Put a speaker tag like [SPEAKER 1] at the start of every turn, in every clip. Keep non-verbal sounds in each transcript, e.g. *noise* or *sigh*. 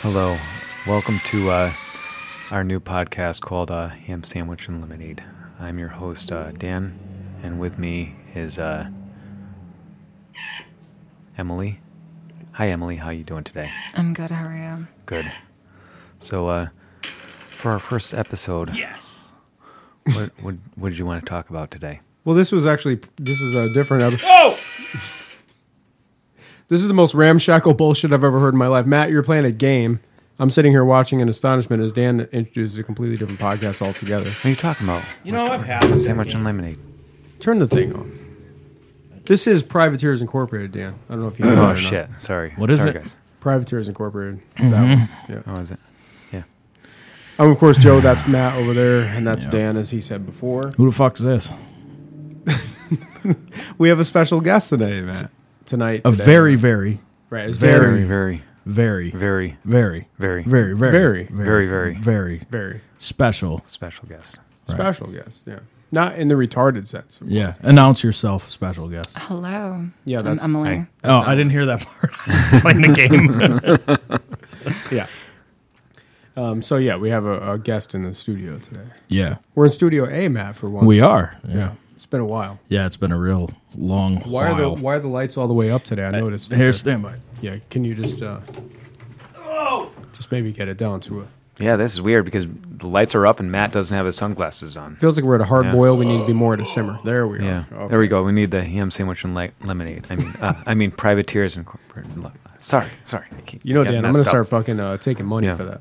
[SPEAKER 1] Hello, welcome to uh, our new podcast called uh, Ham Sandwich and Lemonade. I'm your host uh, Dan, and with me is uh, Emily. Hi, Emily. How you doing today?
[SPEAKER 2] I'm good. How are you?
[SPEAKER 1] Good. So, uh, for our first episode,
[SPEAKER 3] Yes.
[SPEAKER 1] what, what what did you want to talk about today?
[SPEAKER 4] Well, this was actually this is a different. episode.
[SPEAKER 3] Oh!
[SPEAKER 4] This is the most ramshackle bullshit I've ever heard in my life. Matt, you're playing a game. I'm sitting here watching in astonishment as Dan introduces a completely different podcast altogether.
[SPEAKER 1] What are you talking about?
[SPEAKER 3] You know, I've had that
[SPEAKER 1] Sandwich
[SPEAKER 3] game.
[SPEAKER 1] and lemonade.
[SPEAKER 4] Turn the thing off. This is Privateers Incorporated, Dan. I don't know if you know. it
[SPEAKER 1] Oh
[SPEAKER 4] or not.
[SPEAKER 1] shit! Sorry.
[SPEAKER 5] What is
[SPEAKER 1] Sorry,
[SPEAKER 5] it?
[SPEAKER 1] Guys.
[SPEAKER 4] Privateers Incorporated. It's that
[SPEAKER 5] Mm-hmm.
[SPEAKER 4] one. Yeah.
[SPEAKER 1] What is it? Yeah.
[SPEAKER 4] I'm of course Joe. That's Matt over there, and that's Dan, as he said before.
[SPEAKER 5] Who the fuck's this?
[SPEAKER 4] We have a special guest today, Matt. Tonight,
[SPEAKER 5] A
[SPEAKER 4] today.
[SPEAKER 5] very, very,
[SPEAKER 4] right, it's
[SPEAKER 5] very-
[SPEAKER 4] Dan's-
[SPEAKER 1] Very, very,
[SPEAKER 5] very, very,
[SPEAKER 1] very,
[SPEAKER 5] very,
[SPEAKER 1] very,
[SPEAKER 4] Very.
[SPEAKER 5] very,
[SPEAKER 1] Very, very.
[SPEAKER 5] very
[SPEAKER 4] very
[SPEAKER 5] special.
[SPEAKER 1] special guest.
[SPEAKER 4] special guest. Yeah, not in the retarded sense.
[SPEAKER 5] Yeah. Announce yourself, special guest.
[SPEAKER 2] Hello.
[SPEAKER 4] Yeah, that's-
[SPEAKER 2] I'm Emily.
[SPEAKER 1] Hey.
[SPEAKER 5] Oh, I didn't hear that part. *laughs* Playing the game.
[SPEAKER 4] Yeah. Um, so yeah, we have a, a guest in the studio today.
[SPEAKER 5] yeah.
[SPEAKER 4] We're in Studio A, Matt, for once.
[SPEAKER 5] We are. Yeah.
[SPEAKER 4] It's been a while.
[SPEAKER 5] Yeah, it's been a real long
[SPEAKER 4] Why
[SPEAKER 5] while.
[SPEAKER 4] are the Why are the lights all the way up today?
[SPEAKER 1] Uh,
[SPEAKER 4] I noticed.
[SPEAKER 5] Here, stand by.
[SPEAKER 4] Yeah. Can you just uh, just maybe get it down to a?
[SPEAKER 1] Yeah, this is weird because the lights are up and Matt doesn't have his sunglasses on.
[SPEAKER 4] Feels like we're at a hard
[SPEAKER 1] Yeah.
[SPEAKER 4] boil. We need to be more at a simmer. There we
[SPEAKER 1] Yeah,
[SPEAKER 4] are. Oh, Okay.
[SPEAKER 1] there we go. We need the ham sandwich and le- lemonade. I mean, uh, I mean privateers incorporated. Le- sorry, sorry. I keep
[SPEAKER 4] You know,
[SPEAKER 1] getting
[SPEAKER 4] Dan, I'm
[SPEAKER 1] messed
[SPEAKER 4] gonna
[SPEAKER 1] up.
[SPEAKER 4] start fucking uh, taking money
[SPEAKER 1] Yeah.
[SPEAKER 4] for that.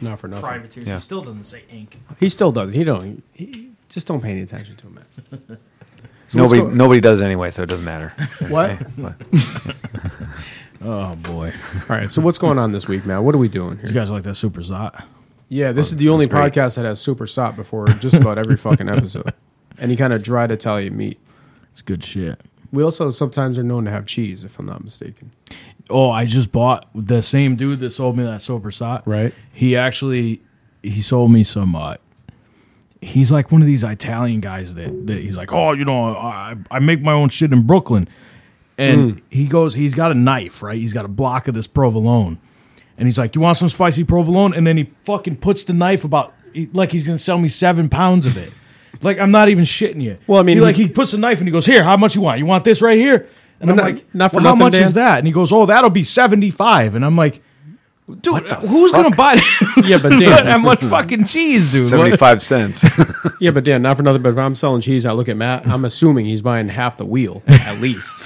[SPEAKER 4] Not for nothing.
[SPEAKER 3] Privateers.
[SPEAKER 1] Yeah.
[SPEAKER 3] He still doesn't say ink.
[SPEAKER 4] He still does. He don't. He, just don't pay any attention to him, Matt. So what's
[SPEAKER 1] Nobody,
[SPEAKER 4] go-
[SPEAKER 1] nobody does anyway, so it doesn't matter.
[SPEAKER 4] What?
[SPEAKER 1] But
[SPEAKER 5] Oh, boy. *laughs*
[SPEAKER 4] All right. So what's going on this week, Matt? What are we doing here?
[SPEAKER 5] You guys like that super zot?
[SPEAKER 4] Yeah, this is the only
[SPEAKER 1] great.
[SPEAKER 4] podcast that has super sop before just about every *laughs* fucking episode. Any kind of dried Italian meat.
[SPEAKER 5] It's good shit.
[SPEAKER 4] We also sometimes are known to have cheese, if I'm not mistaken.
[SPEAKER 5] Oh, I just bought the same dude that sold me that super sot.
[SPEAKER 4] Right.
[SPEAKER 5] He actually he sold me some. Uh, he's like one of these Italian guys that, that he's like, oh, you know, I I make my own shit in Brooklyn,
[SPEAKER 4] Hmm.
[SPEAKER 5] and he goes, he's got a knife, right? He's got a block of this provolone, and he's like, you want some spicy provolone? And then he fucking puts the knife about he- like he's gonna sell me seven pounds of it. *laughs* Like I'm not even shitting you.
[SPEAKER 4] Well, I mean,
[SPEAKER 5] he, like
[SPEAKER 4] he-
[SPEAKER 5] he puts the knife and he goes, "Here, how much you want? You want this right here?" And I'm
[SPEAKER 4] Well, not-
[SPEAKER 5] like,
[SPEAKER 4] not for
[SPEAKER 5] well, how
[SPEAKER 4] nothing,
[SPEAKER 5] much is
[SPEAKER 4] Dan.
[SPEAKER 5] that? And he goes, "Oh, that'll be 75." And I'm like, "Dude, who's gonna *laughs* buy
[SPEAKER 4] Yeah, but
[SPEAKER 5] that
[SPEAKER 4] Dan,
[SPEAKER 5] much fucking cheese, dude?" What-
[SPEAKER 1] Seventy-five cents.
[SPEAKER 4] yeah, but Dan, not for nothing. But if I'm selling cheese, I look at Matt. I'm assuming he's buying half the wheel at *laughs* least.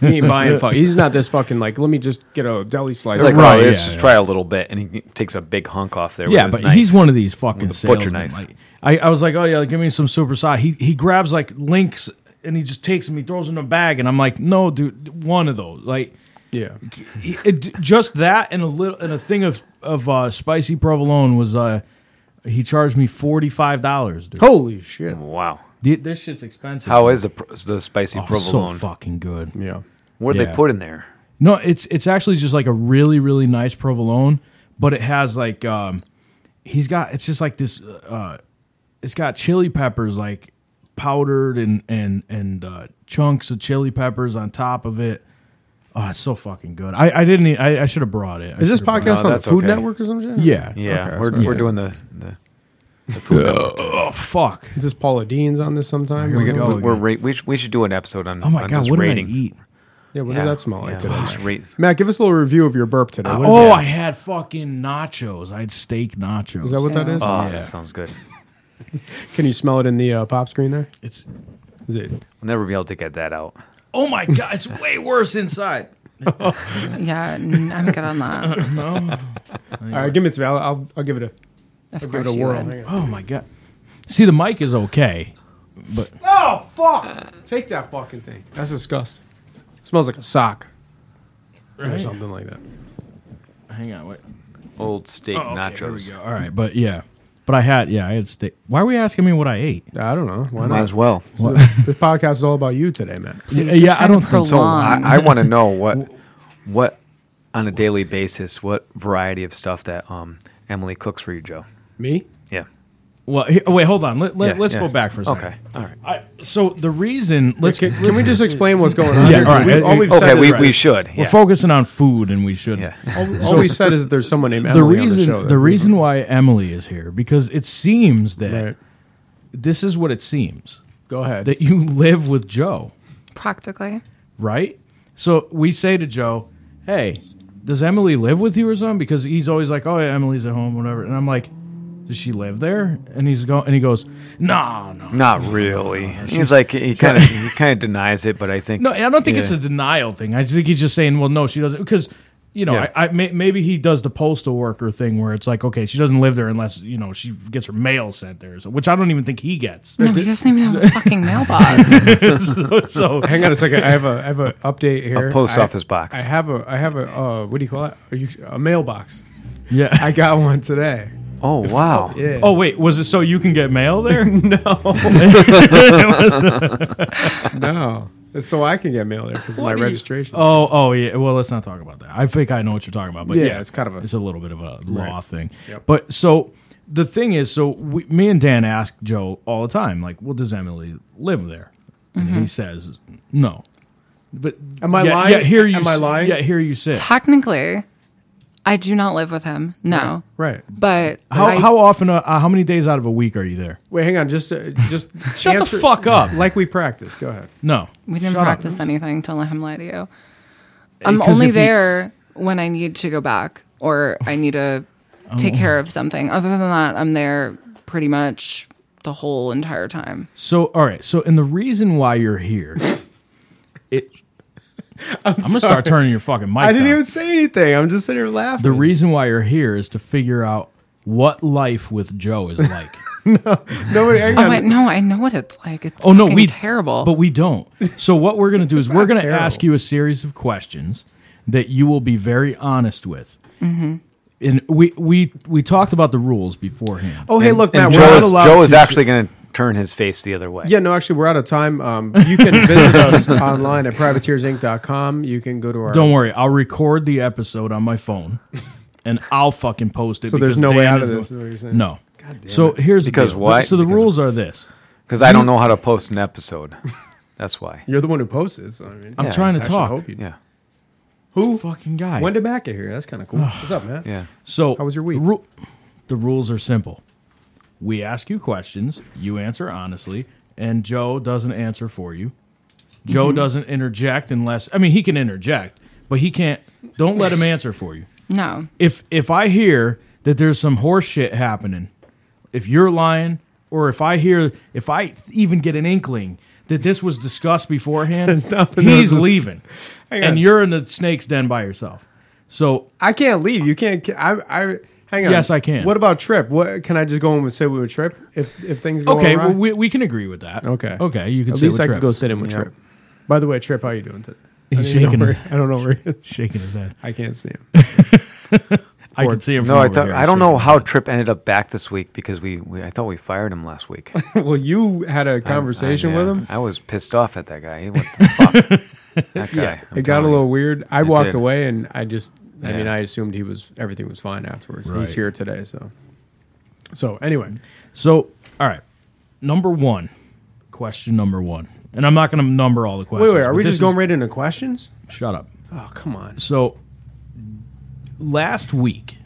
[SPEAKER 4] he ain't buying fuck. He's not this fucking like. Let me just get a deli slice.
[SPEAKER 1] It's like,
[SPEAKER 5] Right,
[SPEAKER 1] oh,
[SPEAKER 5] yeah,
[SPEAKER 1] let's just
[SPEAKER 5] yeah.
[SPEAKER 1] try a little bit, and he takes a big hunk off there.
[SPEAKER 5] yeah,
[SPEAKER 1] with
[SPEAKER 5] but
[SPEAKER 1] his knife.
[SPEAKER 5] he's one of these fucking
[SPEAKER 1] With a butcher
[SPEAKER 5] salesmen.
[SPEAKER 1] knife.
[SPEAKER 5] Like, I, I was like, "Oh yeah, give me some super size." He he grabs like links and he just takes them. He throws them in a bag, and I'm like, "No, dude, one of those." Like,
[SPEAKER 4] yeah,
[SPEAKER 5] he- it, just that and a little and a thing of of uh, spicy provolone was uh, he charged me forty five dollars, dude.
[SPEAKER 4] holy shit.
[SPEAKER 1] wow.
[SPEAKER 5] Th- This shit's expensive.
[SPEAKER 1] How
[SPEAKER 5] dude.
[SPEAKER 1] is the pr- the spicy
[SPEAKER 5] Oh,
[SPEAKER 1] provolone?
[SPEAKER 5] so fucking good?
[SPEAKER 4] Yeah,
[SPEAKER 1] what did they
[SPEAKER 5] yeah.
[SPEAKER 1] put in there?
[SPEAKER 5] No, it's it's actually just like a really really nice provolone, but it has like um, he's got it's just like this uh, it's got chili peppers like powdered and and and uh, chunks of chili peppers on top of it. Oh, it's so fucking good. I, I didn't. e- I, I should have brought it. I
[SPEAKER 4] is this
[SPEAKER 5] should have
[SPEAKER 4] podcast
[SPEAKER 1] No,
[SPEAKER 4] on the
[SPEAKER 1] that's
[SPEAKER 4] Food
[SPEAKER 1] okay.
[SPEAKER 4] Network or something?
[SPEAKER 5] brought- Yeah.
[SPEAKER 1] Yeah,
[SPEAKER 4] Okay,
[SPEAKER 1] we're,
[SPEAKER 4] that's
[SPEAKER 1] we're
[SPEAKER 4] right.
[SPEAKER 1] doing the, the
[SPEAKER 5] Oh fuck.
[SPEAKER 4] Is this Paula Dean's on this sometime? Oh,
[SPEAKER 5] Here we go.
[SPEAKER 1] we're ra- we, sh- we should do an episode on.
[SPEAKER 5] Oh my
[SPEAKER 1] on
[SPEAKER 5] god.
[SPEAKER 1] just
[SPEAKER 5] What
[SPEAKER 1] rating.
[SPEAKER 5] did I eat?
[SPEAKER 4] Yeah, what
[SPEAKER 1] Yeah,
[SPEAKER 4] does that smell like?
[SPEAKER 1] yeah, Uh,
[SPEAKER 4] today?
[SPEAKER 1] just rate-
[SPEAKER 4] Matt, give us a little review of your burp today. What is
[SPEAKER 5] Oh,
[SPEAKER 4] that?
[SPEAKER 5] I had fucking nachos. I had steak nachos.
[SPEAKER 4] Is that what that is?
[SPEAKER 1] Oh,
[SPEAKER 5] Yeah.
[SPEAKER 1] that sounds good.
[SPEAKER 4] Can you smell it in the uh, pop screen there?
[SPEAKER 5] it's
[SPEAKER 4] Is it?
[SPEAKER 1] We'll never be able to get that out.
[SPEAKER 5] Oh my god, it's way worse inside.
[SPEAKER 2] Yeah, n- I'm good on
[SPEAKER 5] *laughs*
[SPEAKER 2] that.
[SPEAKER 4] All right, give me it. I'll, I'll, I'll give it a,
[SPEAKER 2] Of
[SPEAKER 4] give it a
[SPEAKER 2] course you
[SPEAKER 4] whirl.
[SPEAKER 2] would.
[SPEAKER 4] Hang on.
[SPEAKER 5] Oh my god. See, the mic is okay.
[SPEAKER 4] Oh fuck! Take that fucking thing. That's disgusting. smells like a sock or
[SPEAKER 5] Right.
[SPEAKER 4] something like that.
[SPEAKER 5] Hang on, wait.
[SPEAKER 1] Old steak
[SPEAKER 5] Oh, okay, here we
[SPEAKER 1] nachos.
[SPEAKER 5] go. All right, but yeah, but I had yeah, I had steak. Why are we asking me what I ate?
[SPEAKER 4] I don't know.
[SPEAKER 1] *laughs*
[SPEAKER 4] Why
[SPEAKER 1] Might
[SPEAKER 4] not?
[SPEAKER 1] as well.
[SPEAKER 4] So this podcast is all about you today, man.
[SPEAKER 2] Please,
[SPEAKER 5] Yeah,
[SPEAKER 2] you're
[SPEAKER 5] yeah, I
[SPEAKER 2] trying to
[SPEAKER 5] don't think so.
[SPEAKER 1] So I,
[SPEAKER 2] prolong.
[SPEAKER 1] I want to know what, what, on a daily basis, what variety of stuff that um Emily cooks for you, Joe.
[SPEAKER 4] Me?
[SPEAKER 1] Yeah.
[SPEAKER 5] Well, he- oh, wait, hold on. Let, let,
[SPEAKER 1] Yeah,
[SPEAKER 5] us
[SPEAKER 1] yeah.
[SPEAKER 5] go back for a second.
[SPEAKER 1] Okay. All right.
[SPEAKER 5] I so the reason let's
[SPEAKER 4] Can, can we just explain what's going on?
[SPEAKER 5] Yeah,
[SPEAKER 4] here?
[SPEAKER 5] all right.
[SPEAKER 4] We- all we've
[SPEAKER 1] Okay,
[SPEAKER 4] said
[SPEAKER 1] we,
[SPEAKER 4] is,
[SPEAKER 1] we should.
[SPEAKER 5] we're
[SPEAKER 1] Yeah.
[SPEAKER 5] focusing on food and we should. Oh,
[SPEAKER 1] Yeah.
[SPEAKER 4] *laughs* all we said is there's someone named
[SPEAKER 5] The
[SPEAKER 4] Emily on
[SPEAKER 5] reason
[SPEAKER 4] show
[SPEAKER 5] the,
[SPEAKER 4] that-
[SPEAKER 5] reason why Emily is here because it seems that
[SPEAKER 4] Right.
[SPEAKER 5] this is what it seems
[SPEAKER 4] Go ahead.
[SPEAKER 5] that you *laughs* live with Joe,
[SPEAKER 2] Practically.
[SPEAKER 5] right? So we say to Joe, "Hey, does Emily live with you or something?" Because he's always like, "Oh, yeah, Emily's at home, whatever." And I'm like, "Does she live there?" And he's go and he goes, "No, no,
[SPEAKER 1] *laughs* Not really. He's like he kind of he kind of denies it, but I think
[SPEAKER 5] No, I don't think
[SPEAKER 1] yeah.
[SPEAKER 5] it's a denial thing. I just think he's just saying, well, no, she doesn't, because you know,
[SPEAKER 1] Yeah.
[SPEAKER 5] I, I may, maybe he does the postal worker thing where it's like, okay, she doesn't live there unless you know she gets her mail sent there, so, which I don't even think he gets.
[SPEAKER 2] No, he doesn't even
[SPEAKER 5] *laughs*
[SPEAKER 2] have a fucking mailbox.
[SPEAKER 5] so
[SPEAKER 4] Hang on a second. I have a I have an update here.
[SPEAKER 1] a post
[SPEAKER 4] I-
[SPEAKER 1] office box.
[SPEAKER 4] I have a I have a uh, what do you call it? Are you, a mailbox.
[SPEAKER 5] yeah.
[SPEAKER 4] I got one today.
[SPEAKER 1] oh wow,
[SPEAKER 4] Yeah.
[SPEAKER 5] oh wait, was it so you can get mail there?
[SPEAKER 4] no. So I can get mail there because of my
[SPEAKER 5] do you-
[SPEAKER 4] registration.
[SPEAKER 5] oh, oh yeah. Well, let's not talk about that. I think I know what you're talking about, but yeah,
[SPEAKER 4] Yeah, it's kind of a-
[SPEAKER 5] it's a little bit of a law
[SPEAKER 4] Right.
[SPEAKER 5] thing.
[SPEAKER 4] Yep.
[SPEAKER 5] But so the thing is, so we, me and Dan ask Joe all the time, like, well, does Emily live there? And
[SPEAKER 2] Mm-hmm.
[SPEAKER 5] he says no. But
[SPEAKER 4] Am I
[SPEAKER 5] yet-
[SPEAKER 4] lying?
[SPEAKER 5] yet here you
[SPEAKER 4] Am I
[SPEAKER 5] s-
[SPEAKER 4] lying?
[SPEAKER 5] yet here you sit.
[SPEAKER 2] Technically, I do not live with him. No.
[SPEAKER 4] Right.
[SPEAKER 2] But
[SPEAKER 5] How,
[SPEAKER 2] I,
[SPEAKER 5] how often? Uh, how many days out of a week are you there?
[SPEAKER 4] Wait, hang on. Just uh, just
[SPEAKER 5] *laughs* Shut the fuck up.
[SPEAKER 4] Like we practiced. Go ahead.
[SPEAKER 5] No,
[SPEAKER 2] we didn't
[SPEAKER 5] Shut up.
[SPEAKER 2] practice anything to let him lie to you. I'm
[SPEAKER 5] Because
[SPEAKER 2] only
[SPEAKER 5] if he-
[SPEAKER 2] there when I need to go back or I need to
[SPEAKER 5] Oh.
[SPEAKER 2] take care of something. Other than that, I'm there pretty much the whole entire time.
[SPEAKER 5] So all right. So and the reason why you're
[SPEAKER 4] *laughs*
[SPEAKER 5] here, it. I'm, gonna start turning your fucking mic.
[SPEAKER 4] I didn't
[SPEAKER 5] down.
[SPEAKER 4] even say anything. I'm just sitting here laughing.
[SPEAKER 5] The reason why you're here is to figure out what life with Joe is like.
[SPEAKER 4] Nobody. Hang
[SPEAKER 2] Oh
[SPEAKER 4] on.
[SPEAKER 2] wait, no, I know what it's like. It's
[SPEAKER 5] oh no,
[SPEAKER 2] fucking
[SPEAKER 5] we
[SPEAKER 2] terrible.
[SPEAKER 5] but we don't. So what we're gonna do is we're
[SPEAKER 4] not
[SPEAKER 5] gonna
[SPEAKER 4] terrible.
[SPEAKER 5] ask you a series of questions that you will be very honest with. And we we we talked about the rules beforehand.
[SPEAKER 4] oh hey, look, Matt.
[SPEAKER 5] and
[SPEAKER 4] We're
[SPEAKER 5] Joe
[SPEAKER 4] out
[SPEAKER 1] Joe
[SPEAKER 5] not
[SPEAKER 1] is,
[SPEAKER 5] allowed
[SPEAKER 1] Joe
[SPEAKER 5] to
[SPEAKER 1] is
[SPEAKER 5] s-
[SPEAKER 1] actually going to turn his face the other way.
[SPEAKER 4] Yeah, no, actually, we're out of time. Um, you can visit us online at privateersinc.com. You can go to our.
[SPEAKER 5] Don't worry, I'll record the episode on my phone, and I'll fucking post it.
[SPEAKER 4] So there's
[SPEAKER 5] because
[SPEAKER 4] no way
[SPEAKER 5] Dan
[SPEAKER 4] out of
[SPEAKER 5] is the-
[SPEAKER 4] this, is what you're saying.
[SPEAKER 5] No. So here's
[SPEAKER 1] Because
[SPEAKER 5] the deal.
[SPEAKER 1] why?
[SPEAKER 5] So the
[SPEAKER 1] Because-
[SPEAKER 5] rules are this.
[SPEAKER 1] Because I don't know how to post an episode. That's why.
[SPEAKER 4] You're the one who posts this. So, I mean,
[SPEAKER 5] I'm
[SPEAKER 1] Yeah,
[SPEAKER 5] trying to
[SPEAKER 4] I should
[SPEAKER 5] talk.
[SPEAKER 4] hope you do.
[SPEAKER 1] Yeah,
[SPEAKER 5] Who fucking guy?
[SPEAKER 4] When did back get here? That's kind of cool. What's up, man?
[SPEAKER 1] yeah.
[SPEAKER 5] So
[SPEAKER 4] How was your week?
[SPEAKER 5] The, ru- the rules are simple. We ask you questions, you answer honestly, and Joe doesn't answer for you. Joe
[SPEAKER 4] Mm-hmm.
[SPEAKER 5] doesn't interject unless I mean he can interject, but he can't. Don't let him answer for you.
[SPEAKER 2] no.
[SPEAKER 5] If if I hear that there's some horse shit happening, if you're lying, or if I hear if I even get an inkling that this was discussed
[SPEAKER 4] *laughs*
[SPEAKER 5] beforehand,
[SPEAKER 4] nothing
[SPEAKER 5] he's
[SPEAKER 4] that was-
[SPEAKER 5] leaving,
[SPEAKER 4] Hang on.
[SPEAKER 5] and you're in the snake's den by yourself. So
[SPEAKER 4] I can't leave. You can't. I. I hang on.
[SPEAKER 5] Yes, I can.
[SPEAKER 4] What about trip? What can I just go in and sit with a trip if if things go
[SPEAKER 5] Okay,
[SPEAKER 4] awry?
[SPEAKER 5] well, we, we can agree with that.
[SPEAKER 4] okay.
[SPEAKER 5] Okay, you can
[SPEAKER 4] At
[SPEAKER 5] sit
[SPEAKER 4] least
[SPEAKER 5] with
[SPEAKER 4] I can
[SPEAKER 5] Trip.
[SPEAKER 4] go sit in with
[SPEAKER 1] Yeah.
[SPEAKER 4] Trip. By the way, Trip, how you doing today? I
[SPEAKER 5] He's
[SPEAKER 4] don't even
[SPEAKER 5] shaking
[SPEAKER 4] know
[SPEAKER 5] his-
[SPEAKER 4] where- I don't know where
[SPEAKER 5] *laughs*
[SPEAKER 4] he is.
[SPEAKER 5] shaking his head.
[SPEAKER 4] I can't see him.
[SPEAKER 5] I can see him from
[SPEAKER 1] No, I
[SPEAKER 5] over
[SPEAKER 1] thought
[SPEAKER 5] here.
[SPEAKER 1] I don't
[SPEAKER 5] shaking
[SPEAKER 1] know
[SPEAKER 5] his
[SPEAKER 1] how
[SPEAKER 5] head.
[SPEAKER 1] Trip ended up back this week because we, we I thought we fired him last week.
[SPEAKER 4] *laughs* well, you had a conversation
[SPEAKER 1] I- yeah,
[SPEAKER 4] with him.
[SPEAKER 1] I was pissed off at that guy. He- What the fuck? *laughs* That guy.
[SPEAKER 4] Yeah,
[SPEAKER 1] I'm
[SPEAKER 4] it got
[SPEAKER 1] telling
[SPEAKER 4] a
[SPEAKER 1] you.
[SPEAKER 4] little weird. I walked
[SPEAKER 1] did.
[SPEAKER 4] away, and I just. I
[SPEAKER 1] Yeah.
[SPEAKER 4] mean, I assumed he was everything was fine afterwards.
[SPEAKER 5] Right.
[SPEAKER 4] He's here today, so. So anyway,
[SPEAKER 5] So, all right, number one, question number one, and I'm not going to number all the questions.
[SPEAKER 4] wait, wait, are
[SPEAKER 5] but
[SPEAKER 4] we
[SPEAKER 5] this
[SPEAKER 4] just
[SPEAKER 5] is-
[SPEAKER 4] going right into questions?
[SPEAKER 5] Shut up.
[SPEAKER 4] Oh, come on.
[SPEAKER 5] So, last week,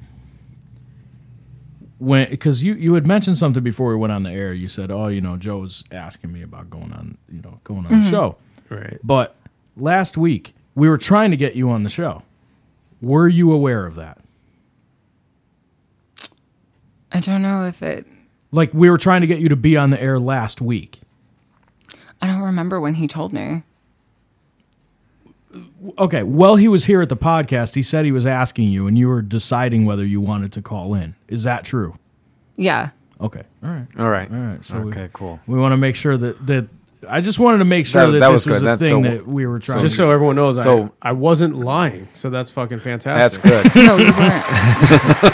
[SPEAKER 5] when because you you had mentioned something before we went on the air, you said, "Oh, you know, Joe was asking me about going on, you know, going on the show."
[SPEAKER 4] Right.
[SPEAKER 5] But last week, we were trying to get you on the show. Were you aware of that?
[SPEAKER 2] I don't know if it
[SPEAKER 5] Like we were trying to get you to be on the air last week.
[SPEAKER 2] I don't remember when he told me.
[SPEAKER 5] Okay, while he was here at the podcast, he said he was asking you and you were deciding whether you wanted to call in. Is that true?
[SPEAKER 4] *laughs*
[SPEAKER 2] Yeah.
[SPEAKER 5] Okay. All right.
[SPEAKER 1] All right.
[SPEAKER 5] All right. So
[SPEAKER 1] okay.
[SPEAKER 5] we,
[SPEAKER 1] Cool.
[SPEAKER 5] we want to make sure that that I just wanted to make sure
[SPEAKER 1] That-
[SPEAKER 5] that,
[SPEAKER 1] that
[SPEAKER 5] this
[SPEAKER 1] was good.
[SPEAKER 5] was, a
[SPEAKER 1] That's
[SPEAKER 5] thing
[SPEAKER 1] so-
[SPEAKER 5] that we were trying
[SPEAKER 4] Just
[SPEAKER 5] to
[SPEAKER 4] so everyone knows, I,
[SPEAKER 1] So-
[SPEAKER 4] I wasn't lying. So that's fucking
[SPEAKER 1] That's
[SPEAKER 4] fantastic.
[SPEAKER 1] good.
[SPEAKER 2] No, you weren't.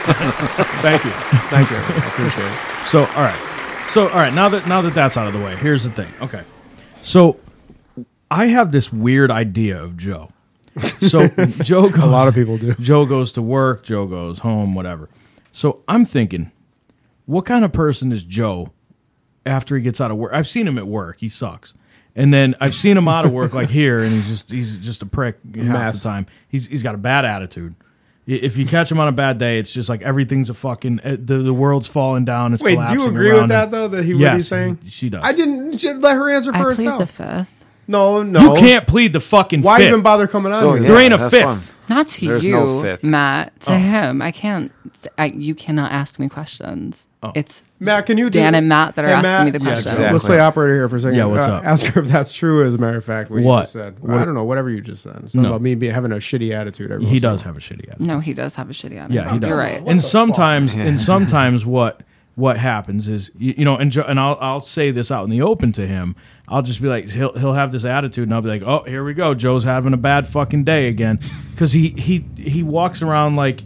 [SPEAKER 4] Thank you. Thank you. I appreciate it.
[SPEAKER 5] So, all right. So, all right. Now that now that that's out of the way, here's the thing. Okay. So, I have this weird idea of Joe. So
[SPEAKER 4] *laughs*
[SPEAKER 5] Joe goes, a
[SPEAKER 4] lot of people do.
[SPEAKER 5] Joe goes to work. Joe goes home. Whatever. So I'm thinking, what kind of person is Joe after he gets out of work. I've seen him at work. He sucks. And then I've seen him out of work like here, and he's just he's just a prick half
[SPEAKER 4] Mess.
[SPEAKER 5] the time. He's he's got a bad attitude. I- If you catch him on a bad day, it's just like everything's a fucking eh, the, the world's falling down. It's
[SPEAKER 4] Wait, do you
[SPEAKER 5] collapsing
[SPEAKER 4] agree
[SPEAKER 5] around
[SPEAKER 4] with that
[SPEAKER 5] him.
[SPEAKER 4] though? That he
[SPEAKER 5] yes,
[SPEAKER 4] what he's saying?
[SPEAKER 5] he- she does.
[SPEAKER 4] I didn't she- let her answer for
[SPEAKER 2] I plead
[SPEAKER 4] herself.
[SPEAKER 2] the fifth.
[SPEAKER 4] no, no.
[SPEAKER 5] you can't plead the fucking.
[SPEAKER 4] Oh. Why
[SPEAKER 5] fifth.
[SPEAKER 4] even bother coming on
[SPEAKER 1] So,
[SPEAKER 4] here?
[SPEAKER 1] yeah,
[SPEAKER 5] There ain't a
[SPEAKER 1] that's
[SPEAKER 5] fifth.
[SPEAKER 1] fun.
[SPEAKER 2] Not to
[SPEAKER 1] There's
[SPEAKER 2] you,
[SPEAKER 1] no fifth.
[SPEAKER 2] Matt.
[SPEAKER 5] Oh.
[SPEAKER 2] To him, I can't. I, you cannot ask me questions.
[SPEAKER 5] Oh.
[SPEAKER 2] It's
[SPEAKER 4] Matt, can you
[SPEAKER 2] Dan
[SPEAKER 4] do,
[SPEAKER 2] and Matt that are
[SPEAKER 4] Hey,
[SPEAKER 2] asking
[SPEAKER 4] Matt,
[SPEAKER 2] me the
[SPEAKER 5] Yeah,
[SPEAKER 2] question.
[SPEAKER 1] exactly.
[SPEAKER 4] Let's play operator here for a second. Uh,
[SPEAKER 5] Yeah, what's up?
[SPEAKER 4] Ask her if that's true. As a matter of fact, what,
[SPEAKER 5] What?
[SPEAKER 4] you just said.
[SPEAKER 5] What-
[SPEAKER 4] I don't know. Whatever you just said. It's not
[SPEAKER 5] No.
[SPEAKER 4] about me being, having a shitty attitude. every
[SPEAKER 5] He
[SPEAKER 4] once in a
[SPEAKER 5] does have a shitty attitude.
[SPEAKER 2] No, he does have a shitty attitude.
[SPEAKER 5] Yeah, he does.
[SPEAKER 2] You're right.
[SPEAKER 5] And sometimes, and sometimes, what what happens is you, you know, and Jo- and I'll I'll say this out in the open to him. I'll just be like, he'll he'll have this attitude, and I'll be like, oh, here we go, Joe's having a bad fucking day again, because he he he walks around like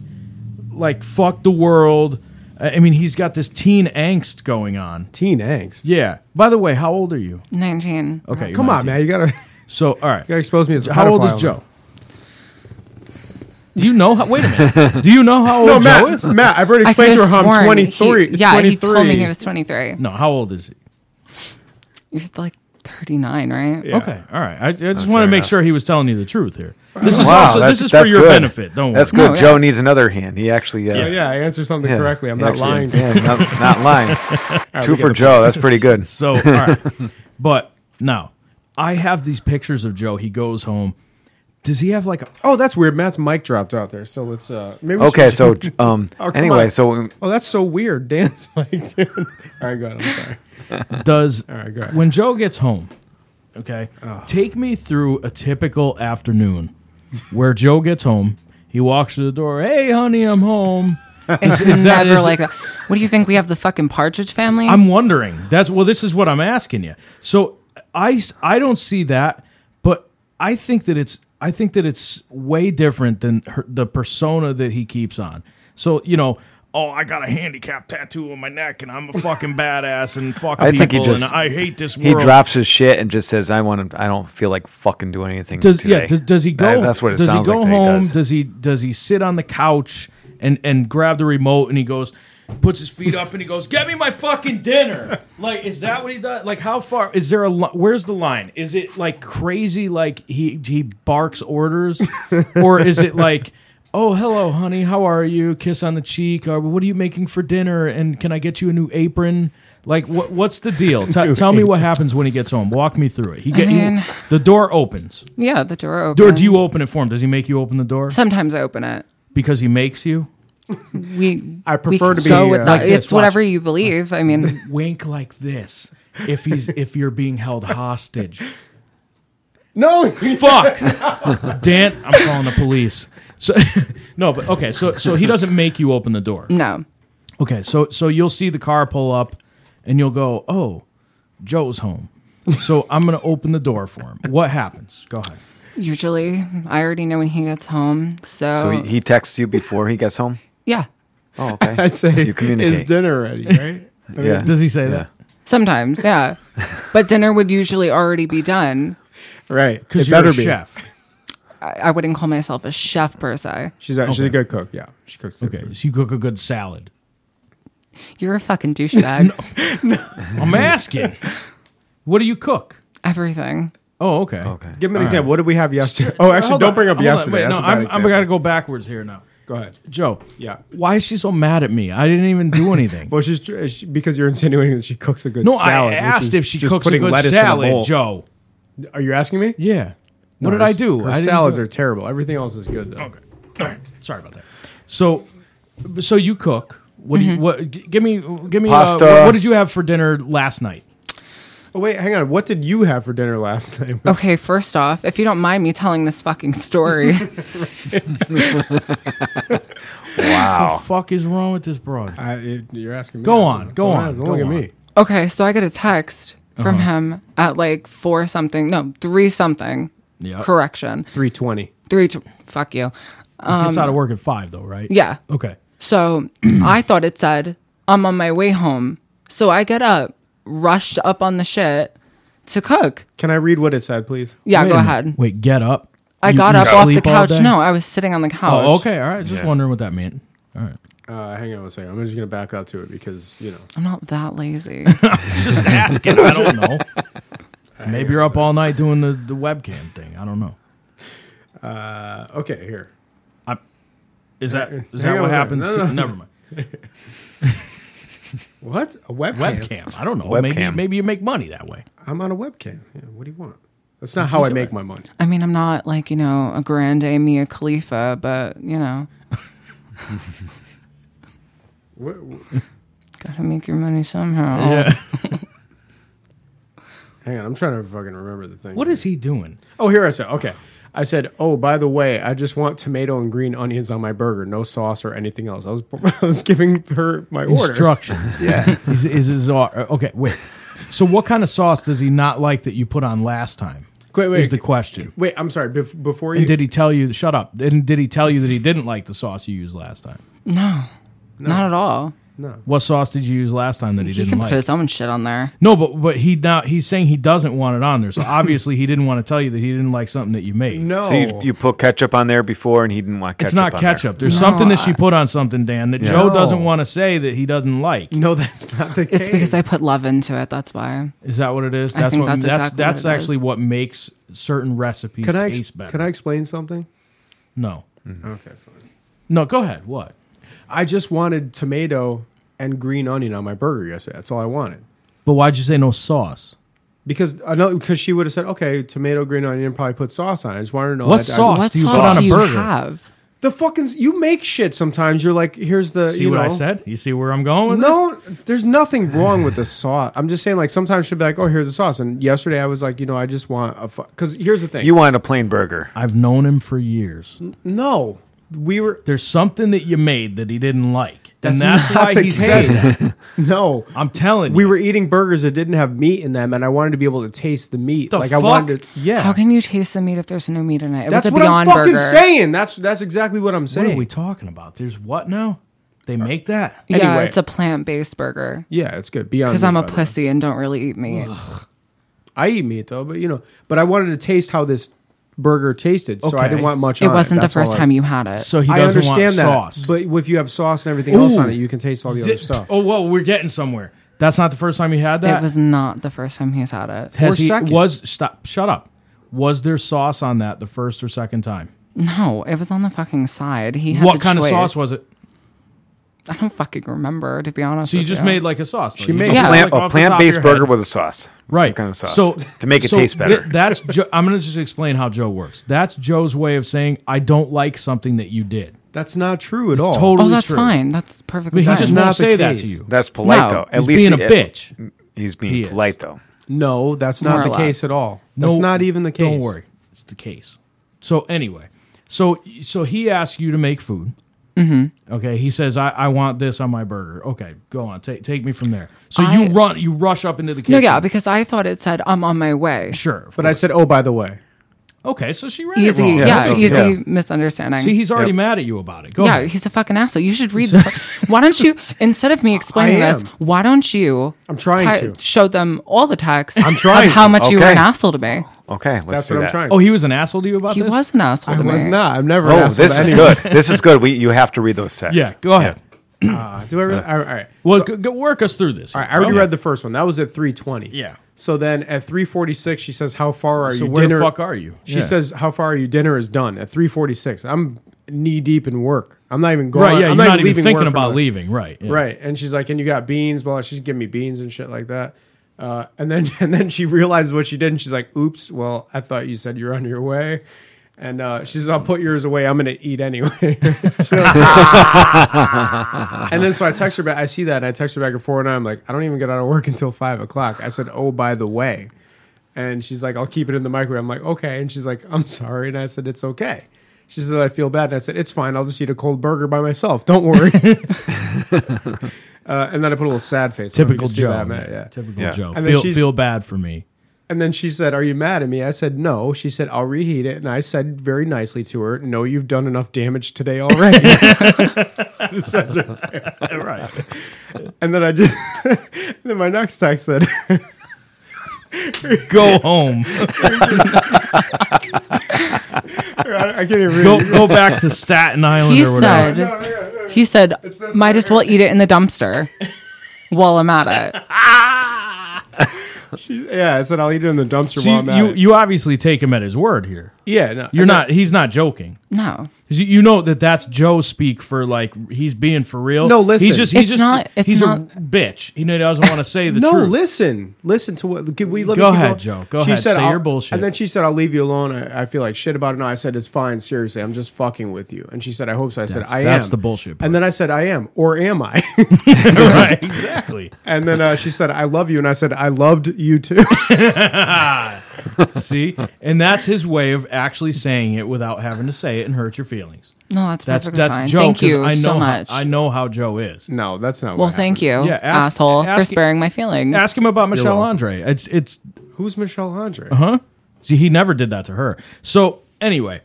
[SPEAKER 5] like fuck the world. I I mean, he's got this teen angst going on.
[SPEAKER 4] Teen angst.
[SPEAKER 5] Yeah. By the way, how old are you?
[SPEAKER 2] 19.
[SPEAKER 5] Okay. you're
[SPEAKER 4] Come on,
[SPEAKER 5] 19.
[SPEAKER 4] man. You gotta, you
[SPEAKER 5] So, all right.
[SPEAKER 4] gotta expose me as a
[SPEAKER 5] How old
[SPEAKER 4] pedophile.
[SPEAKER 5] is Joe? Do you know how? Wait a minute. Do you know how old
[SPEAKER 4] No,
[SPEAKER 5] Joe
[SPEAKER 4] Oh, Matt.
[SPEAKER 5] is?
[SPEAKER 4] Matt, I've already
[SPEAKER 2] I
[SPEAKER 4] explained to her
[SPEAKER 2] could've
[SPEAKER 4] how I'm
[SPEAKER 2] sworn he-
[SPEAKER 4] 23.
[SPEAKER 2] yeah, he told me
[SPEAKER 4] 23.
[SPEAKER 2] he was 23.
[SPEAKER 5] No, how old is he?
[SPEAKER 2] You're like 39, right?
[SPEAKER 4] Yeah.
[SPEAKER 5] Okay, all right. I, I just
[SPEAKER 1] fair
[SPEAKER 5] want to make
[SPEAKER 1] enough.
[SPEAKER 5] sure he was telling you the truth here. This is
[SPEAKER 1] Wow,
[SPEAKER 5] also
[SPEAKER 1] that's-
[SPEAKER 5] this is for
[SPEAKER 1] that's
[SPEAKER 5] your
[SPEAKER 1] good.
[SPEAKER 5] benefit. Don't
[SPEAKER 1] That's
[SPEAKER 5] worry.
[SPEAKER 1] good.
[SPEAKER 2] No,
[SPEAKER 1] Joe
[SPEAKER 2] yeah.
[SPEAKER 1] needs another hand. He actually, uh,
[SPEAKER 4] Yeah, yeah. I answered something
[SPEAKER 1] yeah,
[SPEAKER 4] correctly. I'm
[SPEAKER 1] he
[SPEAKER 4] not
[SPEAKER 1] actually-
[SPEAKER 4] lying.
[SPEAKER 1] yeah, not, not lying. Two
[SPEAKER 4] we
[SPEAKER 1] for
[SPEAKER 4] gotta-
[SPEAKER 1] Joe. That's pretty good.
[SPEAKER 5] So, all right. but now I have these pictures of Joe. He goes home. Does he have like a?
[SPEAKER 4] Oh, that's weird. Matt's mic dropped out there. So let's. uh maybe we
[SPEAKER 1] Okay,
[SPEAKER 4] should-
[SPEAKER 1] so um,
[SPEAKER 4] *laughs* Oh, come
[SPEAKER 1] anyway,
[SPEAKER 4] on.
[SPEAKER 1] so
[SPEAKER 4] Oh, that's so weird. *laughs* Dan's mic too. All right, go ahead. I'm sorry.
[SPEAKER 5] *laughs* Does
[SPEAKER 4] right, go ahead.
[SPEAKER 5] when Joe gets home? Okay, take me through a typical afternoon where Joe gets home. He walks to the door. Hey, honey, I'm home.
[SPEAKER 2] It's
[SPEAKER 5] that-
[SPEAKER 2] never
[SPEAKER 5] *laughs* is-
[SPEAKER 2] like that. What do you think? We have the fucking Partridge family?
[SPEAKER 5] I'm wondering. That's well. This is what I'm asking you. So I s- I don't see that, but I think that it's I think that it's way different than her, the persona that he keeps on. So you know. Oh, I got a handicap tattoo on my neck, and I'm a fucking badass, and fuck
[SPEAKER 1] I
[SPEAKER 5] people,
[SPEAKER 1] think he just-
[SPEAKER 5] and I hate this
[SPEAKER 1] he
[SPEAKER 5] world.
[SPEAKER 1] drops his shit and just says, "I want to. I don't feel like fucking doing anything
[SPEAKER 5] does
[SPEAKER 1] today."
[SPEAKER 5] yeah? Does, does he go?
[SPEAKER 1] That- that's what it
[SPEAKER 5] does
[SPEAKER 1] sounds
[SPEAKER 5] he go
[SPEAKER 1] like. that
[SPEAKER 5] home?
[SPEAKER 1] he does.
[SPEAKER 5] does. he does he sit on the couch and and grab the remote and he goes, puts his feet up and he goes, "Get me my fucking dinner." like, is that what he does? Like, how far is there a? li- Where's the line? Is it like crazy? Like he he barks
[SPEAKER 1] *laughs*
[SPEAKER 5] orders, or is it like? Oh, hello, honey. How are you? Kiss on the cheek. Or what are you making for dinner? And can I get you a new apron? Like, what? What's the deal?
[SPEAKER 1] *laughs*
[SPEAKER 5] Tell tell me what happens when he gets home. Walk me through it. He get he-
[SPEAKER 2] mean-
[SPEAKER 5] the door opens.
[SPEAKER 2] yeah, the door opens.
[SPEAKER 5] Or do you open it for him? Does he make you open the door
[SPEAKER 2] Sometimes I open it.
[SPEAKER 5] because he makes you?
[SPEAKER 2] We
[SPEAKER 4] I
[SPEAKER 2] we
[SPEAKER 4] prefer to
[SPEAKER 2] can
[SPEAKER 4] be,
[SPEAKER 2] go with
[SPEAKER 4] uh,
[SPEAKER 2] that.
[SPEAKER 5] like this,
[SPEAKER 2] it's whatever
[SPEAKER 5] watch.
[SPEAKER 2] you believe. I mean,
[SPEAKER 5] Wink like this if he's if you're being held hostage.
[SPEAKER 4] No. *laughs*
[SPEAKER 5] Fuck, Dan, I'm calling the police. So *laughs* no, but okay, so so he doesn't make you open the door.
[SPEAKER 2] no.
[SPEAKER 5] Okay, so so you'll see the car pull up, and you'll go, oh, Joe's home. So I'm gonna open the door for him. What happens? Go ahead.
[SPEAKER 2] Usually, I already know when he gets home. So,
[SPEAKER 1] So he, he texts you before he gets
[SPEAKER 5] *laughs*
[SPEAKER 1] home.
[SPEAKER 2] yeah,
[SPEAKER 1] Oh, okay.
[SPEAKER 4] I say
[SPEAKER 1] You communicate.
[SPEAKER 4] it's dinner ready,
[SPEAKER 5] *laughs*
[SPEAKER 4] right?
[SPEAKER 1] yeah.
[SPEAKER 5] Does he say
[SPEAKER 1] Yeah.
[SPEAKER 5] that?
[SPEAKER 2] sometimes, yeah. but dinner would usually already be done.
[SPEAKER 4] right.
[SPEAKER 5] Because
[SPEAKER 4] It
[SPEAKER 5] you're
[SPEAKER 4] better
[SPEAKER 5] a
[SPEAKER 4] be.
[SPEAKER 5] chef.
[SPEAKER 2] I, I wouldn't call myself a chef per se.
[SPEAKER 4] She's a, she's
[SPEAKER 5] Okay.
[SPEAKER 4] a good cook. Yeah, she cooks. Good
[SPEAKER 5] Okay,
[SPEAKER 4] food.
[SPEAKER 5] so you cook a good salad.
[SPEAKER 2] You're a fucking douchebag.
[SPEAKER 5] I'm asking. What do you cook?
[SPEAKER 2] Everything.
[SPEAKER 5] Oh, okay.
[SPEAKER 1] Okay.
[SPEAKER 4] Give me an example. What did we have yesterday? Oh, actually,
[SPEAKER 5] Hold
[SPEAKER 4] don't
[SPEAKER 5] on,
[SPEAKER 4] bring up
[SPEAKER 5] hold on,
[SPEAKER 4] yesterday.
[SPEAKER 5] Wait,
[SPEAKER 4] That's
[SPEAKER 5] no,
[SPEAKER 4] a bad
[SPEAKER 5] I'm, I'm
[SPEAKER 4] example.
[SPEAKER 5] got to go backwards here now.
[SPEAKER 4] Go ahead.
[SPEAKER 5] Joe.
[SPEAKER 4] Yeah.
[SPEAKER 5] Why is she so mad at me? I didn't even do
[SPEAKER 4] *laughs*
[SPEAKER 5] anything.
[SPEAKER 4] Well, she's tr- she, because you're insinuating that she cooks a good
[SPEAKER 5] no,
[SPEAKER 4] salad.
[SPEAKER 5] I
[SPEAKER 4] which
[SPEAKER 5] asked
[SPEAKER 4] is
[SPEAKER 5] if she
[SPEAKER 4] just
[SPEAKER 5] cooks a
[SPEAKER 4] putting
[SPEAKER 5] good
[SPEAKER 4] lettuce in bowl.
[SPEAKER 5] salad, Joe.
[SPEAKER 4] Are you asking me?
[SPEAKER 5] Yeah. What
[SPEAKER 4] No,
[SPEAKER 5] did I
[SPEAKER 4] her-
[SPEAKER 5] do?
[SPEAKER 4] Her
[SPEAKER 5] I didn't
[SPEAKER 4] salads
[SPEAKER 5] do
[SPEAKER 4] are
[SPEAKER 5] it.
[SPEAKER 4] terrible. Everything else is good though.
[SPEAKER 5] Okay. All right. Sorry about that. So, so you cook. What
[SPEAKER 2] Mm-hmm.
[SPEAKER 5] do you? What? g- Give me. Give me. uh,
[SPEAKER 1] Pasta.
[SPEAKER 5] what, what did you have for dinner last night?
[SPEAKER 4] Oh wait, hang on. What did you have for dinner last *laughs*
[SPEAKER 5] *laughs*
[SPEAKER 4] night?
[SPEAKER 2] Okay, first off, if you don't mind me telling this fucking story,
[SPEAKER 4] Oh.
[SPEAKER 5] What the fuck is wrong with this broad?
[SPEAKER 4] I, it, you're asking me.
[SPEAKER 5] Go
[SPEAKER 4] I-
[SPEAKER 5] on, go
[SPEAKER 4] don't
[SPEAKER 5] on,
[SPEAKER 4] ask- Don't
[SPEAKER 5] go
[SPEAKER 4] look at
[SPEAKER 5] on.
[SPEAKER 4] me.
[SPEAKER 2] okay, so I get a text from him at like four something, no, three something.
[SPEAKER 5] Yeah.
[SPEAKER 2] Correction.
[SPEAKER 4] Three twenty.
[SPEAKER 2] Three, tw- fuck you.
[SPEAKER 5] Gets out of work at five though, right?
[SPEAKER 2] Um, Yeah.
[SPEAKER 5] Okay.
[SPEAKER 2] So *clears throat* I thought it said, I'm on my way home. So I get up, rushed up on the shit to cook.
[SPEAKER 4] Can I read what it said, please?
[SPEAKER 2] Yeah,
[SPEAKER 5] Wait a
[SPEAKER 2] go
[SPEAKER 5] minute.
[SPEAKER 2] ahead.
[SPEAKER 5] Wait, get up.
[SPEAKER 2] I
[SPEAKER 5] You-
[SPEAKER 2] got
[SPEAKER 5] you
[SPEAKER 2] up off the
[SPEAKER 5] sleep all
[SPEAKER 2] couch.
[SPEAKER 5] day?
[SPEAKER 2] No, I was sitting on the couch.
[SPEAKER 5] Oh, okay. All right. Just wondering what that meant. All right.
[SPEAKER 4] Uh, hang on a second. I'm just gonna back up to it because you know.
[SPEAKER 2] I'm not that lazy. *laughs*
[SPEAKER 5] Just asking. I don't know. *laughs* Maybe you're up all night doing the, the webcam thing. I don't know.
[SPEAKER 4] Uh, okay, here.
[SPEAKER 5] Is that is
[SPEAKER 4] Hang
[SPEAKER 5] that
[SPEAKER 4] on a second.
[SPEAKER 5] what happens?
[SPEAKER 4] No,
[SPEAKER 5] to,
[SPEAKER 4] no.
[SPEAKER 5] Never mind.
[SPEAKER 4] What a webcam?
[SPEAKER 5] Webcam. I don't know. Maybe
[SPEAKER 1] Webcam.
[SPEAKER 5] maybe you make money that way.
[SPEAKER 4] I'm on a webcam. Yeah, what do you want? That's not how I make my money.
[SPEAKER 2] I mean, I'm not like, you know, a grande Mia Khalifa, but, you know,
[SPEAKER 4] *laughs* What, what,
[SPEAKER 2] gotta make your money
[SPEAKER 4] Oh.
[SPEAKER 2] somehow.
[SPEAKER 5] Yeah.
[SPEAKER 4] hang on, I'm trying to fucking remember the thing.
[SPEAKER 5] what is he doing?
[SPEAKER 4] Oh, here I said. Okay, I said. Oh, by the way, I just want tomato and green onions on my burger, no sauce or anything else. I was *laughs* I was giving her my order. *laughs*
[SPEAKER 5] Instructions. yeah. Is, is his au- okay? Wait. So what kind of sauce does he not like that you put on last time?
[SPEAKER 4] Wait, wait.
[SPEAKER 5] Is the question.
[SPEAKER 4] Wait, I'm sorry. Bef- before you
[SPEAKER 5] And did he tell you? Shut up. And did he tell you that he didn't like the sauce you used last time?
[SPEAKER 2] No, not at all.
[SPEAKER 5] What sauce did you use last time that he,
[SPEAKER 2] He,
[SPEAKER 5] didn't
[SPEAKER 2] can
[SPEAKER 5] like?
[SPEAKER 2] put his own shit on there.
[SPEAKER 5] no, but but he now he's saying he doesn't want it on there. So obviously he didn't want to tell you that he didn't like something that you made.
[SPEAKER 4] no,
[SPEAKER 1] So you, you put ketchup on there before, and he didn't want ketchup.
[SPEAKER 5] it's not
[SPEAKER 1] on there.
[SPEAKER 5] ketchup. There's
[SPEAKER 2] No,
[SPEAKER 5] something that she
[SPEAKER 2] I-
[SPEAKER 5] put on something, Dan, that Joe
[SPEAKER 4] No.
[SPEAKER 5] doesn't want to say that he doesn't like.
[SPEAKER 4] no, that's not the case.
[SPEAKER 2] It's because I put love into it. That's why.
[SPEAKER 5] Is that what it is?
[SPEAKER 2] I think
[SPEAKER 5] what
[SPEAKER 2] that's
[SPEAKER 5] that's
[SPEAKER 2] exactly what
[SPEAKER 5] that's
[SPEAKER 2] it
[SPEAKER 5] actually
[SPEAKER 2] is.
[SPEAKER 5] what makes certain recipes
[SPEAKER 4] can I ex-
[SPEAKER 5] taste better.
[SPEAKER 4] can I explain something?
[SPEAKER 5] No,
[SPEAKER 4] Okay, fine.
[SPEAKER 5] no. Go ahead. What?
[SPEAKER 4] I just wanted tomato and green onion on my burger yesterday. That's all I wanted.
[SPEAKER 5] But why'd you say no sauce?
[SPEAKER 4] Because I know because she would have said, okay, tomato, green onion, and probably put sauce on it. I just wanted to know
[SPEAKER 5] What
[SPEAKER 4] that- I-
[SPEAKER 5] sauce?
[SPEAKER 2] What
[SPEAKER 5] do Oh, you put
[SPEAKER 2] sauce
[SPEAKER 5] on a
[SPEAKER 2] do you
[SPEAKER 5] burger?
[SPEAKER 2] have?
[SPEAKER 4] the fucking you make shit sometimes. You're like, here's the
[SPEAKER 5] See
[SPEAKER 4] you
[SPEAKER 5] what
[SPEAKER 4] know,
[SPEAKER 5] I said? You see where I'm going with this?
[SPEAKER 4] No, there's nothing wrong with the sauce. I'm just saying, like sometimes she'll be like, oh, here's the sauce. And yesterday I was like, you know, I just want a because here's the thing.
[SPEAKER 1] You want a plain burger.
[SPEAKER 5] I've known him for years.
[SPEAKER 4] no, we were
[SPEAKER 5] There's something that you made that he didn't like,
[SPEAKER 4] That's
[SPEAKER 5] and that's
[SPEAKER 4] not
[SPEAKER 5] why
[SPEAKER 4] the
[SPEAKER 5] he said
[SPEAKER 4] case.
[SPEAKER 5] that.
[SPEAKER 4] no.
[SPEAKER 5] I'm telling
[SPEAKER 4] We
[SPEAKER 5] you.
[SPEAKER 4] were eating burgers that didn't have meat in them, and I wanted to be able to taste the meat.
[SPEAKER 5] The
[SPEAKER 4] like I
[SPEAKER 5] fuck?
[SPEAKER 4] wanted, to, yeah.
[SPEAKER 2] How can you taste the meat if there's no meat in it? It
[SPEAKER 4] That's
[SPEAKER 2] was a
[SPEAKER 4] what I'm
[SPEAKER 2] Beyond
[SPEAKER 4] fucking
[SPEAKER 2] Burger.
[SPEAKER 4] saying. That's that's exactly what I'm
[SPEAKER 5] What
[SPEAKER 4] saying.
[SPEAKER 5] are we talking about? There's what now? They make that.
[SPEAKER 2] Yeah,
[SPEAKER 4] Anyway.
[SPEAKER 2] it's a plant based burger.
[SPEAKER 4] yeah, it's good. Beyond
[SPEAKER 2] Because
[SPEAKER 4] meat,
[SPEAKER 2] I'm a
[SPEAKER 4] by the way.
[SPEAKER 2] pussy and don't really eat meat.
[SPEAKER 4] I eat meat though, but you know, but I wanted to taste how this burger tasted, so I
[SPEAKER 5] Okay.
[SPEAKER 4] didn't want much.
[SPEAKER 2] It
[SPEAKER 4] on
[SPEAKER 2] wasn't the
[SPEAKER 4] That's all
[SPEAKER 2] first
[SPEAKER 4] I-
[SPEAKER 2] time you had it.
[SPEAKER 5] So he
[SPEAKER 4] I
[SPEAKER 5] doesn't
[SPEAKER 4] understand that,
[SPEAKER 5] want sauce.
[SPEAKER 4] but if you have sauce and everything else on it, you can taste all the other
[SPEAKER 5] Th-
[SPEAKER 4] stuff.
[SPEAKER 5] Oh well, we're getting somewhere. That's not the first time you had that.
[SPEAKER 2] it was not the first time he's had it.
[SPEAKER 5] Has
[SPEAKER 4] Or
[SPEAKER 5] he
[SPEAKER 4] second.
[SPEAKER 5] was stop? Shut up. Was there sauce on that the first or second time?
[SPEAKER 2] No, it was on the fucking side. He had
[SPEAKER 5] what
[SPEAKER 2] the
[SPEAKER 5] kind
[SPEAKER 2] choice.
[SPEAKER 5] of sauce was it?
[SPEAKER 2] I don't fucking remember, to be honest.
[SPEAKER 5] So you
[SPEAKER 2] with
[SPEAKER 5] just made like a sauce. She
[SPEAKER 4] made-
[SPEAKER 2] Yeah.
[SPEAKER 1] Plant,
[SPEAKER 5] like,
[SPEAKER 1] a
[SPEAKER 5] off the top of
[SPEAKER 1] plant-based
[SPEAKER 5] your
[SPEAKER 1] burger
[SPEAKER 5] head.
[SPEAKER 1] with a sauce, Some
[SPEAKER 5] right
[SPEAKER 1] kind of sauce,
[SPEAKER 5] So
[SPEAKER 1] to make it
[SPEAKER 5] so
[SPEAKER 1] taste better.
[SPEAKER 5] thi- that's jo- I'm gonna just explain how Joe works. That's Joe's way of saying I don't like something that you did.
[SPEAKER 4] That's not true at all.
[SPEAKER 2] Oh,
[SPEAKER 5] Totally
[SPEAKER 2] that's
[SPEAKER 5] true.
[SPEAKER 2] fine. That's
[SPEAKER 5] But
[SPEAKER 2] perfectly
[SPEAKER 5] he
[SPEAKER 2] fine.
[SPEAKER 5] just
[SPEAKER 4] not
[SPEAKER 5] won't
[SPEAKER 4] the
[SPEAKER 5] say that to
[SPEAKER 4] case.
[SPEAKER 5] you.
[SPEAKER 1] That's polite
[SPEAKER 2] No,
[SPEAKER 1] though. At
[SPEAKER 5] he's
[SPEAKER 1] least
[SPEAKER 5] being
[SPEAKER 1] he-
[SPEAKER 5] a bitch.
[SPEAKER 1] He's being
[SPEAKER 5] He is.
[SPEAKER 1] polite though.
[SPEAKER 4] No, that's
[SPEAKER 2] More
[SPEAKER 4] not
[SPEAKER 2] or
[SPEAKER 4] the
[SPEAKER 2] less.
[SPEAKER 4] case at all.
[SPEAKER 5] No,
[SPEAKER 4] That's not even the case.
[SPEAKER 5] Don't worry, it's the case. So anyway, so so he asks you to make food. Mm-hmm. Okay, he says I, I want this on my burger. Okay, go on, take take me from there. So
[SPEAKER 2] I-
[SPEAKER 5] you run, you rush up into the kitchen.
[SPEAKER 2] no, yeah, because I thought it said I'm on my way.
[SPEAKER 5] sure.
[SPEAKER 4] But I said, oh, by the way,
[SPEAKER 5] okay, so she read
[SPEAKER 2] Easy,
[SPEAKER 5] it wrong.
[SPEAKER 2] yeah,
[SPEAKER 1] that's okay.
[SPEAKER 2] easy
[SPEAKER 1] Yeah.
[SPEAKER 2] misunderstanding.
[SPEAKER 5] See, he's already
[SPEAKER 1] Yep.
[SPEAKER 5] mad at you about it. Go
[SPEAKER 2] yeah,
[SPEAKER 5] ahead.
[SPEAKER 2] he's a fucking asshole. You should read the. why don't
[SPEAKER 5] *laughs*
[SPEAKER 2] you instead of me explaining
[SPEAKER 4] I
[SPEAKER 2] this?
[SPEAKER 4] am.
[SPEAKER 2] Why don't you?
[SPEAKER 4] I'm trying
[SPEAKER 2] ti-
[SPEAKER 4] to.
[SPEAKER 2] show them all the text.
[SPEAKER 4] I'm trying
[SPEAKER 2] of how
[SPEAKER 4] to.
[SPEAKER 2] much you were an
[SPEAKER 1] Okay.
[SPEAKER 2] asshole to me.
[SPEAKER 1] Okay, let's
[SPEAKER 4] that's
[SPEAKER 1] do
[SPEAKER 4] what
[SPEAKER 1] that.
[SPEAKER 4] I'm trying.
[SPEAKER 5] oh, he was an asshole to you about
[SPEAKER 2] He
[SPEAKER 5] this.
[SPEAKER 2] was an asshole
[SPEAKER 4] I
[SPEAKER 2] to me.
[SPEAKER 4] was not. I've never.
[SPEAKER 1] Oh,
[SPEAKER 4] asked
[SPEAKER 1] this
[SPEAKER 4] for
[SPEAKER 1] is
[SPEAKER 4] that.
[SPEAKER 1] good. This is good. We you have to read those texts.
[SPEAKER 5] Yeah, go ahead.
[SPEAKER 4] Uh, do I really? All right. All right.
[SPEAKER 5] Well, g- g- work us through this.
[SPEAKER 4] All right, I already read the first one. That was at 3:20.
[SPEAKER 5] Yeah.
[SPEAKER 4] So then at 3:46, she says, "How far are
[SPEAKER 5] So
[SPEAKER 4] you?"
[SPEAKER 5] where
[SPEAKER 4] dinner?
[SPEAKER 5] the fuck are you?
[SPEAKER 4] She
[SPEAKER 5] Yeah.
[SPEAKER 4] says, "How far are you? Dinner is done." At 3:46, I'm knee deep in work. I'm not even going.
[SPEAKER 5] Right, yeah,
[SPEAKER 4] I'm
[SPEAKER 5] you're not, even
[SPEAKER 4] leaving
[SPEAKER 5] thinking
[SPEAKER 4] work for
[SPEAKER 5] about
[SPEAKER 4] my-
[SPEAKER 5] leaving, right? yeah.
[SPEAKER 4] Right. And she's like, and you got beans, blah, blah. She's giving me beans and shit like that. Uh, and then *laughs* and then she realized what she did, and she's like, "Oops! Well, I thought you said you're on your way." And uh, she says, "I'll put yours away. I'm gonna eat anyway." *laughs* She was- and then so I text her back. I see that, and I text her back at four, and I'm like, "I don't even get out of work until five o'clock." I said, "Oh, by the way," and she's like, "I'll keep it in the microwave." I'm like, "Okay," and she's like, "I'm sorry," and I said, "It's okay." She says, "I feel bad," and I said, "It's fine. I'll just eat a cold burger by myself. Don't
[SPEAKER 5] *laughs*
[SPEAKER 4] worry." *laughs* Uh, and then I put a little sad face. I don't know if you
[SPEAKER 5] Typical
[SPEAKER 4] can see
[SPEAKER 5] Joe.
[SPEAKER 4] that,
[SPEAKER 5] yeah.
[SPEAKER 4] Matt, yeah.
[SPEAKER 5] Typical
[SPEAKER 1] Yeah.
[SPEAKER 5] Joe.
[SPEAKER 4] And then
[SPEAKER 5] Feel,
[SPEAKER 4] she's-
[SPEAKER 5] feel bad
[SPEAKER 4] *laughs*
[SPEAKER 5] for me.
[SPEAKER 4] And then she said, "Are you mad at me?" I said, "No." She said, "I'll reheat it." And I said very nicely to her, "No, you've done enough damage today
[SPEAKER 5] *laughs*
[SPEAKER 4] already." That's what it says right there.
[SPEAKER 5] Right.
[SPEAKER 4] And then I just *laughs* then my next text said, *laughs*
[SPEAKER 5] Go home.
[SPEAKER 4] "I can't even read." *laughs*
[SPEAKER 5] go go back to Staten Island
[SPEAKER 2] He
[SPEAKER 5] or whatever.
[SPEAKER 2] said, He said, might as well eat it in the
[SPEAKER 5] *laughs*
[SPEAKER 2] dumpster while I'm at it.
[SPEAKER 4] Yeah, I said I'll eat it in the dumpster
[SPEAKER 5] So
[SPEAKER 4] while I'm
[SPEAKER 5] you,
[SPEAKER 4] at
[SPEAKER 5] you,
[SPEAKER 4] it.
[SPEAKER 5] you obviously take him at his word here.
[SPEAKER 4] yeah, no,
[SPEAKER 5] You're
[SPEAKER 4] I'm
[SPEAKER 5] not. He's not joking.
[SPEAKER 2] No.
[SPEAKER 5] 'Cause You you know that that's Joe speak for like he's being for real.
[SPEAKER 4] No, listen.
[SPEAKER 5] He's just he's
[SPEAKER 2] It's
[SPEAKER 5] just
[SPEAKER 2] not- it's
[SPEAKER 5] he's
[SPEAKER 2] not-
[SPEAKER 5] a bitch. He doesn't want to say
[SPEAKER 4] *laughs*
[SPEAKER 5] the
[SPEAKER 4] no,
[SPEAKER 5] truth.
[SPEAKER 4] listen, listen to what. Could we let
[SPEAKER 5] Go
[SPEAKER 4] me keep
[SPEAKER 5] ahead,
[SPEAKER 4] going?
[SPEAKER 5] Joe. Go ahead. Say
[SPEAKER 4] "I'll-"
[SPEAKER 5] your bullshit.
[SPEAKER 4] And then she said, "I'll leave you alone. I, I feel like shit about it." No, I said, "It's fine. Seriously, I'm just fucking with you." And she said, "I hope so." I said,
[SPEAKER 5] That's-
[SPEAKER 4] "I
[SPEAKER 5] that's
[SPEAKER 4] am."
[SPEAKER 5] the bullshit part.
[SPEAKER 4] And then I said, "I am," or am I?
[SPEAKER 5] *laughs*
[SPEAKER 4] *laughs*
[SPEAKER 5] right? Exactly.
[SPEAKER 4] and then uh, she said, "I love you," and I said, "I loved you too." *laughs*
[SPEAKER 5] See, and that's his way of actually saying it without having to say it and hurt your feelings.
[SPEAKER 2] No, that's,
[SPEAKER 5] That's
[SPEAKER 2] perfectly
[SPEAKER 5] that's
[SPEAKER 2] fine.
[SPEAKER 5] Joe.
[SPEAKER 2] thank
[SPEAKER 5] 'cause
[SPEAKER 2] you
[SPEAKER 5] I know
[SPEAKER 2] so
[SPEAKER 5] how-
[SPEAKER 2] much.
[SPEAKER 5] I know how Joe is.
[SPEAKER 4] no, that's not.
[SPEAKER 2] well,
[SPEAKER 4] what
[SPEAKER 2] thank
[SPEAKER 4] happened.
[SPEAKER 2] you,
[SPEAKER 5] Yeah, ask-
[SPEAKER 2] asshole,
[SPEAKER 5] ask-
[SPEAKER 2] for sparing my feelings.
[SPEAKER 5] Ask him about Michelle
[SPEAKER 4] welcome.
[SPEAKER 5] Andre. It's it's
[SPEAKER 4] Who's Michelle Andre?
[SPEAKER 5] Uh-huh. see, he never did that to her. So anyway,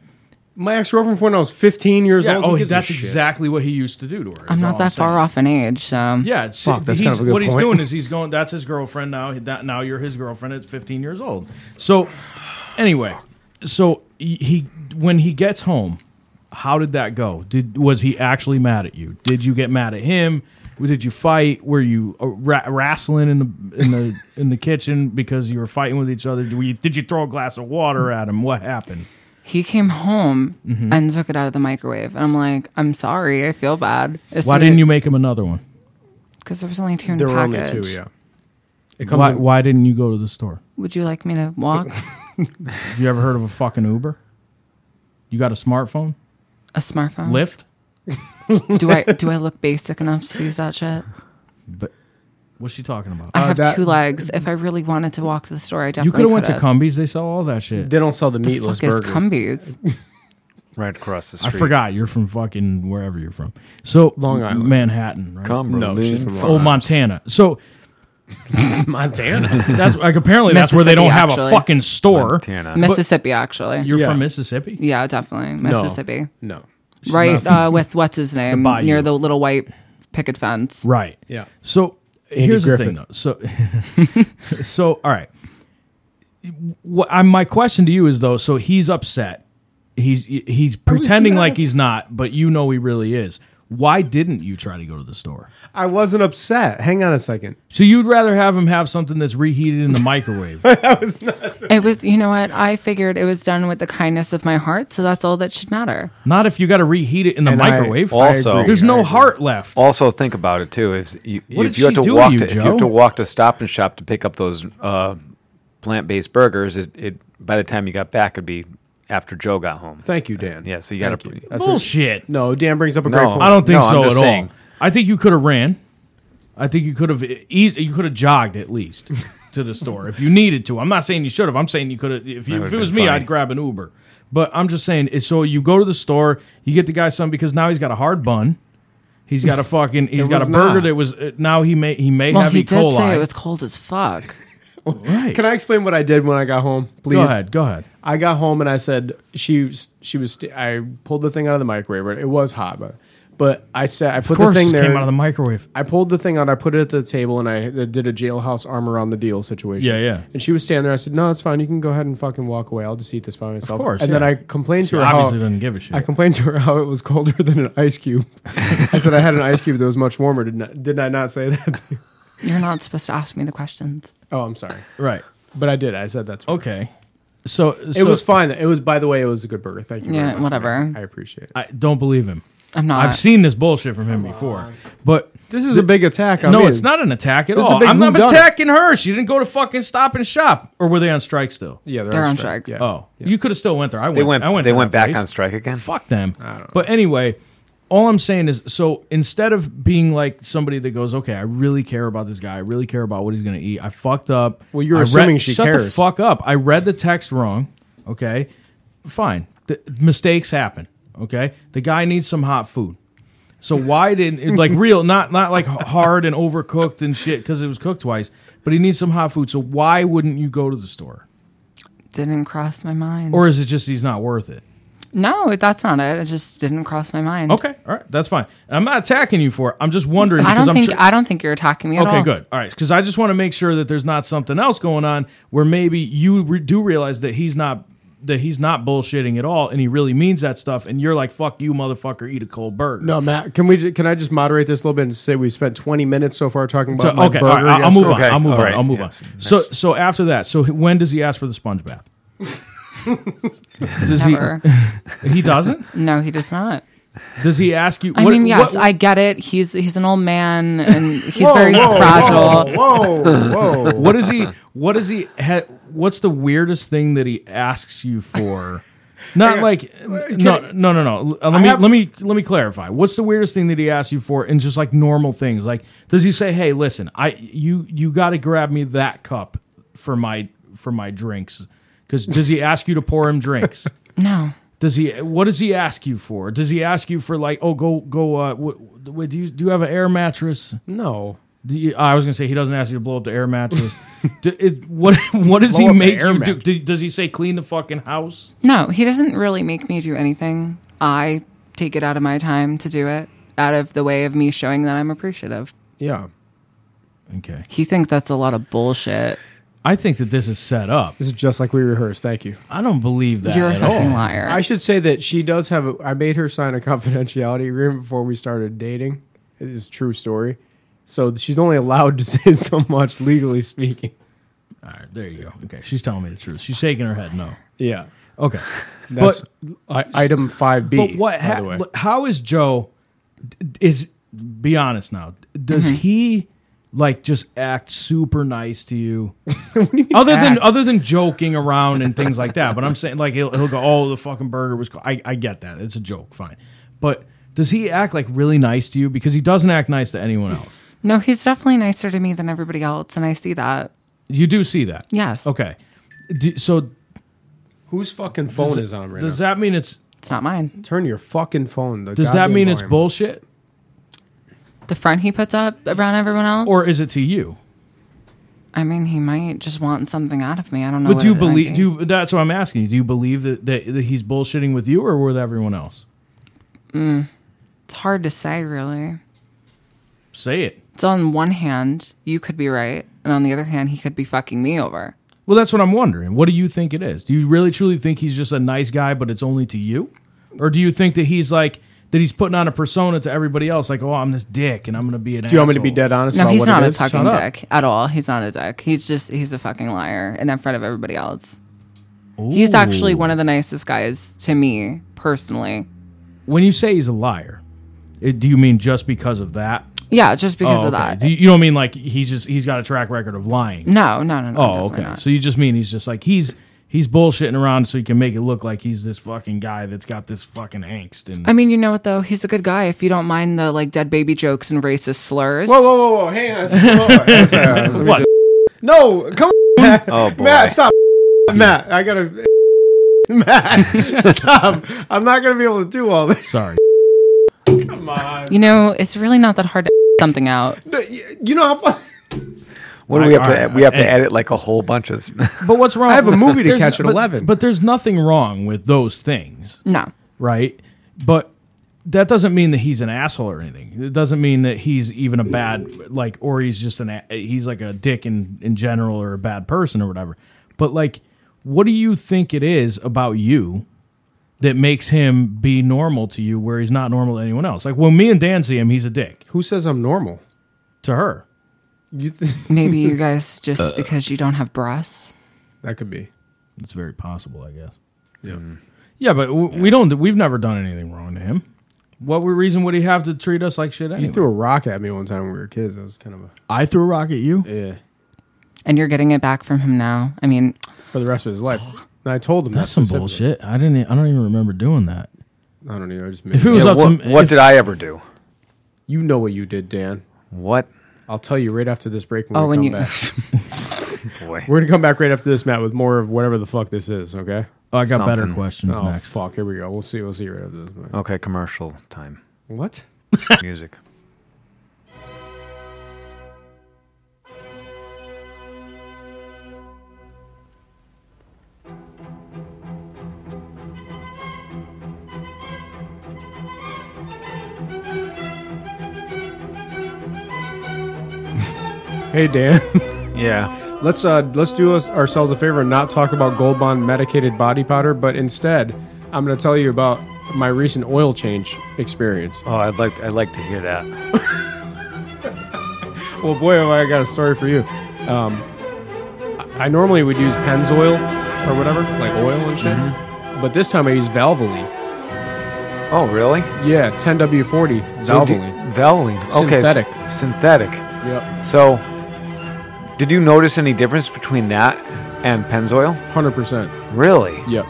[SPEAKER 4] My ex girlfriend when I was 15 years
[SPEAKER 5] yeah,
[SPEAKER 4] old. Who
[SPEAKER 5] oh,
[SPEAKER 4] gives a
[SPEAKER 5] that's
[SPEAKER 4] shit?
[SPEAKER 5] exactly what he used to do to her.
[SPEAKER 2] I'm
[SPEAKER 5] is
[SPEAKER 2] not
[SPEAKER 5] all
[SPEAKER 2] that
[SPEAKER 5] saying.
[SPEAKER 2] far off in age, so
[SPEAKER 5] Yeah, it's,
[SPEAKER 4] Fuck, that's
[SPEAKER 5] he's-
[SPEAKER 4] kind of a good
[SPEAKER 5] what he's
[SPEAKER 4] point.
[SPEAKER 5] doing is he's going. That's his girlfriend now. He- That, now you're his girlfriend at 15 years old. So anyway, so he- he when he gets home, how did that go? Did was he actually mad at you? Did you get mad at him? Did you fight? Were you uh, ra- wrestling in the in the *laughs* in the kitchen because you were fighting with each other? Were you, did you throw a glass of water at him? What happened?
[SPEAKER 2] he came home
[SPEAKER 5] Mm-hmm.
[SPEAKER 2] and took it out of the microwave, and I'm like, I'm sorry, I feel bad.
[SPEAKER 5] Why didn't you make him another one?
[SPEAKER 2] Because there was only two in
[SPEAKER 4] There
[SPEAKER 2] the
[SPEAKER 4] were only
[SPEAKER 2] package.
[SPEAKER 4] two. Yeah. It comes.
[SPEAKER 5] Why,
[SPEAKER 4] in-
[SPEAKER 5] why didn't you go to the store?
[SPEAKER 2] Would you like me to
[SPEAKER 5] *laughs*
[SPEAKER 2] walk
[SPEAKER 5] Have you ever heard of a fucking Uber? You got a smartphone?
[SPEAKER 2] a smartphone?
[SPEAKER 5] Lyft?
[SPEAKER 2] Do I do I look basic enough to use that shit?
[SPEAKER 5] But what's she talking about?
[SPEAKER 2] I have
[SPEAKER 4] that-
[SPEAKER 2] two legs. If I really wanted to walk to the store, I
[SPEAKER 5] Uh, you
[SPEAKER 2] definitely
[SPEAKER 5] could have went to
[SPEAKER 2] could've.
[SPEAKER 5] Cumbies. They sell all that shit.
[SPEAKER 4] They don't sell the, meatless
[SPEAKER 2] Fuck is
[SPEAKER 4] burgers.
[SPEAKER 2] Cumbies?
[SPEAKER 1] Right across the
[SPEAKER 5] I
[SPEAKER 1] street.
[SPEAKER 5] forgot you're from fucking wherever you're from. So
[SPEAKER 4] Long Island.
[SPEAKER 5] Manhattan, right?
[SPEAKER 1] Cumberland
[SPEAKER 4] No, she's from
[SPEAKER 1] Farms.
[SPEAKER 5] oh, Montana. So
[SPEAKER 4] *laughs* Montana.
[SPEAKER 5] that's like apparently that's where they don't have
[SPEAKER 2] Mississippi,
[SPEAKER 5] a
[SPEAKER 2] actually.
[SPEAKER 5] fucking store.
[SPEAKER 1] Montana.
[SPEAKER 2] Mississippi, actually.
[SPEAKER 5] You're
[SPEAKER 4] Yeah.
[SPEAKER 5] from Mississippi?
[SPEAKER 2] yeah, definitely Mississippi.
[SPEAKER 4] no.
[SPEAKER 2] Right uh, with what's his name
[SPEAKER 5] bayou.
[SPEAKER 2] near the little white picket fence.
[SPEAKER 5] Right.
[SPEAKER 4] Yeah.
[SPEAKER 5] So here's
[SPEAKER 4] Griffin.
[SPEAKER 5] the thing, though. So, so *laughs* all right. What I, my question to you is though. So he's upset. He's he's pretending
[SPEAKER 4] not
[SPEAKER 5] like
[SPEAKER 4] ups-
[SPEAKER 5] he's not, but you know he really is. Why didn't you try to go to the store?
[SPEAKER 4] I wasn't upset. Hang on a second.
[SPEAKER 5] So you'd rather have him have something that's reheated in the
[SPEAKER 4] *laughs*
[SPEAKER 5] microwave?
[SPEAKER 2] It was, you know what? I figured it was done with the kindness of my heart, so that's all that should matter.
[SPEAKER 5] Not if you got to reheat it in the
[SPEAKER 4] And I-
[SPEAKER 5] microwave.
[SPEAKER 4] I
[SPEAKER 1] Also-
[SPEAKER 4] agree.
[SPEAKER 5] there's
[SPEAKER 4] I
[SPEAKER 5] no
[SPEAKER 4] agree.
[SPEAKER 5] heart left.
[SPEAKER 1] Also, think about it too. If you,
[SPEAKER 5] What
[SPEAKER 1] if
[SPEAKER 5] did
[SPEAKER 1] you have
[SPEAKER 5] she
[SPEAKER 1] to
[SPEAKER 5] do to
[SPEAKER 1] walk,
[SPEAKER 5] you,
[SPEAKER 1] to, if you have
[SPEAKER 5] Joe?
[SPEAKER 1] to walk to Stop and Shop to pick up those uh, plant-based burgers, it, it by the time you got back, it'd be after Joe got home.
[SPEAKER 4] Thank you, Dan.
[SPEAKER 1] Yeah, so you
[SPEAKER 4] Thank
[SPEAKER 1] gotta-
[SPEAKER 4] That's
[SPEAKER 5] Bullshit.
[SPEAKER 4] A, no, Dan brings up a
[SPEAKER 1] No.
[SPEAKER 4] great point.
[SPEAKER 5] I don't think
[SPEAKER 1] No, I'm
[SPEAKER 5] so at
[SPEAKER 1] just saying.
[SPEAKER 5] all. I think you could have ran. I think you could have easy. You could have jogged at least *laughs* to the store if you needed to. I'm not saying you should have. I'm saying you could have. If, you,
[SPEAKER 1] That
[SPEAKER 5] if it
[SPEAKER 1] would've
[SPEAKER 5] was
[SPEAKER 1] been
[SPEAKER 5] me,
[SPEAKER 1] funny.
[SPEAKER 5] I'd grab an Uber. But I'm just saying. it's- So you go to the store, you get the guy something because now he's got a hard bun. He's got a
[SPEAKER 4] *laughs*
[SPEAKER 5] fucking. He's got a
[SPEAKER 4] was
[SPEAKER 5] burger
[SPEAKER 4] not.
[SPEAKER 5] that was uh, now he may he may
[SPEAKER 2] Well,
[SPEAKER 5] have
[SPEAKER 2] he
[SPEAKER 5] E.
[SPEAKER 2] did
[SPEAKER 5] coli.
[SPEAKER 2] say it was cold as fuck.
[SPEAKER 5] right.
[SPEAKER 4] Can I explain what I did when I got home, please?
[SPEAKER 5] go ahead. Go ahead.
[SPEAKER 4] I got home and I said she was- she was. St- I pulled the thing out of the microwave. right? It was hot, but but I said I put
[SPEAKER 5] Of course,
[SPEAKER 4] the thing
[SPEAKER 5] it
[SPEAKER 4] there.
[SPEAKER 5] came out of the microwave.
[SPEAKER 4] I pulled the thing out. I put it at the table, and I did a jailhouse arm around the deal situation.
[SPEAKER 5] Yeah, yeah.
[SPEAKER 4] And she was standing there. I said, "No, it's fine. You can go ahead and fucking walk away. I'll just eat this by myself."
[SPEAKER 5] course,
[SPEAKER 4] And
[SPEAKER 5] yeah.
[SPEAKER 4] then I complained to her how
[SPEAKER 5] Obviously, doesn't give a shit.
[SPEAKER 4] Oh. I complained to her how it was colder than an ice cube. I said I had an ice cube that was much warmer. Did not, did I not say that? to you?
[SPEAKER 2] You're not supposed to ask me the questions.
[SPEAKER 4] oh, I'm sorry,
[SPEAKER 5] right.
[SPEAKER 4] but I did. I said that's.
[SPEAKER 5] Okay. So,
[SPEAKER 4] It was fine. It was. By the way, it was a good burger. Thank you. very
[SPEAKER 2] Yeah,
[SPEAKER 4] much,
[SPEAKER 2] whatever.
[SPEAKER 4] man. I appreciate it.
[SPEAKER 5] I don't believe him.
[SPEAKER 2] I'm not.
[SPEAKER 5] I've seen this bullshit from him before, but
[SPEAKER 4] This is a big attack. on
[SPEAKER 5] no,
[SPEAKER 4] me.
[SPEAKER 5] it's not an attack at
[SPEAKER 4] This is a
[SPEAKER 5] all.
[SPEAKER 4] big
[SPEAKER 5] I'm not
[SPEAKER 4] whodunit.
[SPEAKER 5] attacking her. She didn't go to fucking Stop and Shop, or were they on strike still?
[SPEAKER 4] Yeah,
[SPEAKER 2] They're on strike.
[SPEAKER 4] Yeah.
[SPEAKER 5] Oh, you could have still went there. I went.
[SPEAKER 1] They went.
[SPEAKER 5] I went.
[SPEAKER 1] they
[SPEAKER 5] to
[SPEAKER 1] went
[SPEAKER 5] that
[SPEAKER 1] back
[SPEAKER 5] place.
[SPEAKER 1] on strike again.
[SPEAKER 5] Fuck them. But anyway, all I'm saying is, so instead of being like somebody that goes, okay, I really care about this guy. I really care about what he's gonna eat. I fucked up.
[SPEAKER 4] Well, you're
[SPEAKER 5] I
[SPEAKER 4] assuming she
[SPEAKER 5] shut the
[SPEAKER 4] cares.
[SPEAKER 5] fuck up. I read the text wrong. Okay, fine. The, mistakes happen. Okay, the guy needs some hot food. So why didn't *laughs* it's like real, not not like hard and overcooked and shit because it was cooked twice. But he needs some hot food. So why wouldn't you go to the store?
[SPEAKER 2] didn't cross my mind.
[SPEAKER 5] Or is it just he's not worth it?
[SPEAKER 2] no, that's not it. It just didn't cross my mind.
[SPEAKER 5] Okay, all right, that's fine. And I'm not attacking you for it. I'm just wondering.
[SPEAKER 2] I
[SPEAKER 5] because
[SPEAKER 2] don't
[SPEAKER 5] I'm
[SPEAKER 2] think
[SPEAKER 5] tr-
[SPEAKER 2] I don't think you're attacking me at all.
[SPEAKER 5] okay, good. All right, because I just want to make sure that there's not something else going on where maybe you re- do realize that he's not that he's not bullshitting at all, and he really means that stuff. And you're like, "Fuck you, motherfucker! Eat a cold burger."
[SPEAKER 4] No, Matt. Can we? ju- Can I just moderate this a little bit and say we spent 20 minutes so far talking
[SPEAKER 5] So,
[SPEAKER 4] about my
[SPEAKER 5] okay, all
[SPEAKER 4] burger?
[SPEAKER 5] right, I'll, I'll
[SPEAKER 4] yesterday?
[SPEAKER 5] move on.
[SPEAKER 1] Okay,
[SPEAKER 5] I'll move
[SPEAKER 1] all
[SPEAKER 5] on.
[SPEAKER 1] right,
[SPEAKER 5] I'll move
[SPEAKER 1] yes,
[SPEAKER 5] on. So, so after that, so when does he ask for the
[SPEAKER 1] *laughs*
[SPEAKER 5] sponge bath? does *laughs*
[SPEAKER 2] Never. *laughs*
[SPEAKER 5] he? He doesn't.
[SPEAKER 2] no, he does not.
[SPEAKER 5] Does he ask you?
[SPEAKER 2] I
[SPEAKER 5] what-
[SPEAKER 2] mean, yes,
[SPEAKER 5] what-
[SPEAKER 2] I get it. He's he's an old
[SPEAKER 5] *laughs*
[SPEAKER 2] man and he's very fragile.
[SPEAKER 4] Whoa, whoa, whoa.
[SPEAKER 5] what is he? What is he? Ha, what's the weirdest thing that he asks you for? Not like no, no, no, no. Uh, Let me
[SPEAKER 4] have-
[SPEAKER 5] let me let me clarify. What's the weirdest thing that he asks you for? And just like normal things, like does he say, "Hey, listen, I you you got to grab me that cup for my for my drinks"? Because does he ask you to pour him drinks?
[SPEAKER 2] No.
[SPEAKER 5] Does he? What does he ask you for? Does he ask you for like, oh, go go? Uh, wh- wh- do you do you have an air mattress?
[SPEAKER 4] no.
[SPEAKER 5] Do you, I was gonna say he doesn't ask you to blow up the air mattress. *laughs* do, it, what *laughs* what does
[SPEAKER 4] Blow
[SPEAKER 5] he
[SPEAKER 4] up the
[SPEAKER 5] make
[SPEAKER 4] air
[SPEAKER 5] you do?
[SPEAKER 4] mattress.
[SPEAKER 5] do? Does he say clean the fucking house?
[SPEAKER 2] No, he doesn't really make me do anything. I take it out of my time to do it, out of the way of me showing that I'm appreciative.
[SPEAKER 4] Yeah.
[SPEAKER 5] Okay,
[SPEAKER 2] He thinks that's a lot of bullshit.
[SPEAKER 5] I think that this is set up.
[SPEAKER 4] This is just like we rehearsed. Thank you.
[SPEAKER 5] I don't believe that
[SPEAKER 2] You're a
[SPEAKER 5] at all.
[SPEAKER 2] fucking liar.
[SPEAKER 4] I should say that she does have. A, I made her sign a *laughs* confidentiality agreement before we started dating. It is a true story. So she's only allowed to *laughs* say so much legally speaking.
[SPEAKER 5] All right, there you go. Okay, she's telling me the truth. She's shaking her head no.
[SPEAKER 4] Yeah.
[SPEAKER 5] Okay,
[SPEAKER 4] That's
[SPEAKER 5] but
[SPEAKER 4] I, item five B.
[SPEAKER 5] but what?
[SPEAKER 4] E, By
[SPEAKER 5] Ha-
[SPEAKER 4] the way.
[SPEAKER 5] look, how is Joe? d- Is be honest now. Does he like just act super nice to you? other than
[SPEAKER 4] act?
[SPEAKER 5] other than joking around and things like that. But I'm saying like he'll, he'll go, oh, the fucking burger was. Cool. I I get that. It's a joke, fine. But does he act like really nice to you? Because he doesn't act nice to anyone else.
[SPEAKER 2] no, he's definitely nicer to me than everybody else, and I see that.
[SPEAKER 5] You do see that.
[SPEAKER 2] Yes.
[SPEAKER 5] Okay. Do, so
[SPEAKER 4] Whose fucking phone is on right
[SPEAKER 5] does
[SPEAKER 4] now?
[SPEAKER 5] that mean it's?
[SPEAKER 2] It's not mine.
[SPEAKER 4] Turn your fucking phone. The
[SPEAKER 5] Does that
[SPEAKER 4] goddamn
[SPEAKER 5] mean it's
[SPEAKER 4] volume.
[SPEAKER 5] bullshit,
[SPEAKER 2] The front he puts up around everyone else.
[SPEAKER 5] or is it to you?
[SPEAKER 2] I mean, he might just want something out of me. I don't know.
[SPEAKER 5] But
[SPEAKER 2] what
[SPEAKER 5] do you
[SPEAKER 2] it might
[SPEAKER 5] believe?
[SPEAKER 2] be.
[SPEAKER 5] Do you, that's what I'm asking you. Do you believe that, that, that he's bullshitting with you or with everyone else?
[SPEAKER 2] It's hard to say, really.
[SPEAKER 5] Say it.
[SPEAKER 2] It's on one hand, you could be right, and on the other hand, he could be fucking me over.
[SPEAKER 5] Well, that's what I'm wondering. What do you think it is? Do you really truly think he's just a nice guy, but it's only to you, or do you think that he's like that he's putting on a persona to everybody else? Like, oh, I'm this dick, and I'm gonna be an.
[SPEAKER 4] Do you want me to be dead honest?
[SPEAKER 2] No,
[SPEAKER 4] about
[SPEAKER 2] he's
[SPEAKER 4] what
[SPEAKER 2] not
[SPEAKER 4] it
[SPEAKER 2] a
[SPEAKER 4] is?
[SPEAKER 2] fucking
[SPEAKER 5] Shut up.
[SPEAKER 2] dick at all. He's not a dick. He's just he's a fucking liar and in front of everybody else. He's actually one of the nicest guys to me personally.
[SPEAKER 5] When you say he's a liar, it, do you mean just because of that?
[SPEAKER 2] Yeah, just because
[SPEAKER 5] Oh,
[SPEAKER 2] of
[SPEAKER 5] okay.
[SPEAKER 2] that.
[SPEAKER 5] Do you, you don't mean like he's just he's got a track record of lying.
[SPEAKER 2] no, no, no, no.
[SPEAKER 5] Oh,
[SPEAKER 2] definitely
[SPEAKER 5] okay.
[SPEAKER 2] Not.
[SPEAKER 5] So you just mean he's just like he's he's bullshitting around so he can make it look like he's this fucking guy that's got this fucking angst and
[SPEAKER 2] I mean, you know what though? He's a good guy if you don't mind the like dead baby jokes and racist slurs.
[SPEAKER 4] Whoa, whoa, whoa, whoa! Hang *laughs* on. *laughs*
[SPEAKER 2] *laughs*
[SPEAKER 4] Hold on.
[SPEAKER 5] What?
[SPEAKER 4] No, come on.
[SPEAKER 1] Oh, boy.
[SPEAKER 4] Matt, stop. Matt, I gotta. *laughs* Matt, stop. I'm not gonna be able to do all this.
[SPEAKER 5] Sorry.
[SPEAKER 4] Come on.
[SPEAKER 2] You know, it's really not that hard to *laughs* something out.
[SPEAKER 4] No, y- You know how fun. *laughs*
[SPEAKER 1] What do we have
[SPEAKER 5] All
[SPEAKER 1] to?
[SPEAKER 5] right,
[SPEAKER 1] add? we have to
[SPEAKER 5] hey.
[SPEAKER 1] edit like a whole bunch *laughs* of.
[SPEAKER 5] But what's wrong?
[SPEAKER 4] I have a movie to
[SPEAKER 5] *laughs* there's-
[SPEAKER 4] catch at
[SPEAKER 5] but-
[SPEAKER 4] 11.
[SPEAKER 5] But there's nothing wrong with those things,
[SPEAKER 2] No.
[SPEAKER 5] right? But that doesn't mean that he's an asshole or anything. It doesn't mean that he's even a bad like, or he's just an a- he's like a dick in in general or a bad person or whatever. But like, what do you think it is about you that makes him be normal to you where he's not normal to anyone else? Like when me and Dan see him, he's a dick
[SPEAKER 4] Who says I'm normal?
[SPEAKER 5] to her.
[SPEAKER 4] You th- *laughs*
[SPEAKER 1] *laughs*
[SPEAKER 2] Maybe you guys just
[SPEAKER 1] Uh.
[SPEAKER 2] because you don't have breasts.
[SPEAKER 4] that could be.
[SPEAKER 5] It's very possible, I guess.
[SPEAKER 4] Yeah.
[SPEAKER 5] Yeah, but w- we don't. We've never done anything wrong to him. What were- reason would he have to treat us like shit? Anyway?
[SPEAKER 4] You threw a rock at me one time when we were kids. That was kind of a
[SPEAKER 5] I threw a rock at you.
[SPEAKER 4] yeah
[SPEAKER 2] And you're getting it back from him now. I mean,
[SPEAKER 4] for the rest of his life. And I told him
[SPEAKER 5] That's
[SPEAKER 4] that
[SPEAKER 5] some
[SPEAKER 4] specifically.
[SPEAKER 5] bullshit. I didn't. e, I don't even remember doing that.
[SPEAKER 4] I don't know. I just made
[SPEAKER 5] If it was
[SPEAKER 1] Yeah,
[SPEAKER 5] up
[SPEAKER 1] what,
[SPEAKER 5] to me,
[SPEAKER 1] what
[SPEAKER 5] if-
[SPEAKER 1] did I ever do?
[SPEAKER 4] You know what you did, Dan.
[SPEAKER 1] What
[SPEAKER 4] I'll tell you right after this break. When
[SPEAKER 2] oh, when
[SPEAKER 4] we come
[SPEAKER 2] you
[SPEAKER 4] back.
[SPEAKER 1] boy?
[SPEAKER 4] we're gonna come back right after this, Matt, with more of whatever the fuck this is. Okay.
[SPEAKER 5] Oh, I got better
[SPEAKER 1] Something.
[SPEAKER 5] questions
[SPEAKER 4] Oh
[SPEAKER 5] next. Oh.
[SPEAKER 4] fuck! Here we go. We'll see. We'll see right after this. Matt.
[SPEAKER 1] Okay, commercial time.
[SPEAKER 4] What?
[SPEAKER 1] Music.
[SPEAKER 4] Hey Dan.
[SPEAKER 1] Yeah.
[SPEAKER 4] *laughs* Let's uh, let's do us, ourselves a favor and not talk about Gold Bond medicated body powder, but instead, I'm going to tell you about my recent oil change experience.
[SPEAKER 1] Oh, I'd like to, I'd like to hear that.
[SPEAKER 4] Well, boy, have I got a story for you. Um, I I normally would use Pennzoil or whatever, like oil and shit, but this time I used Valvoline.
[SPEAKER 1] Oh, really?
[SPEAKER 4] Yeah, 10W40
[SPEAKER 1] So do-
[SPEAKER 4] Valvoline.
[SPEAKER 1] Valvoline. Okay. s-
[SPEAKER 4] Synthetic.
[SPEAKER 1] synthetic.
[SPEAKER 4] Yep,
[SPEAKER 1] So, did you notice any difference between that and Pennzoil?
[SPEAKER 4] 100%.
[SPEAKER 1] Really?
[SPEAKER 4] Yep.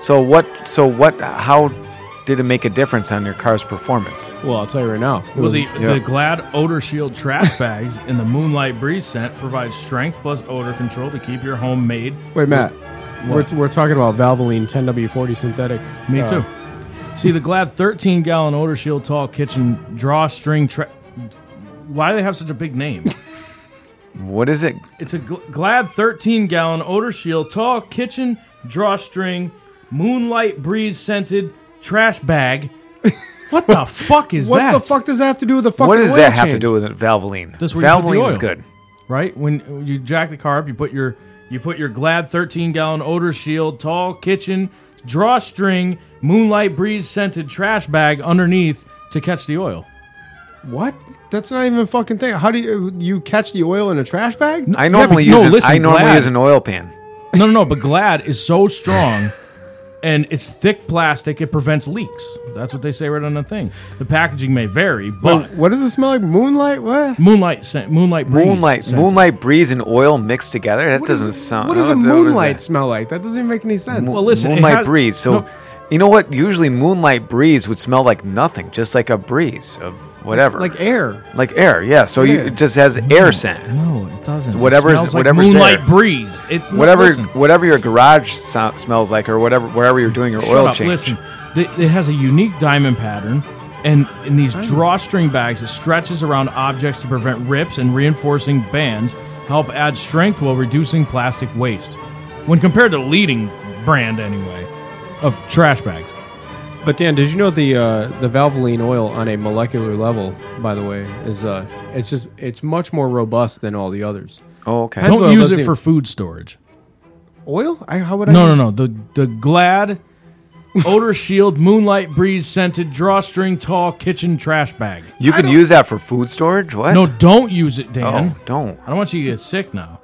[SPEAKER 1] So what? So what? How did it make a difference on your car's performance?
[SPEAKER 4] Well, I'll tell you right now. It
[SPEAKER 5] Well,
[SPEAKER 4] was-
[SPEAKER 5] the,
[SPEAKER 1] yeah.
[SPEAKER 5] the Glad Odor Shield trash bags and the Moonlight Breeze scent provide strength plus odor control to keep your home made.
[SPEAKER 4] Wait, Matt. We're, we're talking about Valvoline 10W40 synthetic.
[SPEAKER 5] Me
[SPEAKER 4] uh,
[SPEAKER 5] too. See, the Glad 13 gallon odor shield tall kitchen drawstring tra- Why do they have such a big name?
[SPEAKER 1] What is it?
[SPEAKER 5] It's a gl- Glad 13 gallon odor shield tall kitchen drawstring moonlight breeze scented
[SPEAKER 4] *laughs*
[SPEAKER 5] trash bag. What the fuck is
[SPEAKER 4] What
[SPEAKER 5] that?
[SPEAKER 4] the fuck does that have to do with the fucking
[SPEAKER 1] What does
[SPEAKER 4] oil
[SPEAKER 1] that have to
[SPEAKER 4] change?
[SPEAKER 1] do with it? Valvoline?
[SPEAKER 5] That's where you put the
[SPEAKER 1] Valvoline is
[SPEAKER 5] oil.
[SPEAKER 1] good.
[SPEAKER 5] Right when you jack the car up, you put your you put your Glad 13 gallon odor shield tall kitchen drawstring moonlight breeze scented trash bag underneath to catch the oil.
[SPEAKER 4] What? That's not even a fucking thing. How do you you catch the oil in a trash bag?
[SPEAKER 1] I normally
[SPEAKER 5] but-
[SPEAKER 1] use
[SPEAKER 5] no,
[SPEAKER 1] an,
[SPEAKER 5] listen,
[SPEAKER 1] I normally
[SPEAKER 5] Glad-
[SPEAKER 1] use an oil pan.
[SPEAKER 5] No, no, no. But Glad is so strong, and it's thick plastic. It prevents leaks. That's what they say right on the thing. The packaging may vary, but
[SPEAKER 4] What does it smell like? Moonlight? What?
[SPEAKER 5] moonlight scent, moonlight breeze,
[SPEAKER 1] Moonlight,
[SPEAKER 5] scent.
[SPEAKER 1] moonlight breeze and oil mixed together. That
[SPEAKER 4] What is-
[SPEAKER 1] doesn't sound.
[SPEAKER 4] What does
[SPEAKER 5] oh,
[SPEAKER 1] I
[SPEAKER 4] a
[SPEAKER 1] don't know, what is
[SPEAKER 4] moonlight
[SPEAKER 1] that?
[SPEAKER 4] smell like? That doesn't even make any sense.
[SPEAKER 5] Well, listen, it
[SPEAKER 1] moonlight
[SPEAKER 5] has-
[SPEAKER 1] breeze. So,
[SPEAKER 5] no.
[SPEAKER 1] you know what? Usually, moonlight breeze would smell like nothing, just like a breeze of whatever,
[SPEAKER 4] like air.
[SPEAKER 1] like air. Yeah. So you,
[SPEAKER 4] Yeah. Mm.
[SPEAKER 1] it just has air scent.
[SPEAKER 5] No, it doesn't. It
[SPEAKER 1] whatever's-
[SPEAKER 5] smells like
[SPEAKER 1] whatever's
[SPEAKER 5] moonlight
[SPEAKER 1] there.
[SPEAKER 5] breeze. It's
[SPEAKER 1] Whatever,
[SPEAKER 5] Listen,
[SPEAKER 1] whatever your garage so- smells like, or whatever, wherever you're doing your
[SPEAKER 5] shut
[SPEAKER 1] oil
[SPEAKER 5] up.
[SPEAKER 1] change.
[SPEAKER 5] Listen, Th- it has a unique diamond pattern, and in these drawstring bags, it stretches around objects to prevent rips and reinforcing bands help add strength while reducing plastic waste. When compared to leading brand, anyway, of trash bags.
[SPEAKER 4] But Dan, did you know the uh, the Valvoline oil on a molecular level, by the way, is uh, it's just it's much more robust than all the others.
[SPEAKER 1] Oh, okay.
[SPEAKER 4] That's what
[SPEAKER 5] Don't
[SPEAKER 4] it
[SPEAKER 5] use
[SPEAKER 4] doesn't
[SPEAKER 5] it for
[SPEAKER 4] even-
[SPEAKER 5] food storage.
[SPEAKER 4] Oil? I, how would I?
[SPEAKER 5] No, no, no. The the
[SPEAKER 4] *laughs*
[SPEAKER 5] Glad odor shield moonlight breeze scented drawstring tall kitchen trash bag.
[SPEAKER 1] You could use that for food storage. What?
[SPEAKER 5] No, don't use it, Dan.
[SPEAKER 1] oh, don't.
[SPEAKER 5] I don't want you to get sick now.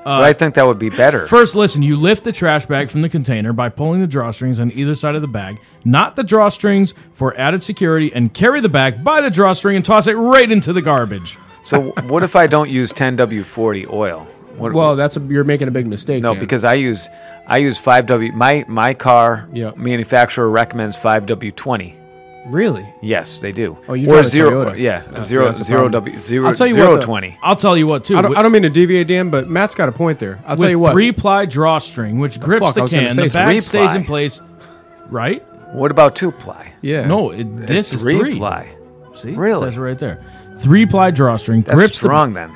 [SPEAKER 4] Uh,
[SPEAKER 1] but I think that would be better.
[SPEAKER 5] First, listen, you lift the trash bag from the container by pulling the drawstrings on either side of the bag, not the drawstrings for added security, and carry the bag by the drawstring and toss it right into the garbage.
[SPEAKER 1] so, what if I don't use 10W40 oil? What,
[SPEAKER 4] Well, that's a, you're making a big mistake.
[SPEAKER 1] No,
[SPEAKER 4] Dan.
[SPEAKER 1] because I use I use five W. My my car
[SPEAKER 4] Yeah.
[SPEAKER 1] manufacturer recommends five W twenty.
[SPEAKER 4] really,
[SPEAKER 1] Yes, they do.
[SPEAKER 4] Oh, you drive a
[SPEAKER 1] zero.
[SPEAKER 4] Toyota.
[SPEAKER 1] Yeah,
[SPEAKER 4] Oh, so
[SPEAKER 1] zero
[SPEAKER 4] that's the
[SPEAKER 1] zero
[SPEAKER 4] problem.
[SPEAKER 1] W zero
[SPEAKER 4] I'll tell you
[SPEAKER 1] zero
[SPEAKER 4] what, though.
[SPEAKER 1] 20.
[SPEAKER 5] I'll tell you what, too.
[SPEAKER 4] I don't,
[SPEAKER 5] with-
[SPEAKER 4] I don't mean to deviate, Dan, but Matt's got a point there. I'll tell
[SPEAKER 5] with
[SPEAKER 4] you what.
[SPEAKER 5] three ply drawstring, which grips
[SPEAKER 4] fuck? I
[SPEAKER 5] the
[SPEAKER 4] was gonna
[SPEAKER 5] can,
[SPEAKER 4] say
[SPEAKER 5] the
[SPEAKER 1] something.
[SPEAKER 5] bag stays
[SPEAKER 1] Three-ply.
[SPEAKER 5] in place, right?
[SPEAKER 1] What about two ply?
[SPEAKER 4] yeah.
[SPEAKER 5] No, it, this is three.
[SPEAKER 1] ply.
[SPEAKER 5] See,
[SPEAKER 1] Really?
[SPEAKER 5] says it right there. Three ply drawstring
[SPEAKER 1] That's
[SPEAKER 5] grips the
[SPEAKER 1] strong then.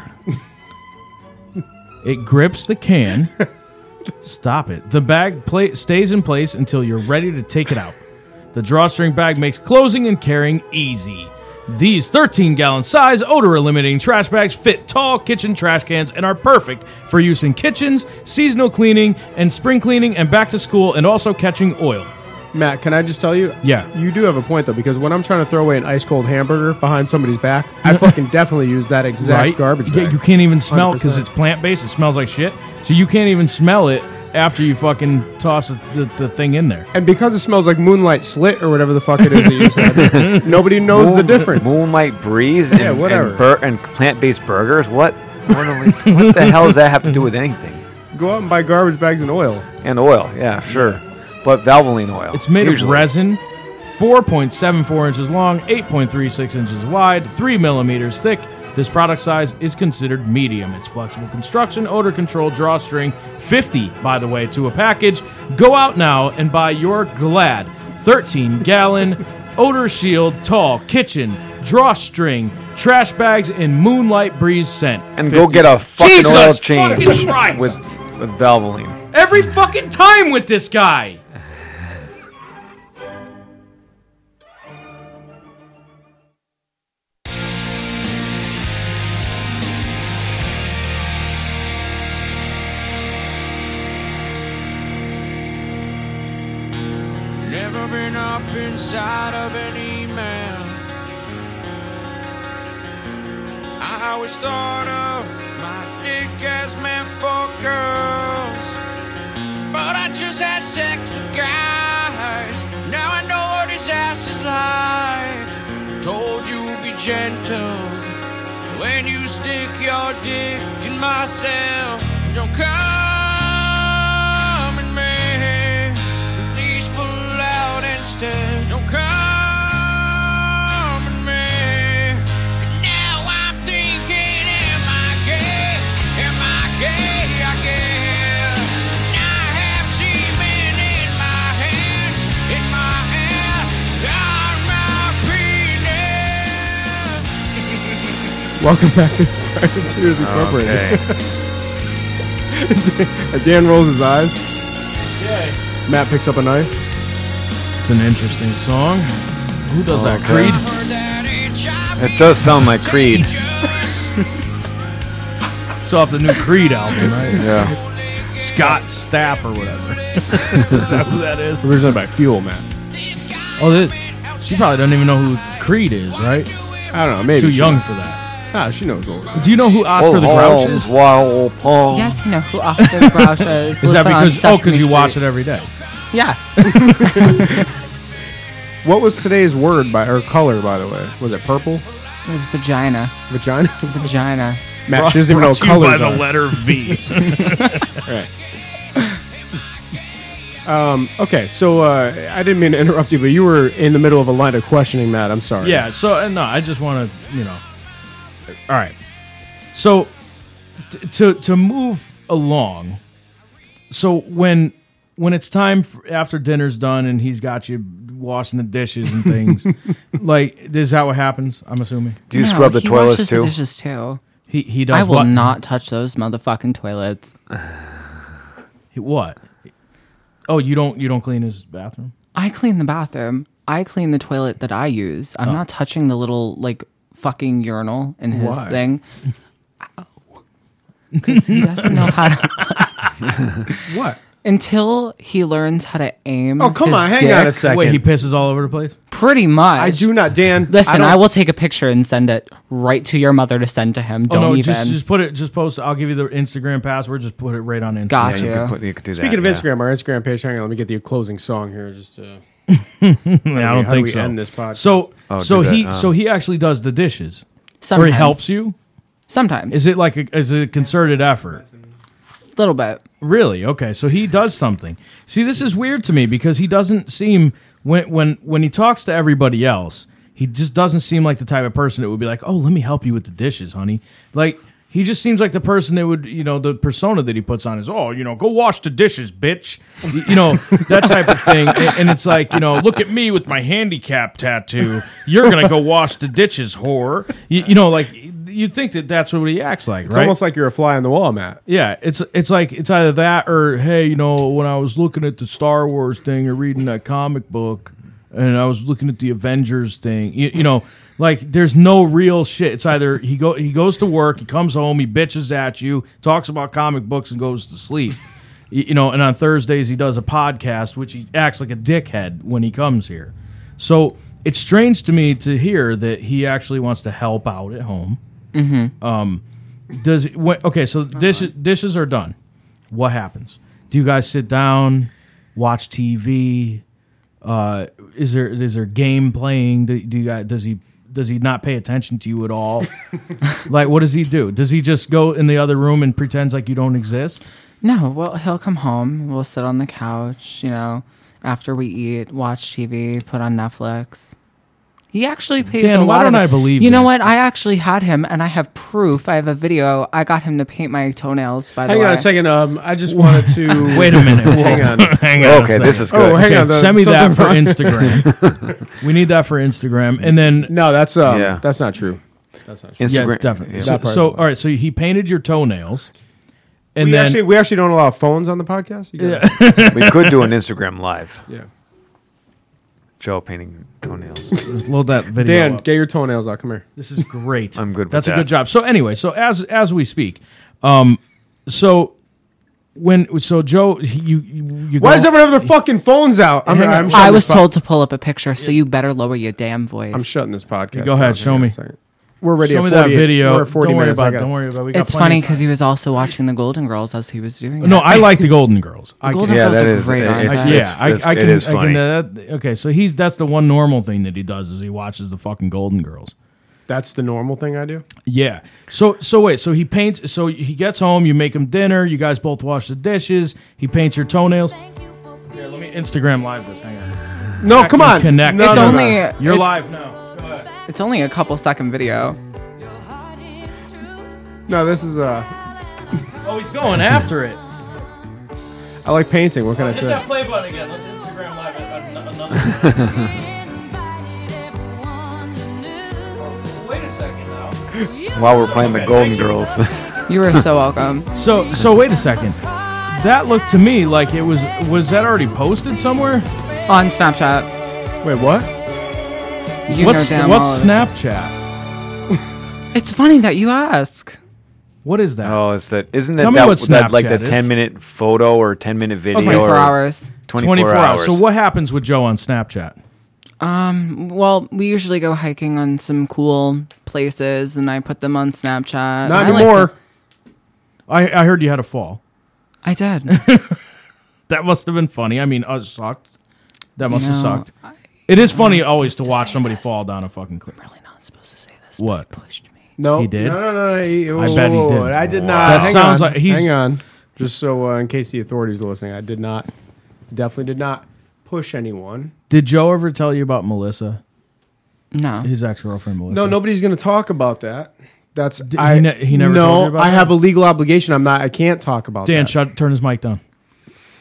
[SPEAKER 5] It grips
[SPEAKER 1] *laughs*
[SPEAKER 5] the can. Stop it. The bag pla- stays in place until you're ready to take it out. The drawstring bag makes closing and carrying easy. These 13 gallon size odor eliminating trash bags fit tall kitchen trash cans and are perfect for use in kitchens, seasonal cleaning, and spring cleaning, and back to school, and also catching oil.
[SPEAKER 4] Matt, can I just tell you?
[SPEAKER 5] Yeah.
[SPEAKER 4] You do have a point though, because when I'm trying to throw away an ice cold hamburger behind somebody's back, I fucking definitely use that exact
[SPEAKER 5] right?
[SPEAKER 4] garbage
[SPEAKER 5] Yeah,
[SPEAKER 4] bag.
[SPEAKER 5] you can't even smell because
[SPEAKER 4] 100%.
[SPEAKER 5] it's plant based. It smells like shit. So you can't even smell it after you fucking toss the, the, the thing in there.
[SPEAKER 4] and because it smells like moonlight slit or whatever the fuck it is that you
[SPEAKER 5] *laughs*
[SPEAKER 4] said, nobody knows the
[SPEAKER 1] Moon-
[SPEAKER 4] difference.
[SPEAKER 1] Moonlight breeze and,
[SPEAKER 4] whatever.
[SPEAKER 1] and, bur- and plant-based burgers. What? What, are we- what the hell does that have to do with anything?
[SPEAKER 4] Go out and buy garbage bags and oil.
[SPEAKER 1] And oil, yeah, sure, but Valvoline oil.
[SPEAKER 5] It's made
[SPEAKER 1] usually.
[SPEAKER 5] of resin, 4.74 inches long, 8.36 inches wide, 3 millimeters thick. This product size is considered medium. It's flexible construction, odor control, drawstring, 50, by the way, to a package. Go out now and buy your Glad 13 gallon odor shield, tall kitchen, drawstring, trash bags, and moonlight breeze scent.
[SPEAKER 1] And go get a fucking
[SPEAKER 5] Jesus
[SPEAKER 1] oil
[SPEAKER 5] fucking
[SPEAKER 1] change
[SPEAKER 5] Christ.
[SPEAKER 1] with with Valvoline.
[SPEAKER 5] every fucking time with this guy.
[SPEAKER 6] ever been up inside of an email. I always thought of my dick as meant for girls, but I just had sex with guys. Now I know what his ass is like. Told you be gentle. When you stick your dick in myself, don't come at me. Please pull out instead. Don't come at me. And now I'm thinking, am I gay? Am I gay again? I have semen in my hands, in my ass, on my penis.
[SPEAKER 4] Welcome back to Privateers Incorporated.
[SPEAKER 1] Okay.
[SPEAKER 4] *laughs* Dan rolls his eyes. Matt picks up a knife.
[SPEAKER 5] It's an interesting song. Who does that? Creed.
[SPEAKER 1] It does sound like Creed.
[SPEAKER 5] It's off the new Creed album, right?
[SPEAKER 1] Yeah.
[SPEAKER 5] Scott Stapp or whatever. is that who that is?
[SPEAKER 4] Presented by Fuel, Matt.
[SPEAKER 5] Oh, this, she probably doesn't even know who Creed is, right?
[SPEAKER 4] I don't know. Maybe
[SPEAKER 5] Too
[SPEAKER 4] she-
[SPEAKER 5] young for that.
[SPEAKER 4] Ah, she knows old.
[SPEAKER 5] Do you know who Oscar
[SPEAKER 1] Oh,
[SPEAKER 5] the Grouch is?
[SPEAKER 2] *laughs* Yes, I know who Oscar
[SPEAKER 5] *laughs*
[SPEAKER 2] Grouch is.
[SPEAKER 5] Is that because? Oh, because you watch it every day.
[SPEAKER 2] Yeah.
[SPEAKER 4] What was today's word by or color? By the way, was it purple?
[SPEAKER 2] It was vagina.
[SPEAKER 5] *laughs*
[SPEAKER 4] Vagina.
[SPEAKER 2] Vagina.
[SPEAKER 4] Matt, she doesn't even know what
[SPEAKER 5] Brought to
[SPEAKER 4] colors
[SPEAKER 5] you by the
[SPEAKER 4] are.
[SPEAKER 5] letter V.
[SPEAKER 4] Okay, so uh, I didn't mean to interrupt you, but you were in the middle of a line of questioning, Matt. I'm sorry.
[SPEAKER 5] *laughs* Yeah. So uh, no, I just want to, you know. All right. So t- to to move along. So when when it's time for, after dinner's done and he's got you washing the dishes and things, like this is how it happens. I'm assuming
[SPEAKER 1] Do you
[SPEAKER 2] No,
[SPEAKER 1] scrub the
[SPEAKER 2] he
[SPEAKER 1] toilets
[SPEAKER 2] washes the
[SPEAKER 1] too?
[SPEAKER 2] dishes too.
[SPEAKER 5] he he does.
[SPEAKER 2] I will
[SPEAKER 5] what?
[SPEAKER 2] not touch those motherfucking toilets.
[SPEAKER 5] He- what? Oh, you don't you don't clean his bathroom.
[SPEAKER 2] I clean the bathroom. I clean the toilet that I use.
[SPEAKER 4] Oh.
[SPEAKER 2] I'm not touching the little like fucking urinal in his
[SPEAKER 4] Why?
[SPEAKER 2] thing. *laughs* Because he doesn't know how to.
[SPEAKER 4] *laughs* What?
[SPEAKER 2] Until he learns how to aim.
[SPEAKER 4] Oh, come
[SPEAKER 2] his
[SPEAKER 4] on. Hang
[SPEAKER 2] dick,
[SPEAKER 4] on a second.
[SPEAKER 5] Wait, he pisses all over the place. Oh,
[SPEAKER 2] Pretty much.
[SPEAKER 4] I do not, Dan.
[SPEAKER 2] Listen,
[SPEAKER 4] don't-
[SPEAKER 2] I, will take a picture and send it right to your mother to send to him. Don't
[SPEAKER 5] oh no,
[SPEAKER 2] even.
[SPEAKER 5] just just put it. Just post. I'll give you the Instagram password. Just put it right on Instagram.
[SPEAKER 1] Yeah,
[SPEAKER 2] Gotcha.
[SPEAKER 1] you could put- you could do
[SPEAKER 4] Speaking of
[SPEAKER 1] that, yeah.
[SPEAKER 4] Instagram, our Instagram page. Hang on, let me get the closing song here. Just uh,
[SPEAKER 5] Yeah, I
[SPEAKER 4] we-
[SPEAKER 5] don't
[SPEAKER 4] how do
[SPEAKER 5] think
[SPEAKER 4] we
[SPEAKER 5] so.
[SPEAKER 4] end this podcast?
[SPEAKER 5] So,
[SPEAKER 1] Oh,
[SPEAKER 5] so
[SPEAKER 1] do that,
[SPEAKER 5] he,
[SPEAKER 1] um,
[SPEAKER 5] so he actually does the dishes, or
[SPEAKER 2] sometimes.
[SPEAKER 5] he helps you.
[SPEAKER 2] Sometimes.
[SPEAKER 5] Is it like a, is it a concerted effort?
[SPEAKER 2] a little bit.
[SPEAKER 5] Really? Okay, so he does something. See, this is weird to me because he doesn't seem when when when he talks to everybody else, he just doesn't seem like the type of person that would be like, "Oh, let me help you with the dishes, honey." Like. He just seems like the person that would, you know, the persona that he puts on is, oh, you know, go wash the dishes, bitch, Y- you know, that type of thing. And, and it's like, you know, look at me with my handicap tattoo. You're gonna go wash the dishes, whore. You, you know, like you'd think that that's what he acts like,
[SPEAKER 4] it's
[SPEAKER 5] right?
[SPEAKER 4] almost like you're a fly on the wall, Matt.
[SPEAKER 5] Yeah, it's it's like it's either that or hey, you know, when I was looking at the Star Wars thing or reading that comic book, and I was looking at the Avengers thing, you, you know, like there's no real shit. It's either he go he goes to work, he comes home, he bitches at you, talks about comic books, and goes to sleep. You, you know, and on Thursdays he does a podcast, which he acts like a dickhead when he comes here. So it's strange to me to hear that he actually wants to help out at home. Does wh- okay? So dishes dishes are done. What happens? Do you guys sit down, watch TV? Uh, is there is there game playing? Do, do you guys, does he does he not pay attention to you
[SPEAKER 4] *laughs*
[SPEAKER 5] at all? like what does he do? Does he just go in the other room and pretends like you don't exist?
[SPEAKER 2] No, well, he'll come home. We'll sit on the couch, you know, after we eat, watch TV, put on Netflix. He actually pays
[SPEAKER 5] Dan,
[SPEAKER 2] a
[SPEAKER 5] why
[SPEAKER 2] lot
[SPEAKER 5] don't
[SPEAKER 2] of-
[SPEAKER 5] I believe
[SPEAKER 2] You know
[SPEAKER 5] this?
[SPEAKER 2] what? I actually had him, and I have proof. I have a video. I got him to paint my toenails. By the
[SPEAKER 4] Hang
[SPEAKER 2] way,
[SPEAKER 4] on a second. Um, I just wanted
[SPEAKER 5] *laughs*
[SPEAKER 4] to
[SPEAKER 5] Wait a
[SPEAKER 4] *laughs*
[SPEAKER 5] minute. Whoa.
[SPEAKER 4] Hang on.
[SPEAKER 5] *laughs* hang a
[SPEAKER 1] Okay, this
[SPEAKER 5] second.
[SPEAKER 1] is
[SPEAKER 4] Oh,
[SPEAKER 1] good.
[SPEAKER 4] hang
[SPEAKER 5] Okay,
[SPEAKER 4] on, the-
[SPEAKER 5] send me
[SPEAKER 4] something
[SPEAKER 5] that for
[SPEAKER 4] wrong.
[SPEAKER 5] Instagram.
[SPEAKER 4] *laughs*
[SPEAKER 5] we need that for Instagram, and then
[SPEAKER 4] No, that's um,
[SPEAKER 1] Yeah.
[SPEAKER 4] that's not true. That's not true.
[SPEAKER 1] Instagram.
[SPEAKER 5] yeah, definitely.
[SPEAKER 1] Yeah.
[SPEAKER 5] So,
[SPEAKER 4] part
[SPEAKER 5] so
[SPEAKER 4] is-
[SPEAKER 5] all right, so he painted your toenails, and
[SPEAKER 4] we
[SPEAKER 5] then
[SPEAKER 4] actually we actually don't allow phones on the podcast. You got it.
[SPEAKER 1] we could do an Instagram live.
[SPEAKER 5] *laughs*
[SPEAKER 4] yeah.
[SPEAKER 1] Joe painting toenails.
[SPEAKER 5] load that video.
[SPEAKER 4] Dan,
[SPEAKER 5] up.
[SPEAKER 4] get your toenails out. Come here.
[SPEAKER 5] This is great.
[SPEAKER 1] I'm good with
[SPEAKER 5] That's a
[SPEAKER 1] that.
[SPEAKER 5] good job. So anyway, so as as we speak, um, so when so Joe, he- you you, you
[SPEAKER 4] Why
[SPEAKER 5] go-
[SPEAKER 4] does everyone have their fucking phones out? I'm,
[SPEAKER 5] Hang on.
[SPEAKER 4] I'm shutting
[SPEAKER 2] I
[SPEAKER 4] this
[SPEAKER 2] was
[SPEAKER 4] po-
[SPEAKER 2] told to pull up a picture, so you better lower your damn voice.
[SPEAKER 4] I'm shutting this podcast.
[SPEAKER 5] Go ahead,
[SPEAKER 4] down.
[SPEAKER 5] show
[SPEAKER 4] Hang on
[SPEAKER 5] me.
[SPEAKER 4] a second. We're ready.
[SPEAKER 5] show me
[SPEAKER 4] at
[SPEAKER 5] that
[SPEAKER 4] 48
[SPEAKER 5] video.
[SPEAKER 4] We're at 40
[SPEAKER 5] don't worry
[SPEAKER 4] minutes. I
[SPEAKER 5] about. it.
[SPEAKER 4] got-
[SPEAKER 5] Don't worry about. it. We got
[SPEAKER 2] it's
[SPEAKER 5] plenty
[SPEAKER 2] funny *laughs*
[SPEAKER 5] of time.
[SPEAKER 2] because he was also watching the Golden Girls as he was doing it.
[SPEAKER 5] No, I like the Golden Girls. I
[SPEAKER 2] Golden
[SPEAKER 5] can,
[SPEAKER 1] Yeah,
[SPEAKER 2] Girls
[SPEAKER 1] that
[SPEAKER 2] are
[SPEAKER 1] is-
[SPEAKER 2] great
[SPEAKER 1] it-
[SPEAKER 2] on
[SPEAKER 1] it's-
[SPEAKER 2] that.
[SPEAKER 5] I, yeah, I,
[SPEAKER 1] it's-
[SPEAKER 5] I
[SPEAKER 1] it
[SPEAKER 5] can.
[SPEAKER 1] is
[SPEAKER 5] I can
[SPEAKER 1] funny.
[SPEAKER 5] uh, that- okay, so he's that's the one normal thing that he does is he watches the fucking Golden Girls.
[SPEAKER 4] That's the normal thing I do.
[SPEAKER 5] Yeah. So so wait. So he paints. So he gets home. You make him dinner. You guys both wash the dishes. He paints your toenails. Here, let me Instagram live this. Hang on.
[SPEAKER 4] No, come on.
[SPEAKER 5] Connect.
[SPEAKER 4] No,
[SPEAKER 2] It's
[SPEAKER 4] no, no.
[SPEAKER 2] only
[SPEAKER 5] You're
[SPEAKER 2] it's-
[SPEAKER 5] live now. Go ahead.
[SPEAKER 2] It's only a couple second video.
[SPEAKER 4] No, this is. Uh,
[SPEAKER 5] Oh, he's
[SPEAKER 2] *laughs*
[SPEAKER 5] going after it.
[SPEAKER 4] I like painting. What can I
[SPEAKER 5] Hit that
[SPEAKER 4] say?
[SPEAKER 5] play button again. Let's Instagram live an- an-
[SPEAKER 2] *laughs*
[SPEAKER 5] another. Oh, Wait a second now.
[SPEAKER 1] While we're playing the Golden Girls, *laughs*
[SPEAKER 2] You were
[SPEAKER 5] *laughs*
[SPEAKER 2] so welcome.
[SPEAKER 5] So so wait a second. That looked to me like it was was that already posted somewhere?
[SPEAKER 2] On Snapchat.
[SPEAKER 4] Wait, what?
[SPEAKER 2] You
[SPEAKER 5] what's
[SPEAKER 2] know damn well.
[SPEAKER 5] what's Snapchat?
[SPEAKER 2] It's funny that you ask.
[SPEAKER 5] What is that?
[SPEAKER 1] oh, is that isn't that,
[SPEAKER 5] Tell me
[SPEAKER 1] that,
[SPEAKER 5] what
[SPEAKER 1] that like the
[SPEAKER 5] Snapchat is.
[SPEAKER 1] ten minute photo or ten minute video?
[SPEAKER 2] 24
[SPEAKER 1] or
[SPEAKER 2] hours.
[SPEAKER 1] Twenty four
[SPEAKER 5] hours.
[SPEAKER 1] hours.
[SPEAKER 5] So what happens with Joe on Snapchat?
[SPEAKER 2] Well, we usually go hiking on some cool places and I put them on Snapchat.
[SPEAKER 4] Not
[SPEAKER 2] And I like
[SPEAKER 4] anymore.
[SPEAKER 2] to-
[SPEAKER 5] I, I heard you had a fall.
[SPEAKER 2] I did. *laughs*
[SPEAKER 5] That must have been funny. I mean, us sucked. That must
[SPEAKER 2] No,
[SPEAKER 5] have sucked. It is funny
[SPEAKER 2] not
[SPEAKER 5] always to
[SPEAKER 2] supposed to
[SPEAKER 5] watch
[SPEAKER 2] say
[SPEAKER 5] somebody
[SPEAKER 2] this.
[SPEAKER 5] fall down a fucking cliff.
[SPEAKER 2] really not supposed to say this.
[SPEAKER 5] What?
[SPEAKER 2] But he pushed me.
[SPEAKER 4] No,
[SPEAKER 5] He did?
[SPEAKER 4] No, no, no. no, He,
[SPEAKER 5] I bet he
[SPEAKER 4] whoa,
[SPEAKER 5] did.
[SPEAKER 4] I did
[SPEAKER 1] Wow.
[SPEAKER 4] not.
[SPEAKER 5] That
[SPEAKER 4] Hang
[SPEAKER 5] sounds
[SPEAKER 4] on.
[SPEAKER 5] like he's-
[SPEAKER 4] Hang on, just so uh, in case the authorities are listening, I did not. Definitely did not push anyone.
[SPEAKER 5] Did Joe ever tell you about Melissa,
[SPEAKER 2] No.
[SPEAKER 5] his ex girlfriend Melissa?
[SPEAKER 4] No, nobody's going to talk about that. That's
[SPEAKER 5] he
[SPEAKER 4] I.
[SPEAKER 5] ne- he never
[SPEAKER 4] No,
[SPEAKER 5] told you about
[SPEAKER 4] I
[SPEAKER 5] that?
[SPEAKER 4] have a legal obligation. I'm not. I can't talk about
[SPEAKER 5] Dan,
[SPEAKER 4] that.
[SPEAKER 5] shut. Turn his mic down.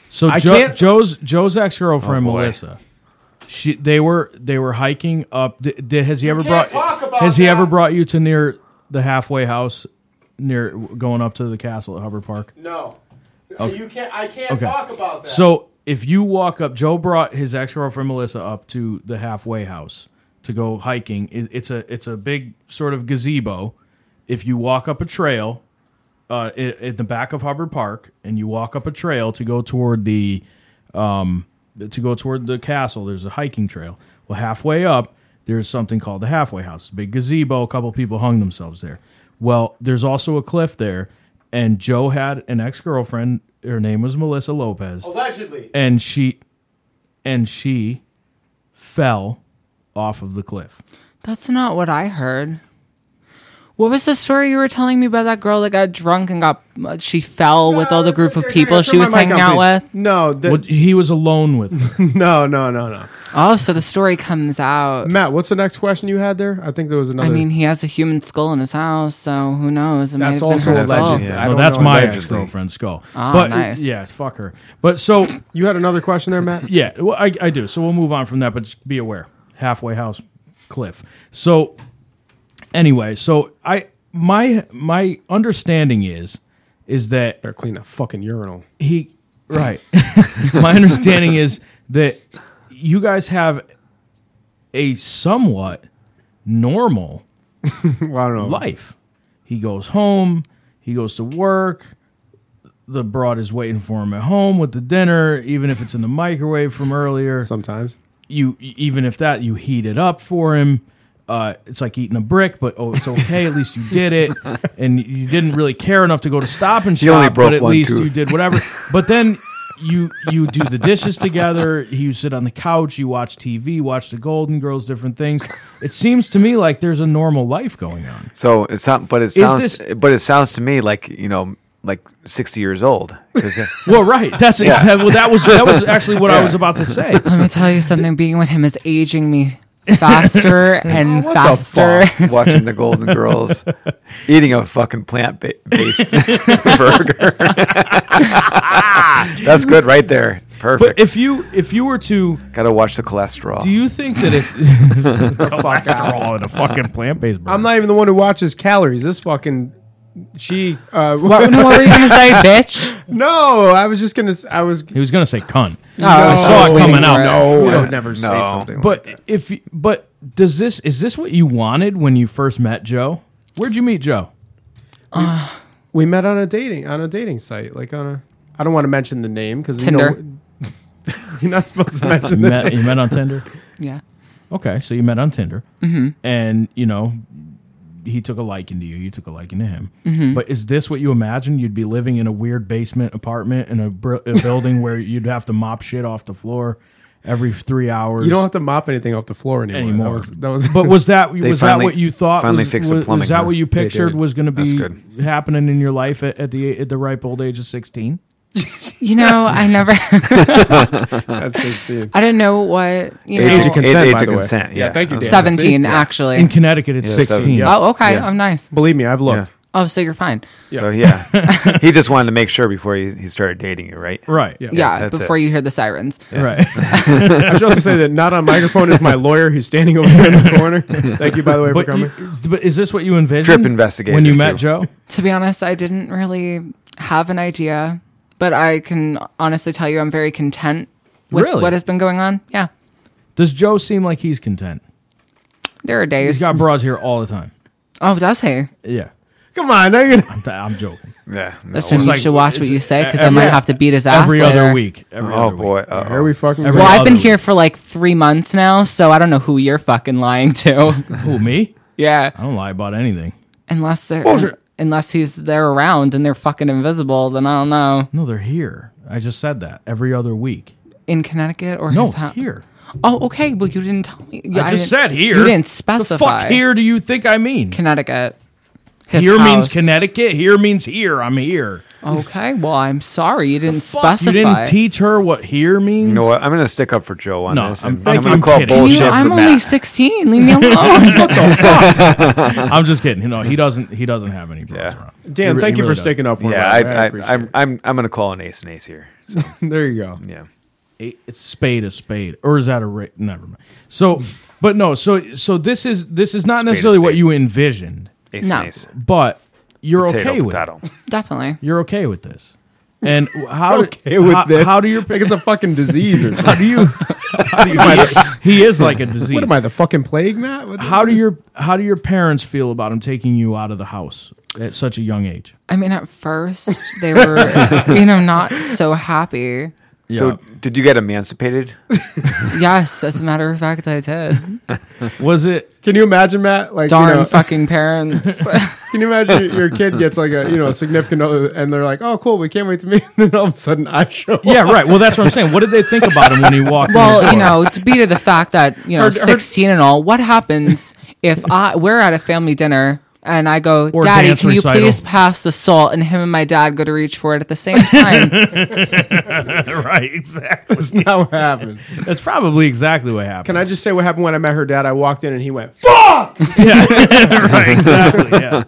[SPEAKER 5] So
[SPEAKER 4] I
[SPEAKER 5] Joe,
[SPEAKER 4] can't-
[SPEAKER 5] Joe's Joe's ex girlfriend
[SPEAKER 1] Oh, boy.
[SPEAKER 5] Melissa. She they were they were hiking up. Th- th- has he ever brought?
[SPEAKER 4] talk about
[SPEAKER 5] has he ever
[SPEAKER 4] that.
[SPEAKER 5] brought you to near the halfway house, near going up to the castle at Hubbard Park?
[SPEAKER 4] No, you can't. I can't
[SPEAKER 5] Okay.
[SPEAKER 4] talk about that.
[SPEAKER 5] So if you walk up, Joe brought his ex girlfriend Melissa up to the halfway house to go hiking. It, it's a it's a big sort of gazebo. If you walk up a trail, uh, i- in the back of Hubbard Park, and you walk up a trail to go toward the, um, to go toward the castle, there's a hiking trail. Well, halfway up, there's something called the halfway house, a big gazebo. A couple people hung themselves there. Well, there's also a cliff there, and Joe had an ex girlfriend. Her name was Melissa Lopez
[SPEAKER 4] allegedly,
[SPEAKER 5] and she and she fell off of the cliff.
[SPEAKER 2] That's not what I heard. What was the story you were telling me about that girl that got drunk and got uh, she fell with all the group of people she was hanging out with?
[SPEAKER 4] No, the-
[SPEAKER 5] Well, he was alone with her.
[SPEAKER 4] no, no, no, no.
[SPEAKER 2] Oh, so the story comes out.
[SPEAKER 4] Matt, what's the next question you had there? I think there was another.
[SPEAKER 2] I mean, he has a human skull in his house, so who knows? It might
[SPEAKER 4] That's
[SPEAKER 2] have been
[SPEAKER 4] also
[SPEAKER 2] her
[SPEAKER 4] a
[SPEAKER 2] skull.
[SPEAKER 4] legend. I
[SPEAKER 5] No,
[SPEAKER 4] don't
[SPEAKER 5] that's
[SPEAKER 4] know.
[SPEAKER 5] my
[SPEAKER 1] Allegedly.
[SPEAKER 5] ex girlfriend's skull.
[SPEAKER 2] Ah,
[SPEAKER 5] but
[SPEAKER 2] nice.
[SPEAKER 5] yes, fuck her. But so
[SPEAKER 4] You had another question there,
[SPEAKER 5] *laughs*
[SPEAKER 4] Matt.
[SPEAKER 5] yeah, well, I, I do. So we'll move on from that, but just be aware. Halfway house cliff. So anyway, so I my my understanding is is that
[SPEAKER 4] Better clean that fucking urinal. *laughs*
[SPEAKER 5] he right *laughs* my understanding is that you guys have a somewhat normal
[SPEAKER 4] Well, I don't know.
[SPEAKER 5] life he goes home he goes to work the broad is waiting for him at home with the dinner even if it's in the microwave from earlier
[SPEAKER 4] Sometimes.
[SPEAKER 5] you even if that you heat it up for him uh, it's like eating a brick, but oh, it's okay. At least you
[SPEAKER 1] *laughs*
[SPEAKER 5] did it, and you didn't really care enough to go to Stop and Shop.
[SPEAKER 1] only broke
[SPEAKER 5] but at
[SPEAKER 1] one
[SPEAKER 5] least
[SPEAKER 1] tooth.
[SPEAKER 5] you
[SPEAKER 1] *laughs*
[SPEAKER 5] did whatever. But then you you do the dishes together. You sit on the couch. You watch TV. Watch the Golden Girls. Different things. It seems to me like there's a normal life going on.
[SPEAKER 1] *laughs* So it sounds, but it sounds,
[SPEAKER 5] this-
[SPEAKER 1] but it sounds to me like you know, like sixty years old. 'Cause,
[SPEAKER 2] *laughs*
[SPEAKER 1] uh,
[SPEAKER 5] Well, right. That's exactly. Well, that was that was actually what I was about
[SPEAKER 1] *laughs*
[SPEAKER 5] to say.
[SPEAKER 2] Let me tell you something. Being with him is aging me faster and faster.
[SPEAKER 1] *laughs*
[SPEAKER 2] *laughs*
[SPEAKER 1] watching the Golden Girls, eating a fucking plant-based *laughs* burger. *laughs* That's good right there. Perfect.
[SPEAKER 5] But if you if you were to
[SPEAKER 1] Gotta watch the cholesterol.
[SPEAKER 5] Do you think
[SPEAKER 1] *laughs*
[SPEAKER 5] that it's *laughs* cholesterol in a fucking plant based burger?
[SPEAKER 4] I'm not even the one who watches calories. This fucking she. Uh,
[SPEAKER 2] what, no, what were you gonna
[SPEAKER 4] *laughs*
[SPEAKER 2] say, bitch?
[SPEAKER 4] no, I was just gonna. s- I was.
[SPEAKER 5] He was gonna say
[SPEAKER 4] *laughs*
[SPEAKER 5] cunt,
[SPEAKER 2] No, I
[SPEAKER 5] saw it coming out.
[SPEAKER 4] No, I
[SPEAKER 1] Yeah.
[SPEAKER 4] would never say
[SPEAKER 1] No.
[SPEAKER 4] something. like
[SPEAKER 5] but
[SPEAKER 4] that.
[SPEAKER 5] if you- but does this is this what you wanted when you first met Joe?
[SPEAKER 4] *laughs*
[SPEAKER 5] Where'd you meet Joe?
[SPEAKER 4] we met on a dating on a dating site, like on a I don't want to mention the name because
[SPEAKER 2] Tinder.
[SPEAKER 4] *laughs* you're not supposed to mention
[SPEAKER 5] You *laughs*
[SPEAKER 4] the
[SPEAKER 5] met, you met on Tinder.
[SPEAKER 2] Yeah.
[SPEAKER 5] Okay, so you met on Tinder,
[SPEAKER 4] Mm-hmm.
[SPEAKER 5] and you know he took a liking to you. You took a liking to him.
[SPEAKER 4] Mm-hmm.
[SPEAKER 5] But is this what you imagined? You'd be living in a weird basement apartment in a, br- a building where you'd have to mop shit off the floor every three hours.
[SPEAKER 4] You don't have to mop anything off the floor anymore.
[SPEAKER 5] anymore.
[SPEAKER 4] That was, that was
[SPEAKER 5] but was that
[SPEAKER 1] *laughs* They
[SPEAKER 5] was
[SPEAKER 1] finally-
[SPEAKER 5] that what you thought?
[SPEAKER 1] finally
[SPEAKER 5] was,
[SPEAKER 1] fixed the
[SPEAKER 5] was- was
[SPEAKER 1] plumbing,
[SPEAKER 5] that
[SPEAKER 1] huh?
[SPEAKER 5] what you
[SPEAKER 1] They
[SPEAKER 5] pictured
[SPEAKER 1] did.
[SPEAKER 5] was going to
[SPEAKER 1] That's
[SPEAKER 5] be
[SPEAKER 1] good.
[SPEAKER 5] happening in your life at, at the at the ripe old age of sixteen?
[SPEAKER 2] You know, I never, *laughs*
[SPEAKER 4] *laughs* that's 16.
[SPEAKER 2] I didn't know what, you know,
[SPEAKER 4] Age of
[SPEAKER 1] Age-
[SPEAKER 4] consent,
[SPEAKER 1] age
[SPEAKER 4] by
[SPEAKER 1] of
[SPEAKER 4] the way.
[SPEAKER 1] consent, yeah.
[SPEAKER 4] thank you, Dan.
[SPEAKER 2] 17
[SPEAKER 4] See?
[SPEAKER 2] actually.
[SPEAKER 5] In Connecticut, it's
[SPEAKER 1] Yeah, so-
[SPEAKER 5] sixteen.
[SPEAKER 1] yeah.
[SPEAKER 2] oh, okay. I'm nice.
[SPEAKER 4] Believe me, I've
[SPEAKER 1] Yeah.
[SPEAKER 4] looked.
[SPEAKER 2] Oh, so you're fine.
[SPEAKER 1] So yeah, *laughs* he just wanted to make sure before he, he started dating you, right?
[SPEAKER 5] Right. Yeah.
[SPEAKER 2] Yeah,
[SPEAKER 1] that's
[SPEAKER 2] before
[SPEAKER 1] it.
[SPEAKER 2] you hear the sirens.
[SPEAKER 5] Right.
[SPEAKER 1] *laughs*
[SPEAKER 4] I should also say that not on microphone is my lawyer. He's standing over there in the *laughs* corner. Thank you, by the way, for
[SPEAKER 5] but,
[SPEAKER 4] coming.
[SPEAKER 5] you- but is this what you envisioned?
[SPEAKER 1] Trip investigator,
[SPEAKER 5] When you met
[SPEAKER 1] too.
[SPEAKER 5] Joe?
[SPEAKER 2] To be honest, I didn't really have an idea, but I can honestly tell you I'm very content with
[SPEAKER 5] Really?
[SPEAKER 2] what has been going on. Yeah.
[SPEAKER 5] Does Joe seem like he's content?
[SPEAKER 2] There are days.
[SPEAKER 5] He's got bras here all the time.
[SPEAKER 2] oh, does he?
[SPEAKER 5] Yeah.
[SPEAKER 4] Come on, now you're gonna-
[SPEAKER 5] I'm, I'm joking.
[SPEAKER 1] Yeah. no.
[SPEAKER 2] Listen, you
[SPEAKER 5] like-
[SPEAKER 2] should watch what
[SPEAKER 5] it's-
[SPEAKER 2] you say because I
[SPEAKER 5] every-
[SPEAKER 2] might have to beat his ass
[SPEAKER 5] Every other
[SPEAKER 2] later.
[SPEAKER 5] week. Every
[SPEAKER 1] oh
[SPEAKER 5] other week.
[SPEAKER 1] boy. Uh-oh.
[SPEAKER 4] Here we fucking
[SPEAKER 5] Every-
[SPEAKER 4] go.
[SPEAKER 2] Well, I've
[SPEAKER 5] other
[SPEAKER 2] been
[SPEAKER 5] week.
[SPEAKER 2] here for like three months now, so I don't know who you're fucking lying
[SPEAKER 5] *laughs*
[SPEAKER 2] to.
[SPEAKER 5] Who, me?
[SPEAKER 2] yeah,
[SPEAKER 5] I don't lie about anything.
[SPEAKER 2] unless they're
[SPEAKER 4] Bullshit.
[SPEAKER 2] unless he's they're around and they're fucking invisible, then I don't know.
[SPEAKER 5] No, they're here. I just said that. Every other week.
[SPEAKER 2] In Connecticut or
[SPEAKER 5] No,
[SPEAKER 2] his house?
[SPEAKER 5] here.
[SPEAKER 2] Oh, okay. Well, you didn't tell me. Yeah,
[SPEAKER 5] I just
[SPEAKER 2] didn't-
[SPEAKER 5] said here.
[SPEAKER 2] You didn't
[SPEAKER 5] The
[SPEAKER 2] specify.
[SPEAKER 5] fuck here do you think I mean?
[SPEAKER 2] Connecticut. His
[SPEAKER 5] here means
[SPEAKER 2] house.
[SPEAKER 5] Connecticut. Here means here. I'm here.
[SPEAKER 2] Okay. Well, I'm sorry you didn't
[SPEAKER 5] Fuck,
[SPEAKER 2] specify.
[SPEAKER 5] You didn't teach her what here means?
[SPEAKER 1] You know what? I'm going to stick up for Joe on
[SPEAKER 5] No,
[SPEAKER 1] this. and
[SPEAKER 5] I'm
[SPEAKER 1] I'm,
[SPEAKER 5] fucking
[SPEAKER 1] going to call
[SPEAKER 5] kidding.
[SPEAKER 1] bullshit.
[SPEAKER 2] You know,
[SPEAKER 1] for
[SPEAKER 2] I'm only
[SPEAKER 1] Matt.
[SPEAKER 2] 16. Leave
[SPEAKER 5] *laughs*
[SPEAKER 2] me alone.
[SPEAKER 5] I'm just kidding. No, he doesn't. He doesn't have any bras
[SPEAKER 1] Yeah.
[SPEAKER 5] around.
[SPEAKER 4] Dan,
[SPEAKER 5] He re-
[SPEAKER 4] thank
[SPEAKER 5] he
[SPEAKER 4] you for
[SPEAKER 5] really doesn't.
[SPEAKER 4] sticking up for me.
[SPEAKER 1] Yeah, I, I,
[SPEAKER 4] appreciate
[SPEAKER 1] I'm,
[SPEAKER 4] it.
[SPEAKER 1] I'm, I'm going to call an ace and ace here. So,
[SPEAKER 4] There you go.
[SPEAKER 1] yeah.
[SPEAKER 5] a it's spade is spade or is that a ra- never mind so but no so so this is this is not
[SPEAKER 1] is
[SPEAKER 5] necessarily what
[SPEAKER 1] spade.
[SPEAKER 5] you envisioned
[SPEAKER 1] Ace
[SPEAKER 2] No.
[SPEAKER 1] and ace.
[SPEAKER 5] but you're
[SPEAKER 1] Potato,
[SPEAKER 5] okay with
[SPEAKER 1] potato.
[SPEAKER 5] it. *laughs*
[SPEAKER 2] Definitely.
[SPEAKER 5] you're okay with this and how do-
[SPEAKER 4] *laughs* Okay with
[SPEAKER 5] how,
[SPEAKER 4] this.
[SPEAKER 5] how do your
[SPEAKER 4] like it's a fucking *laughs* disease or
[SPEAKER 5] how
[SPEAKER 4] something.
[SPEAKER 5] do you, how do you he is like a
[SPEAKER 4] *laughs*
[SPEAKER 5] disease
[SPEAKER 4] What am I, the fucking plague, Matt? What the-
[SPEAKER 5] how do your how do your parents feel about him taking you out of the house at such a young age
[SPEAKER 2] I mean, at first they were, you know, not so happy.
[SPEAKER 1] So, did you get
[SPEAKER 5] *laughs*
[SPEAKER 1] emancipated?
[SPEAKER 2] Yes, as a matter of fact, I did.
[SPEAKER 5] was it
[SPEAKER 4] Can you imagine, Matt? Like,
[SPEAKER 2] Darn
[SPEAKER 4] you
[SPEAKER 2] *laughs*
[SPEAKER 4] know,
[SPEAKER 2] fucking parents.
[SPEAKER 4] *laughs* Can you imagine your your kid gets like a you know a significant other and they're like, oh cool, we can't wait to meet. *laughs* And then all of a sudden I show up.
[SPEAKER 5] yeah right well that's what i'm saying what did they think about him when he walked in
[SPEAKER 2] *laughs*
[SPEAKER 5] the
[SPEAKER 2] well, you
[SPEAKER 5] door?
[SPEAKER 2] know, to be to the fact that, you know,
[SPEAKER 4] Heard- heard-
[SPEAKER 2] 16 and all, what happens if I we're at a family dinner and I go,
[SPEAKER 5] Or
[SPEAKER 2] Daddy,
[SPEAKER 5] dance
[SPEAKER 2] can you
[SPEAKER 5] recital.
[SPEAKER 2] please pass the salt? And him and my dad go to reach for it at the
[SPEAKER 5] *laughs*
[SPEAKER 2] same time.
[SPEAKER 5] *laughs* right exactly
[SPEAKER 4] That's not what happens.
[SPEAKER 5] that's probably exactly what happened
[SPEAKER 4] Can I just say what happened when I met her dad? I walked in and he went, fuck.
[SPEAKER 5] right, exactly. Yeah.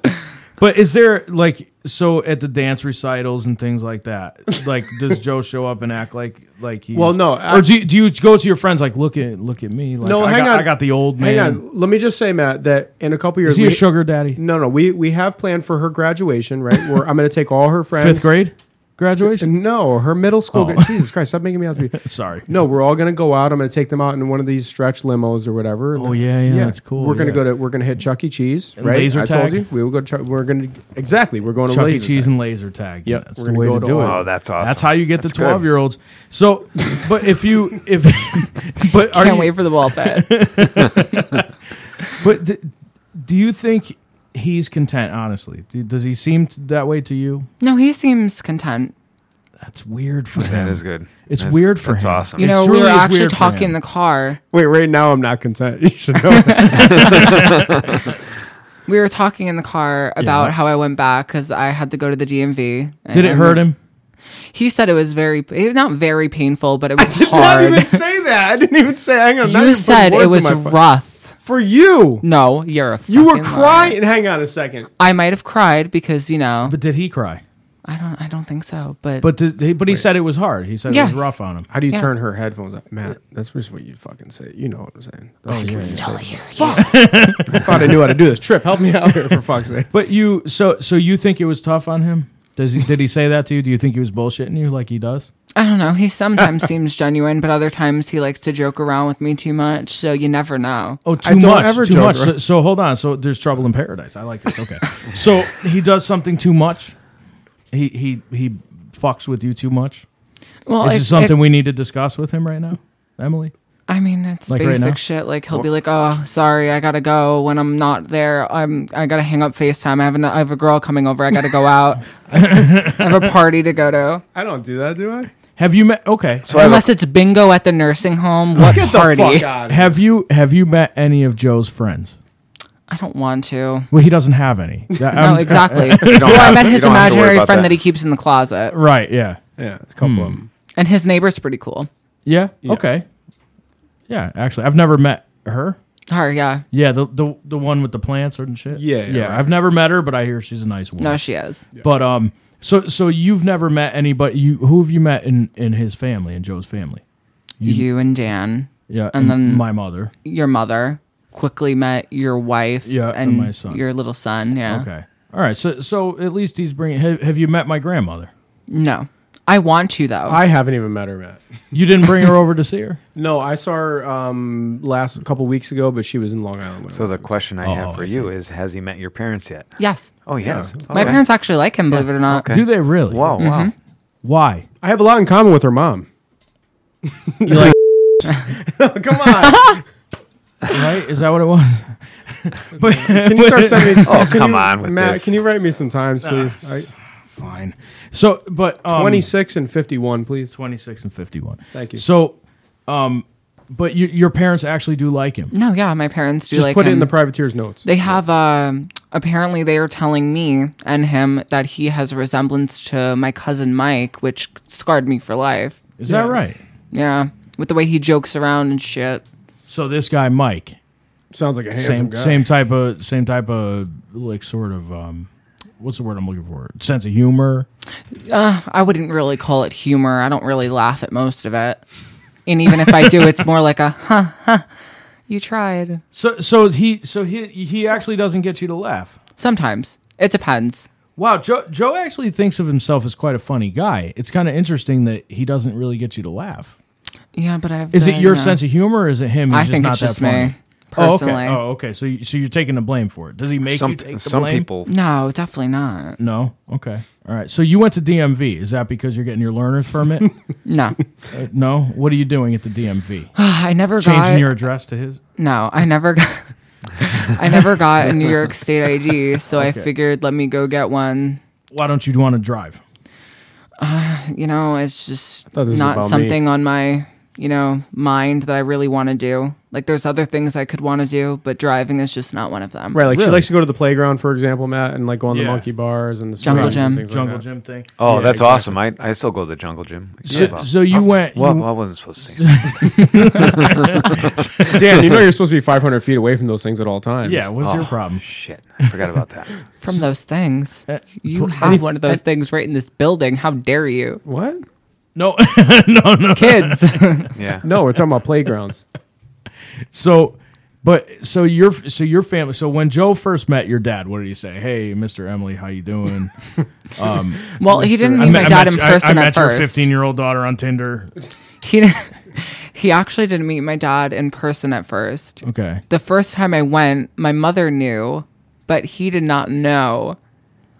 [SPEAKER 5] But is there like so at the dance recitals and things like that? Like,
[SPEAKER 4] *laughs*
[SPEAKER 5] does Joe show up and act like like he?
[SPEAKER 4] Well, no, I-
[SPEAKER 5] or do you, do you go to your friends like look at look at me? Like,
[SPEAKER 4] No,
[SPEAKER 5] I
[SPEAKER 4] hang
[SPEAKER 5] got,
[SPEAKER 4] on.
[SPEAKER 5] I got the old man.
[SPEAKER 4] Hang on, let me just say, Matt, that in a couple years,
[SPEAKER 5] Is he a
[SPEAKER 4] we-
[SPEAKER 5] sugar daddy?
[SPEAKER 4] No, no, we we have planned for her graduation, right? Where I'm going to take all her friends.
[SPEAKER 5] *laughs* Fifth grade graduation.
[SPEAKER 4] No, her middle school.
[SPEAKER 5] Oh.
[SPEAKER 4] gra- Jesus Christ, stop making me out to be.
[SPEAKER 5] *laughs* Sorry.
[SPEAKER 4] No, we're all gonna go out. I'm gonna take them out in one of these stretch limos or whatever.
[SPEAKER 5] Oh, yeah, yeah, that's cool,
[SPEAKER 4] We're gonna
[SPEAKER 5] yeah.
[SPEAKER 4] go to we're gonna hit Chuck E. Cheese, right?
[SPEAKER 5] laser
[SPEAKER 4] I
[SPEAKER 5] tag?
[SPEAKER 4] told you we will go. To, Chuck- we're gonna exactly. We're going to
[SPEAKER 5] Chuck E.
[SPEAKER 4] laser
[SPEAKER 5] Cheese
[SPEAKER 4] tag.
[SPEAKER 5] and laser tag. Yeah,
[SPEAKER 4] Yep,
[SPEAKER 5] that's
[SPEAKER 4] we're
[SPEAKER 5] the
[SPEAKER 4] gonna
[SPEAKER 5] way
[SPEAKER 4] go
[SPEAKER 5] to
[SPEAKER 4] to
[SPEAKER 5] do it.
[SPEAKER 4] all-
[SPEAKER 1] Oh, that's awesome.
[SPEAKER 5] That's how you get
[SPEAKER 1] That's
[SPEAKER 5] the
[SPEAKER 1] good.
[SPEAKER 5] twelve year olds. So, but if you if *laughs* but are
[SPEAKER 2] Can't
[SPEAKER 5] you,
[SPEAKER 2] wait for the ball
[SPEAKER 5] *laughs*
[SPEAKER 2] pit.
[SPEAKER 5] but d- do you think he's content? Honestly, do, does he seem t- that way to you?
[SPEAKER 2] No, he seems content.
[SPEAKER 5] That's weird for him.
[SPEAKER 1] That is good.
[SPEAKER 5] It's
[SPEAKER 1] That's-
[SPEAKER 5] weird for
[SPEAKER 1] that's
[SPEAKER 5] him.
[SPEAKER 1] awesome.
[SPEAKER 2] You
[SPEAKER 5] It
[SPEAKER 2] know, we
[SPEAKER 5] truly
[SPEAKER 2] were
[SPEAKER 5] is
[SPEAKER 2] actually
[SPEAKER 5] weird for
[SPEAKER 2] talking in
[SPEAKER 5] him.
[SPEAKER 2] the car.
[SPEAKER 4] Wait, right now I'm not content. *laughs* You should
[SPEAKER 5] *laughs*
[SPEAKER 4] know.
[SPEAKER 2] We were talking in the car about how I went back because I had to go to the DMV.
[SPEAKER 5] Did it hurt him?
[SPEAKER 2] He said it was very, it- not very painful,
[SPEAKER 5] *laughs*
[SPEAKER 2] but it was
[SPEAKER 4] I didn't even
[SPEAKER 2] hard.
[SPEAKER 4] say that. I didn't even say. Hang on. now
[SPEAKER 2] You
[SPEAKER 4] you're putting
[SPEAKER 2] said it
[SPEAKER 4] words in
[SPEAKER 2] was
[SPEAKER 4] my mouth.
[SPEAKER 2] rough.
[SPEAKER 4] for you.
[SPEAKER 2] No, you're a.
[SPEAKER 4] You were
[SPEAKER 2] fucking liar.
[SPEAKER 4] crying. Hang on a second.
[SPEAKER 2] I might have cried because you know
[SPEAKER 5] But did he cry?
[SPEAKER 2] I don't. I don't think so. But,
[SPEAKER 5] But did he, but he said it was hard. He said
[SPEAKER 2] Yeah.
[SPEAKER 5] it was rough on him.
[SPEAKER 4] How do you
[SPEAKER 2] Yeah.
[SPEAKER 4] turn her headphones up, Matt? That's just what you fucking say. You know what I'm saying?
[SPEAKER 5] Oh,
[SPEAKER 4] That's just what you
[SPEAKER 2] still here.
[SPEAKER 4] I thought I knew how to do this. Trip, help me out here for fuck's sake.
[SPEAKER 5] But you so so you think it was tough on him? Does he did he say that to you? Do you think he was bullshitting you like he does?
[SPEAKER 2] I don't know. He sometimes seems genuine, but other times he likes to joke around with me too much. So you never know.
[SPEAKER 5] Oh,
[SPEAKER 4] I
[SPEAKER 5] too
[SPEAKER 4] don't
[SPEAKER 5] much,
[SPEAKER 4] ever
[SPEAKER 5] too
[SPEAKER 4] joke,
[SPEAKER 5] much.
[SPEAKER 4] right?
[SPEAKER 5] So, so hold on. So there's trouble in paradise. I like this. Okay. so he does something too much. He he he fucks with you too much?
[SPEAKER 2] Well,
[SPEAKER 5] Is
[SPEAKER 2] it-
[SPEAKER 5] this something
[SPEAKER 2] it-
[SPEAKER 5] we need to discuss with him right now, Emily?
[SPEAKER 2] I mean, it's
[SPEAKER 5] Like right
[SPEAKER 2] basic
[SPEAKER 5] now?
[SPEAKER 2] shit. Like he'll be like, "Oh, sorry, I gotta go. When I'm not there, I'm I gotta hang up Facetime. I have an, I have a girl coming over. I gotta go out. I have a party to go to.
[SPEAKER 4] I don't do that, do I?
[SPEAKER 5] Have you met? Okay,
[SPEAKER 1] So I have a-
[SPEAKER 2] Unless it's bingo at the nursing home. What party?
[SPEAKER 4] out. of here.
[SPEAKER 5] have you have you met any of Joe's friends?
[SPEAKER 2] I don't want to.
[SPEAKER 5] Well, he doesn't have any. That-
[SPEAKER 2] No,
[SPEAKER 5] um, *laughs* I'm-
[SPEAKER 2] exactly.
[SPEAKER 1] don't
[SPEAKER 2] well, I
[SPEAKER 1] have-
[SPEAKER 2] met
[SPEAKER 1] you
[SPEAKER 2] his
[SPEAKER 1] don't have to worry
[SPEAKER 2] imaginary
[SPEAKER 1] about
[SPEAKER 2] friend
[SPEAKER 1] that.
[SPEAKER 2] that. he keeps in the closet,
[SPEAKER 5] Right. Yeah.
[SPEAKER 4] Yeah, it's a couple
[SPEAKER 1] Hmm.
[SPEAKER 4] of them.
[SPEAKER 2] and his neighbor's pretty cool.
[SPEAKER 5] yeah. Okay. Yeah. Actually, I've never met her.
[SPEAKER 2] Her, yeah,
[SPEAKER 5] Yeah, the the, the one with the plants and shit.
[SPEAKER 4] Yeah,
[SPEAKER 5] yeah.
[SPEAKER 4] right.
[SPEAKER 5] I've never met her, but I hear she's a nice woman.
[SPEAKER 2] no, she is.
[SPEAKER 5] But um, so so you've never met anybody. You who have you met in in his family in Joe's family?
[SPEAKER 2] You and Dan,
[SPEAKER 5] Yeah,
[SPEAKER 2] And then-
[SPEAKER 5] my mother.
[SPEAKER 2] your mother, quickly met your wife,
[SPEAKER 5] Yeah,
[SPEAKER 2] and,
[SPEAKER 5] and my son.
[SPEAKER 2] your little son. Yeah,
[SPEAKER 5] Okay. All right. So so at least he's bringing. Have, have you met my grandmother?
[SPEAKER 2] no, I want to though.
[SPEAKER 4] I haven't even met her yet.
[SPEAKER 5] You didn't bring her over to see her.
[SPEAKER 4] No, I saw her um, last a couple weeks ago, but she was in Long Island. when I
[SPEAKER 1] So
[SPEAKER 4] was
[SPEAKER 1] the
[SPEAKER 4] there.
[SPEAKER 1] question I
[SPEAKER 5] Oh,
[SPEAKER 1] have for
[SPEAKER 5] I
[SPEAKER 1] you is: Has he met your parents yet?
[SPEAKER 2] yes.
[SPEAKER 1] Oh yes.
[SPEAKER 2] My
[SPEAKER 1] Okay.
[SPEAKER 2] parents actually like him, believe it or not.
[SPEAKER 1] Okay.
[SPEAKER 5] Do they really?
[SPEAKER 1] Wow! Wow!
[SPEAKER 5] Why?
[SPEAKER 4] I have a lot in common with her *laughs* mom. you *laughs* like? Come on!
[SPEAKER 5] Right? Is that what it was? but,
[SPEAKER 4] Can you start sending me?
[SPEAKER 1] *laughs* Oh,
[SPEAKER 4] can
[SPEAKER 1] come
[SPEAKER 4] you-
[SPEAKER 1] on with
[SPEAKER 4] Matt,
[SPEAKER 1] this.
[SPEAKER 4] Can you write me some times, please? I-
[SPEAKER 5] fine. So, but um,
[SPEAKER 4] Twenty-six and fifty-one, please.
[SPEAKER 5] 26 and fifty-one.
[SPEAKER 4] Thank you.
[SPEAKER 5] So, um, but you, your parents actually do like him.
[SPEAKER 2] No, yeah, my parents do
[SPEAKER 4] Just
[SPEAKER 2] like
[SPEAKER 4] put it
[SPEAKER 2] him.
[SPEAKER 4] in the privateer's notes.
[SPEAKER 2] they have um apparently they are telling me and him that he has a resemblance to my cousin Mike, which scarred me for life.
[SPEAKER 5] Is that right?
[SPEAKER 2] Yeah. With the way he jokes around and shit.
[SPEAKER 5] So this guy Mike,
[SPEAKER 4] Sounds like a handsome
[SPEAKER 5] same
[SPEAKER 4] guy.
[SPEAKER 5] same type of same type of like sort of um, what's the word I'm looking for? Sense of humor.
[SPEAKER 2] I wouldn't really call it humor. I don't really laugh at most of it. And even if I do, it's more like a huh, huh. You tried.
[SPEAKER 5] So so he so he he actually doesn't get you to laugh.
[SPEAKER 2] Sometimes. It depends.
[SPEAKER 5] Wow, Joe Joe actually thinks of himself as quite a funny guy. It's kind of interesting that he doesn't really get you to laugh.
[SPEAKER 2] Yeah, but I've
[SPEAKER 5] Is it
[SPEAKER 2] been,
[SPEAKER 5] your
[SPEAKER 2] uh,
[SPEAKER 5] sense of humor or is it him? He's
[SPEAKER 2] I think
[SPEAKER 5] not
[SPEAKER 2] it's
[SPEAKER 5] that
[SPEAKER 2] just
[SPEAKER 5] funny?
[SPEAKER 2] me. Personally.
[SPEAKER 5] Oh, okay. Oh, okay. So, you, so you're taking the blame for it. Does he make you
[SPEAKER 1] Some
[SPEAKER 5] take the
[SPEAKER 1] some
[SPEAKER 5] blame?
[SPEAKER 1] people.
[SPEAKER 2] No, definitely not.
[SPEAKER 5] No. Okay. All right. So you went to DMV. Is that because you're getting your learner's
[SPEAKER 1] *laughs*
[SPEAKER 5] permit? *laughs*
[SPEAKER 2] No. *sighs*
[SPEAKER 5] Uh, no. What are you doing at
[SPEAKER 2] *laughs*
[SPEAKER 5] the DMV?
[SPEAKER 2] I never
[SPEAKER 5] Changing
[SPEAKER 2] got
[SPEAKER 5] your address to his?
[SPEAKER 2] No, I never got *laughs* I never got a New York State ID, so I figured let me go get one.
[SPEAKER 5] Why don't you want to drive?
[SPEAKER 2] You know, it's just
[SPEAKER 4] thought this was
[SPEAKER 2] not
[SPEAKER 4] about me.
[SPEAKER 2] something on my, you know, mind that I really want to do. Like there's other things I could want to do, but driving is just not one of them.
[SPEAKER 4] Right, like she
[SPEAKER 5] Really?
[SPEAKER 4] likes to go to the playground, for example, Matt, and like go on the
[SPEAKER 5] Yeah.
[SPEAKER 4] monkey bars and the
[SPEAKER 2] Jungle
[SPEAKER 4] swings
[SPEAKER 2] gym.
[SPEAKER 4] and things like
[SPEAKER 5] Jungle
[SPEAKER 4] that.
[SPEAKER 1] *laughs*
[SPEAKER 5] gym thing.
[SPEAKER 1] Oh,
[SPEAKER 4] Yeah,
[SPEAKER 1] that's
[SPEAKER 4] exactly.
[SPEAKER 1] awesome. I, I still go to the jungle gym.
[SPEAKER 5] So,
[SPEAKER 1] Yeah.
[SPEAKER 5] so you went.
[SPEAKER 1] well,
[SPEAKER 5] you-
[SPEAKER 1] I wasn't supposed to say. That.
[SPEAKER 4] Dan, you know you're supposed to be 500 feet away from those things at all times.
[SPEAKER 5] yeah. What's your
[SPEAKER 1] Oh,
[SPEAKER 5] problem?
[SPEAKER 1] Shit, I forgot about
[SPEAKER 4] *laughs*
[SPEAKER 1] that.
[SPEAKER 2] From those things. You
[SPEAKER 5] for
[SPEAKER 2] have
[SPEAKER 5] Uh, anyth-
[SPEAKER 2] one of those things right in this building. How dare you?
[SPEAKER 4] What?
[SPEAKER 5] *laughs* No. *laughs* no. No.
[SPEAKER 2] *laughs* Kids.
[SPEAKER 1] Yeah.
[SPEAKER 4] No, we're talking about playgrounds.
[SPEAKER 5] So, but so your so your family. So when Joe first met your dad, what did he say? Hey, Mister Emily, how
[SPEAKER 2] *laughs*
[SPEAKER 5] you doing?
[SPEAKER 2] well, he didn't meet
[SPEAKER 5] met-
[SPEAKER 2] my dad in
[SPEAKER 5] you- I- I
[SPEAKER 2] person
[SPEAKER 5] met
[SPEAKER 2] at
[SPEAKER 5] your
[SPEAKER 2] first.
[SPEAKER 5] 15 year old daughter
[SPEAKER 2] *laughs*
[SPEAKER 5] on Tinder.
[SPEAKER 2] He didn't- he actually didn't meet my dad in person at first.
[SPEAKER 5] Okay.
[SPEAKER 2] the first time I went, my mother knew, but he did not know.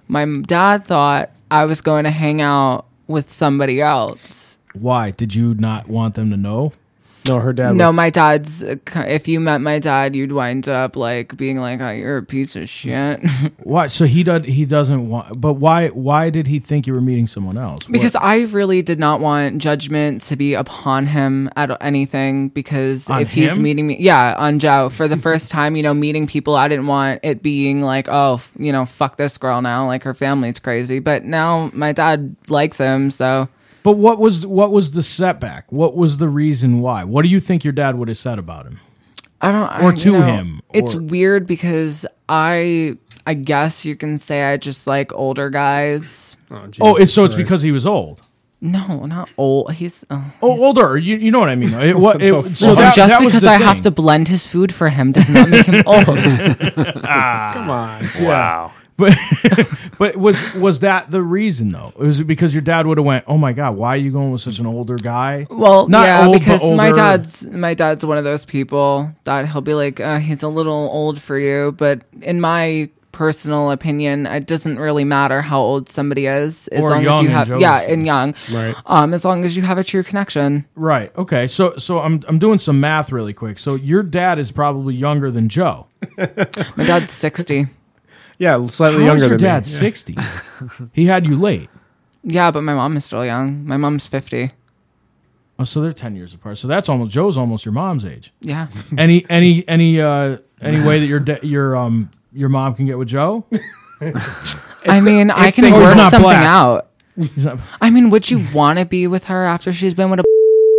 [SPEAKER 2] My m- dad thought I was going to hang out with somebody else.
[SPEAKER 5] Why did you not want them to know?
[SPEAKER 4] *laughs* No, her dad.
[SPEAKER 2] No, my dad's. uh, ki- If you met my dad, you'd wind up like being like, "Oh, you're a piece of shit," *laughs*
[SPEAKER 5] Why? So he does. He doesn't want. But why? Why did he think you were meeting someone else? What-
[SPEAKER 2] because I really did not want judgment to be upon him at anything. Because
[SPEAKER 5] On
[SPEAKER 2] if he's
[SPEAKER 5] him?
[SPEAKER 2] meeting me, yeah, on Joe for the first time, you know, meeting people, I didn't want it being like, "Oh, f- you know, fuck this girl now," like her family's crazy. But now my dad likes him, so
[SPEAKER 5] but what was what was the setback? What was the reason why? What do you think your dad would have said about him?
[SPEAKER 2] I don't I-
[SPEAKER 5] Or
[SPEAKER 2] you
[SPEAKER 5] to
[SPEAKER 2] know,
[SPEAKER 5] him,
[SPEAKER 2] It's
[SPEAKER 5] or-
[SPEAKER 2] weird because I I guess you can say I just like older guys.
[SPEAKER 5] oh, it's so it's because he was old.
[SPEAKER 2] No, not old. He's oh.
[SPEAKER 5] Oh, older. You, you know what I mean? It, what, it,
[SPEAKER 4] Listen,
[SPEAKER 5] so
[SPEAKER 2] Listen,
[SPEAKER 5] that-
[SPEAKER 2] just
[SPEAKER 5] that was
[SPEAKER 2] because
[SPEAKER 5] the
[SPEAKER 2] I have to
[SPEAKER 5] thing.
[SPEAKER 2] blend his food for him does
[SPEAKER 5] *laughs*
[SPEAKER 2] not make him old.
[SPEAKER 4] Come on.
[SPEAKER 1] Wow.
[SPEAKER 5] But, *laughs* but was was that the reason though? Was it because your dad would have went, "Oh my god, why are you going with such an older guy?"
[SPEAKER 2] Well,
[SPEAKER 5] Not
[SPEAKER 2] yeah,
[SPEAKER 5] old, but
[SPEAKER 2] because my
[SPEAKER 5] older.
[SPEAKER 2] dad's my dad's one of those people that he'll be like, uh, he's a little old for you, but in my personal opinion, it doesn't really matter how old somebody is, as
[SPEAKER 5] Or
[SPEAKER 2] long as
[SPEAKER 5] young
[SPEAKER 2] you
[SPEAKER 5] and
[SPEAKER 2] have
[SPEAKER 5] jovial.
[SPEAKER 2] yeah, and young,
[SPEAKER 4] Right.
[SPEAKER 2] Um, as long as you have a true connection.
[SPEAKER 5] Right. Okay. So so I'm I'm doing some math really quick. So your dad is probably younger than Joe.
[SPEAKER 2] My dad's
[SPEAKER 5] *laughs*
[SPEAKER 2] sixty.
[SPEAKER 4] Yeah, slightly
[SPEAKER 5] How is
[SPEAKER 4] younger
[SPEAKER 5] your
[SPEAKER 4] than
[SPEAKER 5] dad
[SPEAKER 4] me.
[SPEAKER 5] sixty. he had you late.
[SPEAKER 2] Yeah, but my mom is still young. My mom's fifty.
[SPEAKER 5] Oh, so they're ten years apart. So that's almost Joe's almost your mom's age.
[SPEAKER 2] Yeah,
[SPEAKER 5] Any any any uh any way that your da- your um your mom can get with Joe?
[SPEAKER 2] I mean, I
[SPEAKER 5] they-
[SPEAKER 2] can
[SPEAKER 5] Oh, he's
[SPEAKER 2] work
[SPEAKER 5] not
[SPEAKER 2] something
[SPEAKER 5] black.
[SPEAKER 2] out.
[SPEAKER 5] He's not,
[SPEAKER 2] I mean, would you want to be with her after she's been with a? *laughs*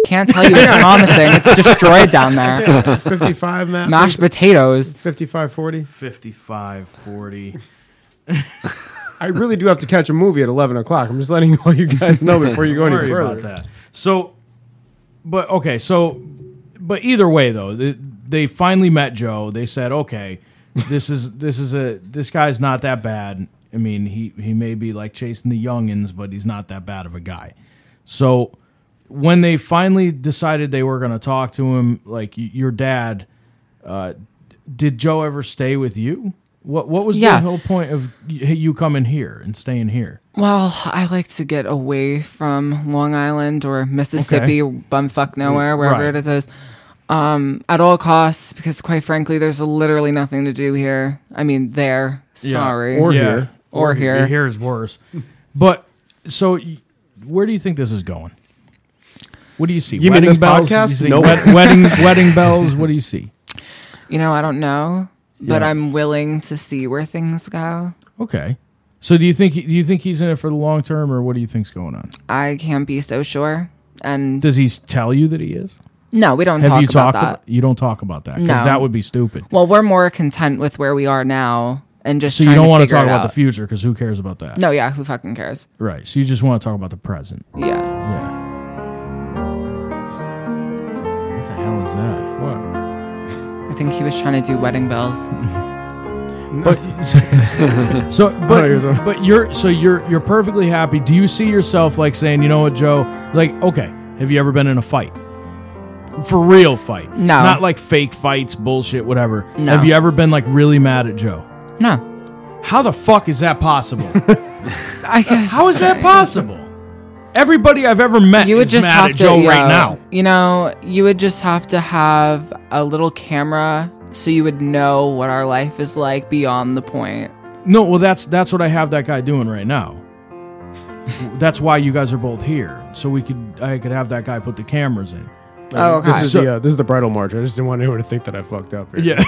[SPEAKER 2] Can't tell you it's *laughs* promising. It's destroyed down there.
[SPEAKER 4] *laughs* 55, Matt?
[SPEAKER 2] Mashed potatoes.
[SPEAKER 4] 55, 40?
[SPEAKER 5] 55, 40.
[SPEAKER 4] I really do have to catch a movie at 11 o'clock. I'm just letting *laughs* all you guys know before you go
[SPEAKER 5] Don't
[SPEAKER 4] any
[SPEAKER 5] worry
[SPEAKER 4] further.
[SPEAKER 5] about that. So, but okay, so, but either way though, they, they finally met Joe. They said, okay, this is *laughs* this is a this guy's not that bad. I mean, he he may be like chasing the youngins, but he's not that bad of a guy. So, when they finally decided they were going to talk to him, like y- your dad, uh, did Joe ever stay with you? What what was
[SPEAKER 2] Yeah.
[SPEAKER 5] the whole point of y- you coming here and staying here?
[SPEAKER 2] Well, I like to get away from Long Island or Mississippi, bumfuck nowhere, wherever
[SPEAKER 5] right.
[SPEAKER 2] it is, um, at all costs. Because quite frankly, there's literally nothing to do here. I mean, there. Sorry.
[SPEAKER 4] Or here.
[SPEAKER 2] Or here.
[SPEAKER 5] Here is worse. But so, y- where do you think this is going? What do you see?
[SPEAKER 4] You mean
[SPEAKER 5] wedding
[SPEAKER 4] this
[SPEAKER 5] bells?
[SPEAKER 4] podcast?
[SPEAKER 5] You see
[SPEAKER 4] No. *laughs*
[SPEAKER 5] wed- wedding wedding bells. What do you see?
[SPEAKER 2] you know, I don't know, but
[SPEAKER 5] Yeah.
[SPEAKER 2] I'm willing to see where things go.
[SPEAKER 5] Okay. So do you think do you think he's in it for the long term, or what do you think's going on?
[SPEAKER 2] I can't be so sure. And
[SPEAKER 5] Does he s- tell you that he is?
[SPEAKER 2] no, we don't
[SPEAKER 5] Have
[SPEAKER 2] talk
[SPEAKER 5] you
[SPEAKER 2] about
[SPEAKER 5] talked?
[SPEAKER 2] that.
[SPEAKER 5] About, you don't talk about that because
[SPEAKER 2] No.
[SPEAKER 5] that would be stupid.
[SPEAKER 2] well, we're more content with where we are now, and just
[SPEAKER 5] So you
[SPEAKER 2] trying
[SPEAKER 5] don't
[SPEAKER 2] to
[SPEAKER 5] want to
[SPEAKER 2] figure
[SPEAKER 5] talk
[SPEAKER 2] it
[SPEAKER 5] about the
[SPEAKER 2] out.
[SPEAKER 5] future because who cares about that?
[SPEAKER 2] No, yeah, who fucking cares?
[SPEAKER 5] Right. So you just want to talk about the present.
[SPEAKER 2] Yeah.
[SPEAKER 5] Yeah. What the hell is that?
[SPEAKER 4] What?
[SPEAKER 2] I think he was trying to do wedding bells.
[SPEAKER 5] *laughs* But so,
[SPEAKER 4] know you're
[SPEAKER 5] but
[SPEAKER 4] the-
[SPEAKER 5] but you're so you're you're perfectly happy. Do you see yourself like saying, you know what, Joe? Like, okay, have you ever been in a fight? For real fight,
[SPEAKER 2] No.
[SPEAKER 5] not like fake fights, bullshit, whatever.
[SPEAKER 2] No.
[SPEAKER 5] Have you ever been like really mad at Joe?
[SPEAKER 2] No.
[SPEAKER 5] How the fuck is
[SPEAKER 2] *laughs*
[SPEAKER 5] that possible?
[SPEAKER 2] I guess.
[SPEAKER 5] Uh, How is that possible? Everybody I've ever
[SPEAKER 2] *laughs*
[SPEAKER 5] met
[SPEAKER 2] You would
[SPEAKER 5] is
[SPEAKER 2] just
[SPEAKER 5] mad
[SPEAKER 2] have
[SPEAKER 5] at
[SPEAKER 2] to,
[SPEAKER 5] Joe
[SPEAKER 2] you
[SPEAKER 5] right
[SPEAKER 2] know-
[SPEAKER 5] now.
[SPEAKER 2] You know, you would just have to have a little camera so you would know what our life is like beyond the point.
[SPEAKER 5] No, well that's that's what I have that guy doing right now. that's why you guys are both here, so we could I could have that guy put the cameras in.
[SPEAKER 2] Oh, okay.
[SPEAKER 4] This is,
[SPEAKER 5] So-
[SPEAKER 4] the, uh, this is the bridal march. I just didn't want anyone to think that I fucked up. here.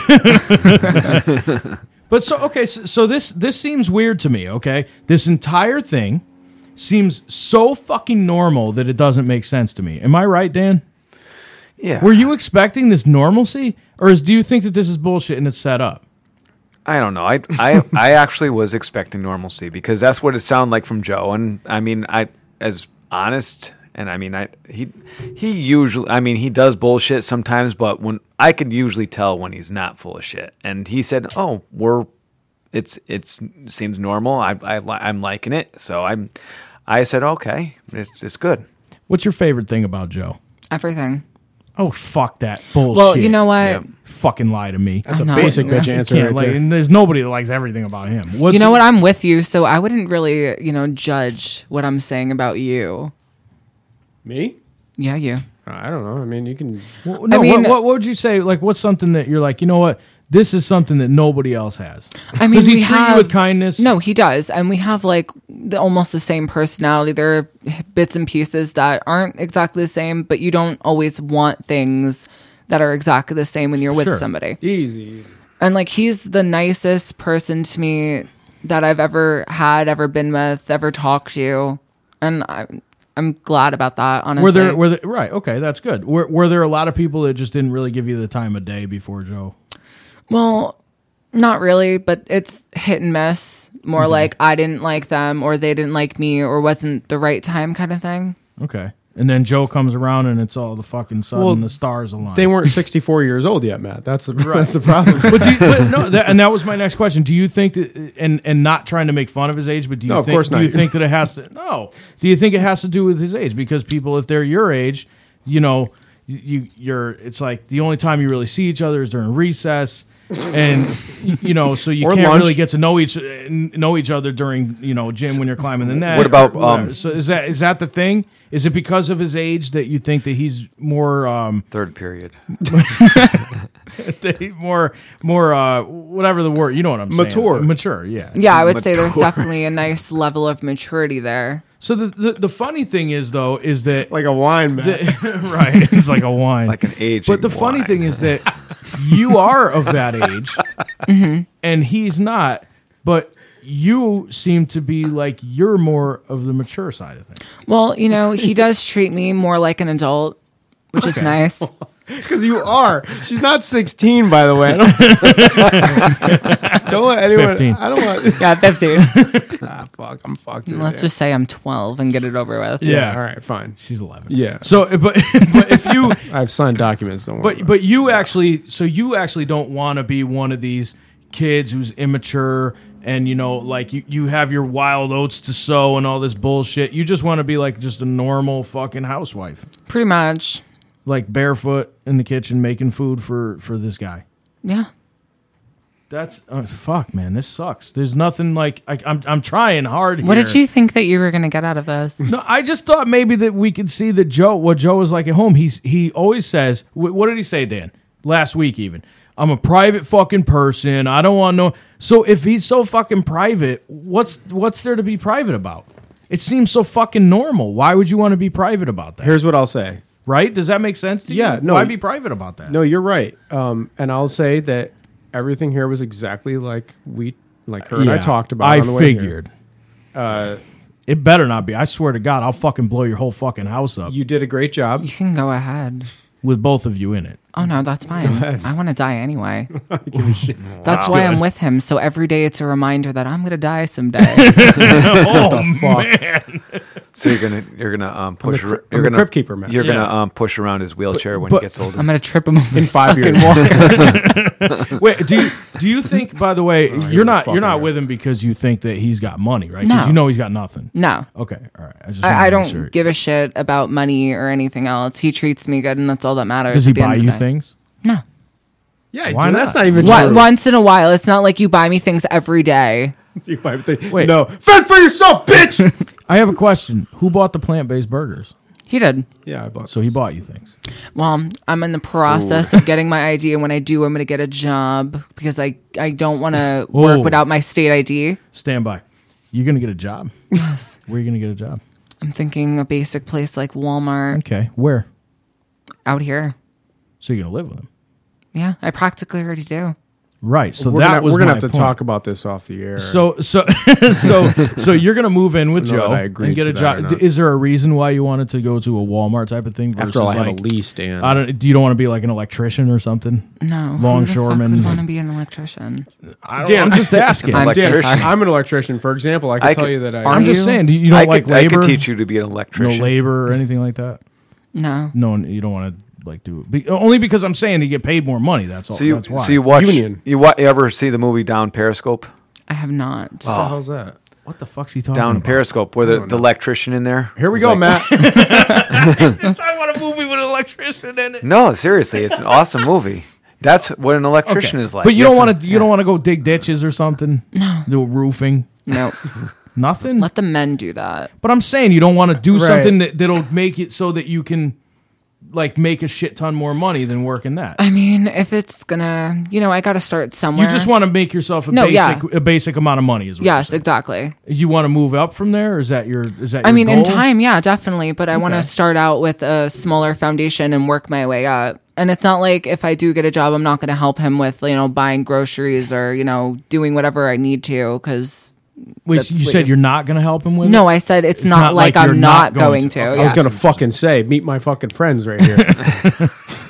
[SPEAKER 5] Yeah. but so okay, so, so this this seems weird to me. Okay, this entire thing seems so fucking normal that it doesn't make sense to me. Am I right, Dan?
[SPEAKER 1] Yeah.
[SPEAKER 5] Were you expecting this normalcy, or is, do you think that this is bullshit and it's set up?
[SPEAKER 1] I don't know. I, I, I actually was expecting normalcy because that's what it sounded like from Joe. And I mean, I as honest, and I mean, I he he usually, I mean, he does bullshit sometimes, but when I could usually tell when he's not full of shit. And he said, "Oh, we're it's it's seems normal. I, I li- I'm liking it." So I'm I said, "Okay, it's it's good."
[SPEAKER 5] What's your favorite thing about Joe?
[SPEAKER 2] Everything.
[SPEAKER 5] Oh fuck that bullshit!
[SPEAKER 2] Well, you know what?
[SPEAKER 5] Fucking lie to me.
[SPEAKER 4] That's a
[SPEAKER 2] I'm not-
[SPEAKER 4] basic bitch
[SPEAKER 2] You
[SPEAKER 4] answer
[SPEAKER 5] Can't
[SPEAKER 4] right
[SPEAKER 5] like,
[SPEAKER 4] there.
[SPEAKER 5] and there's nobody that likes everything about him. What's,
[SPEAKER 2] You know what? I'm with you, so I wouldn't really, you know, judge what I'm saying about you.
[SPEAKER 4] Me? Uh,
[SPEAKER 2] Yeah, you.
[SPEAKER 4] I don't know. I mean, you can.
[SPEAKER 5] Well, no,
[SPEAKER 2] I mean-
[SPEAKER 5] what, what, what would you say? Like, what's something that you're like, you know what? This is something that nobody else has.
[SPEAKER 2] I mean,
[SPEAKER 5] Does he
[SPEAKER 2] we
[SPEAKER 5] treat you
[SPEAKER 2] have,
[SPEAKER 5] with kindness?
[SPEAKER 2] No, he does, and we have like the, almost the same personality. There are bits and pieces that aren't exactly the same, but you don't always want things that are exactly the same when you're with
[SPEAKER 5] Sure.
[SPEAKER 2] somebody.
[SPEAKER 4] Easy.
[SPEAKER 2] And like, he's the nicest person to me that I've ever had, ever been with, ever talked to, and I'm I'm glad about that. Honestly,
[SPEAKER 5] Were there, were there, right? Okay, that's good. Were, were there a lot of people that just didn't really give you the time of day before Joe?
[SPEAKER 2] Well, not really, but it's hit and miss. More
[SPEAKER 5] Mm-hmm.
[SPEAKER 2] like I didn't like them, or they didn't like me, or wasn't the right time, kind of thing.
[SPEAKER 5] Okay, and then Joe comes around and it's all the fucking sun
[SPEAKER 4] Well,
[SPEAKER 5] and the stars align.
[SPEAKER 4] They weren't 64 years old yet, Matt. That's the, that's the problem.
[SPEAKER 5] *laughs* but, do you, but no, that, and that was my next question. Do you think that, and and not trying to make fun of his age, but do you
[SPEAKER 4] No, of
[SPEAKER 5] think,
[SPEAKER 4] course
[SPEAKER 5] do
[SPEAKER 4] not.
[SPEAKER 5] you think that it has to? No, do you think it has to do with his age? Because people, if they're your age, you know, you you're. It's like the only time you really see each other is during recess. and you know, so you
[SPEAKER 4] Or
[SPEAKER 5] can't
[SPEAKER 4] lunch.
[SPEAKER 5] really get to know each know each other during you know gym when you're climbing the net.
[SPEAKER 1] What about,
[SPEAKER 5] or whatever.
[SPEAKER 1] um,
[SPEAKER 5] so is that is that the thing? Is it because of his age that you think that he's more um,
[SPEAKER 1] Third period.
[SPEAKER 5] *laughs* that he- more more uh, whatever the word you know what I'm
[SPEAKER 4] Mature.
[SPEAKER 5] saying mature yeah
[SPEAKER 2] Yeah, I would say there's definitely a nice level of maturity there.
[SPEAKER 5] So the, the the funny thing is though is
[SPEAKER 4] *laughs*
[SPEAKER 5] that
[SPEAKER 4] like a wine man.
[SPEAKER 5] *laughs* right it's like a wine
[SPEAKER 1] Like an aging
[SPEAKER 5] But the funny
[SPEAKER 1] wine.
[SPEAKER 5] thing is that you are of that age, and he's not. But you seem to be like you're more of the mature side of things.
[SPEAKER 2] Well, you know, *laughs* he does treat me more like an adult, which is
[SPEAKER 4] *laughs*
[SPEAKER 2] nice.
[SPEAKER 4] Because you are. She's not 16, by the
[SPEAKER 5] *laughs*
[SPEAKER 4] way. I Don't, don't let anyone.
[SPEAKER 5] 15.
[SPEAKER 4] I don't want.
[SPEAKER 2] Yeah, 15.
[SPEAKER 4] *laughs* Ah, fuck. I'm
[SPEAKER 2] *laughs*
[SPEAKER 4] fucked.
[SPEAKER 2] Let's just say I'm 12 and get it over with.
[SPEAKER 4] Yeah. All right. Fine.
[SPEAKER 5] she's eleven.
[SPEAKER 4] Yeah.
[SPEAKER 5] So, but *laughs* but if you
[SPEAKER 4] I've signed documents. Don't worry.
[SPEAKER 5] but but you actually so you actually don't want to be one of these kids who's immature and you know like you, you have your wild oats to sow and all this bullshit you just want to be like just a normal fucking housewife
[SPEAKER 2] Pretty much.
[SPEAKER 5] like barefoot in the kitchen making food for for this guy
[SPEAKER 2] Yeah.
[SPEAKER 5] That's oh, fuck, man. This sucks. There's nothing like I, I'm. I'm trying hard.
[SPEAKER 2] What
[SPEAKER 5] here.
[SPEAKER 2] did you think that you were going to get out of this?
[SPEAKER 5] No, I just thought maybe that we could see that Joe. What Joe is like at home. He's he always says. wh- What did he say, Dan? Last week, even. I'm a private fucking person. I don't want no. So if he's so fucking private, what's what's there to be private about? It seems so fucking normal. Why would you want to be private about that?
[SPEAKER 4] Here's what I'll say.
[SPEAKER 5] Right? Does that make sense to you?
[SPEAKER 4] Yeah, no,
[SPEAKER 5] Why
[SPEAKER 4] y-
[SPEAKER 5] be private about that?
[SPEAKER 4] No, you're right. Um, and I'll say that everything here was exactly like we, like her and I
[SPEAKER 5] Yeah,
[SPEAKER 4] talked about.
[SPEAKER 5] I
[SPEAKER 4] on the way here. Uh,
[SPEAKER 5] figured. it better not be. I swear to God, I'll fucking blow your whole fucking house up
[SPEAKER 4] You did a great job.
[SPEAKER 2] You can go ahead.
[SPEAKER 5] with both of you in it.
[SPEAKER 2] Oh, no, that's fine. I want to die
[SPEAKER 4] *laughs*
[SPEAKER 2] anyway. That's why I'm with him. So every day it's a reminder that I'm going to die
[SPEAKER 4] *laughs*
[SPEAKER 2] someday.
[SPEAKER 5] Oh man!
[SPEAKER 1] So you're gonna you're gonna um, push.
[SPEAKER 4] cri-
[SPEAKER 1] ar-
[SPEAKER 4] I'm
[SPEAKER 1] you're
[SPEAKER 4] a
[SPEAKER 1] gonna
[SPEAKER 4] crypt keeper, man.
[SPEAKER 1] You're gonna
[SPEAKER 5] Yeah.
[SPEAKER 1] um, push around his wheelchair when
[SPEAKER 5] but-
[SPEAKER 1] he gets older.
[SPEAKER 2] I'm going to trip him over.
[SPEAKER 4] In
[SPEAKER 2] his
[SPEAKER 4] *laughs* five
[SPEAKER 2] fucking
[SPEAKER 4] years.
[SPEAKER 2] wall.
[SPEAKER 5] *laughs* Wait, do you do you think? By the way,
[SPEAKER 4] Oh, you're
[SPEAKER 5] you're not you're
[SPEAKER 4] fucking
[SPEAKER 5] not
[SPEAKER 4] right.
[SPEAKER 5] with him because you think that he's got money, right? 'Cause
[SPEAKER 2] No.
[SPEAKER 5] you know he's got nothing.
[SPEAKER 2] No.
[SPEAKER 5] Okay, all right. I just wanted
[SPEAKER 2] I, I
[SPEAKER 5] to make
[SPEAKER 2] don't
[SPEAKER 5] sure.
[SPEAKER 2] give a shit about money or anything else. He treats me good, and that's all that matters.
[SPEAKER 5] Does he
[SPEAKER 2] at the end
[SPEAKER 5] buy
[SPEAKER 2] of the
[SPEAKER 5] you
[SPEAKER 2] day.
[SPEAKER 5] things?
[SPEAKER 2] No.
[SPEAKER 4] Yeah,
[SPEAKER 5] Why
[SPEAKER 4] dude,
[SPEAKER 5] not?
[SPEAKER 4] that's not even
[SPEAKER 2] Wa-
[SPEAKER 4] true.
[SPEAKER 2] once in a while. It's not like you buy me things every day.
[SPEAKER 4] *laughs* You might think-
[SPEAKER 5] Wait.
[SPEAKER 4] no, fend for yourself,
[SPEAKER 5] *laughs*
[SPEAKER 4] bitch.
[SPEAKER 5] I have a question. Who bought the plant based burgers?
[SPEAKER 2] He did.
[SPEAKER 4] yeah, I bought.
[SPEAKER 5] So he bought you things.
[SPEAKER 2] Well, I'm in the process of getting my ID, and when I do, I'm going to get a job because I, I don't want to
[SPEAKER 5] Whoa.
[SPEAKER 2] work without my state ID.
[SPEAKER 5] Stand by. You're gonna get a job. Yes. Where are you gonna get a job?
[SPEAKER 2] I'm thinking a basic place like Walmart
[SPEAKER 5] Okay. Where?
[SPEAKER 2] out here.
[SPEAKER 5] So you're gonna live with him,
[SPEAKER 2] Yeah, I practically already do.
[SPEAKER 5] right? So
[SPEAKER 4] we're
[SPEAKER 5] that
[SPEAKER 4] gonna,
[SPEAKER 5] was
[SPEAKER 4] we're gonna
[SPEAKER 5] my
[SPEAKER 4] have to
[SPEAKER 5] point.
[SPEAKER 4] talk about this off the air.
[SPEAKER 5] So so *laughs* so so you're gonna move in with
[SPEAKER 4] I don't know
[SPEAKER 5] Joe
[SPEAKER 4] that I agreed
[SPEAKER 5] and get
[SPEAKER 4] to
[SPEAKER 5] a
[SPEAKER 4] that or
[SPEAKER 5] job.
[SPEAKER 4] not.
[SPEAKER 5] D- Is there a reason why you wanted to go to a Walmart type of thing? Versus
[SPEAKER 4] after all, I
[SPEAKER 5] like,
[SPEAKER 4] have a lease, Dan.
[SPEAKER 5] I don't. Do you don't want to be like an electrician or something?
[SPEAKER 2] No,
[SPEAKER 5] Longshoreman.
[SPEAKER 2] want to be an electrician.
[SPEAKER 5] I don't,
[SPEAKER 4] Dan,
[SPEAKER 5] I'm just asking.
[SPEAKER 2] I'm
[SPEAKER 5] I'm,
[SPEAKER 4] Dan,
[SPEAKER 1] Electrician.
[SPEAKER 4] I'm an electrician, for example. I can
[SPEAKER 1] I
[SPEAKER 4] tell
[SPEAKER 1] could-
[SPEAKER 4] you that I.
[SPEAKER 2] Are
[SPEAKER 5] just
[SPEAKER 2] you?
[SPEAKER 5] saying. Do you, you don't
[SPEAKER 1] I
[SPEAKER 5] like
[SPEAKER 1] could,
[SPEAKER 5] labor?
[SPEAKER 1] I could teach you to be an
[SPEAKER 5] no
[SPEAKER 1] electrician.
[SPEAKER 5] labor or anything like that.
[SPEAKER 2] No,
[SPEAKER 5] No, you don't want to like do it. Be, only because I'm saying you get paid more money. That's all.
[SPEAKER 1] So you
[SPEAKER 5] that's why.
[SPEAKER 1] so you watch
[SPEAKER 4] Union.
[SPEAKER 1] you, wa- you ever see the movie Down Periscope?
[SPEAKER 2] I have not.
[SPEAKER 4] what the hell's that?
[SPEAKER 5] what the fuck's he talking
[SPEAKER 1] Down
[SPEAKER 5] about?
[SPEAKER 1] Periscope, where the, the electrician in there.
[SPEAKER 4] Here we
[SPEAKER 1] was
[SPEAKER 4] go,
[SPEAKER 1] like-
[SPEAKER 5] *laughs*
[SPEAKER 4] Matt.
[SPEAKER 5] I want a movie with an electrician in it.
[SPEAKER 1] No, seriously, it's an awesome movie. That's what an electrician is like.
[SPEAKER 5] but you don't want
[SPEAKER 1] to.
[SPEAKER 5] to. You don't want to go dig ditches or something. No. Do roofing.
[SPEAKER 2] No,
[SPEAKER 5] Nothing.
[SPEAKER 2] let the men do that.
[SPEAKER 5] But I'm saying you don't want to do
[SPEAKER 4] Right.
[SPEAKER 5] something that, that'll make it so that you can like make a shit ton more money than working that.
[SPEAKER 2] I mean, if it's gonna, you know, I got to start somewhere.
[SPEAKER 5] You just want to make yourself a
[SPEAKER 2] No,
[SPEAKER 5] basic
[SPEAKER 2] yeah.
[SPEAKER 5] a basic amount of money is what
[SPEAKER 2] Yes,
[SPEAKER 5] you're saying.
[SPEAKER 2] exactly.
[SPEAKER 5] You want to move up from there? Or is that your is that
[SPEAKER 2] I
[SPEAKER 5] your
[SPEAKER 2] mean, in
[SPEAKER 5] goal?
[SPEAKER 2] time, yeah, definitely. But I want to
[SPEAKER 5] Okay.
[SPEAKER 2] start out with a smaller foundation and work my way up. And it's not like if I do get a job, I'm not going to help him with, you know, buying groceries or, you know, doing whatever I need to. Cause
[SPEAKER 5] Wait,
[SPEAKER 2] that's
[SPEAKER 5] you
[SPEAKER 2] what
[SPEAKER 5] said
[SPEAKER 2] you're-
[SPEAKER 5] you're not going to help him with
[SPEAKER 2] no, I said it's, not,
[SPEAKER 5] not
[SPEAKER 2] like,
[SPEAKER 5] like you're
[SPEAKER 2] I'm
[SPEAKER 5] not
[SPEAKER 2] not going, to.
[SPEAKER 5] I
[SPEAKER 4] I was
[SPEAKER 2] yeah.
[SPEAKER 4] gonna
[SPEAKER 5] *laughs*
[SPEAKER 4] fucking say, meet my fucking friends right here.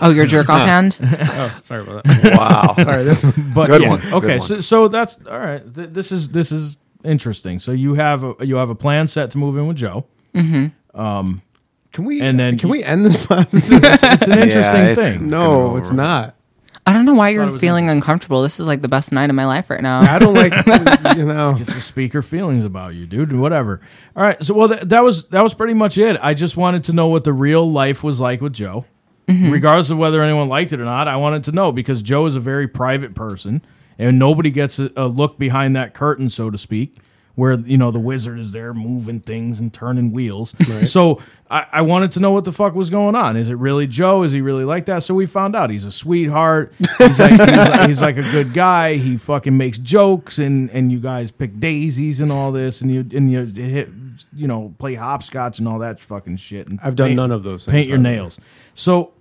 [SPEAKER 2] oh, your jerk off
[SPEAKER 5] *laughs*
[SPEAKER 2] hand?
[SPEAKER 4] Sorry about that.
[SPEAKER 1] *laughs* Wow.
[SPEAKER 4] Sorry, this
[SPEAKER 5] it? But
[SPEAKER 1] Good
[SPEAKER 5] yeah.
[SPEAKER 1] one, good
[SPEAKER 5] Okay,
[SPEAKER 1] one.
[SPEAKER 5] so so that's all right. Th- this is this is interesting. So you have a you have a plan set to move in with Joe.
[SPEAKER 2] Mm-hmm.
[SPEAKER 5] Um,
[SPEAKER 4] Can we?
[SPEAKER 5] *laughs* And then
[SPEAKER 4] can
[SPEAKER 5] you-
[SPEAKER 4] we end this? *laughs* podcast?
[SPEAKER 5] It's an interesting
[SPEAKER 1] it's-
[SPEAKER 5] thing.
[SPEAKER 4] no, it's not.
[SPEAKER 2] I don't know why you're feeling uncomfortable. This is like the best night of my life right now.
[SPEAKER 4] I don't
[SPEAKER 5] *laughs*
[SPEAKER 4] like. you know,
[SPEAKER 5] It's to speak her feelings about you, dude. Whatever. All right. So well, th- that was that was pretty much it. I just wanted to know what the real life was like with Joe.
[SPEAKER 4] Mm-hmm.
[SPEAKER 5] regardless of whether anyone liked it or not. I wanted to know because Joe is a very private person, and nobody gets a, a look behind that curtain, so to speak, where you know the wizard is there moving things and turning wheels. So I, I wanted to know what the fuck was going on. Is it really Joe? Is he really like that? So we found out he's a sweetheart. He's like, he's, like he's like a good guy. He fucking makes jokes, and and you guys pick daisies and all this, and you and you hit. You know, play hopscotch and all that fucking shit. And
[SPEAKER 4] I've done
[SPEAKER 5] paint-
[SPEAKER 4] none of those things,
[SPEAKER 5] Paint your
[SPEAKER 4] by the way.
[SPEAKER 5] nails. So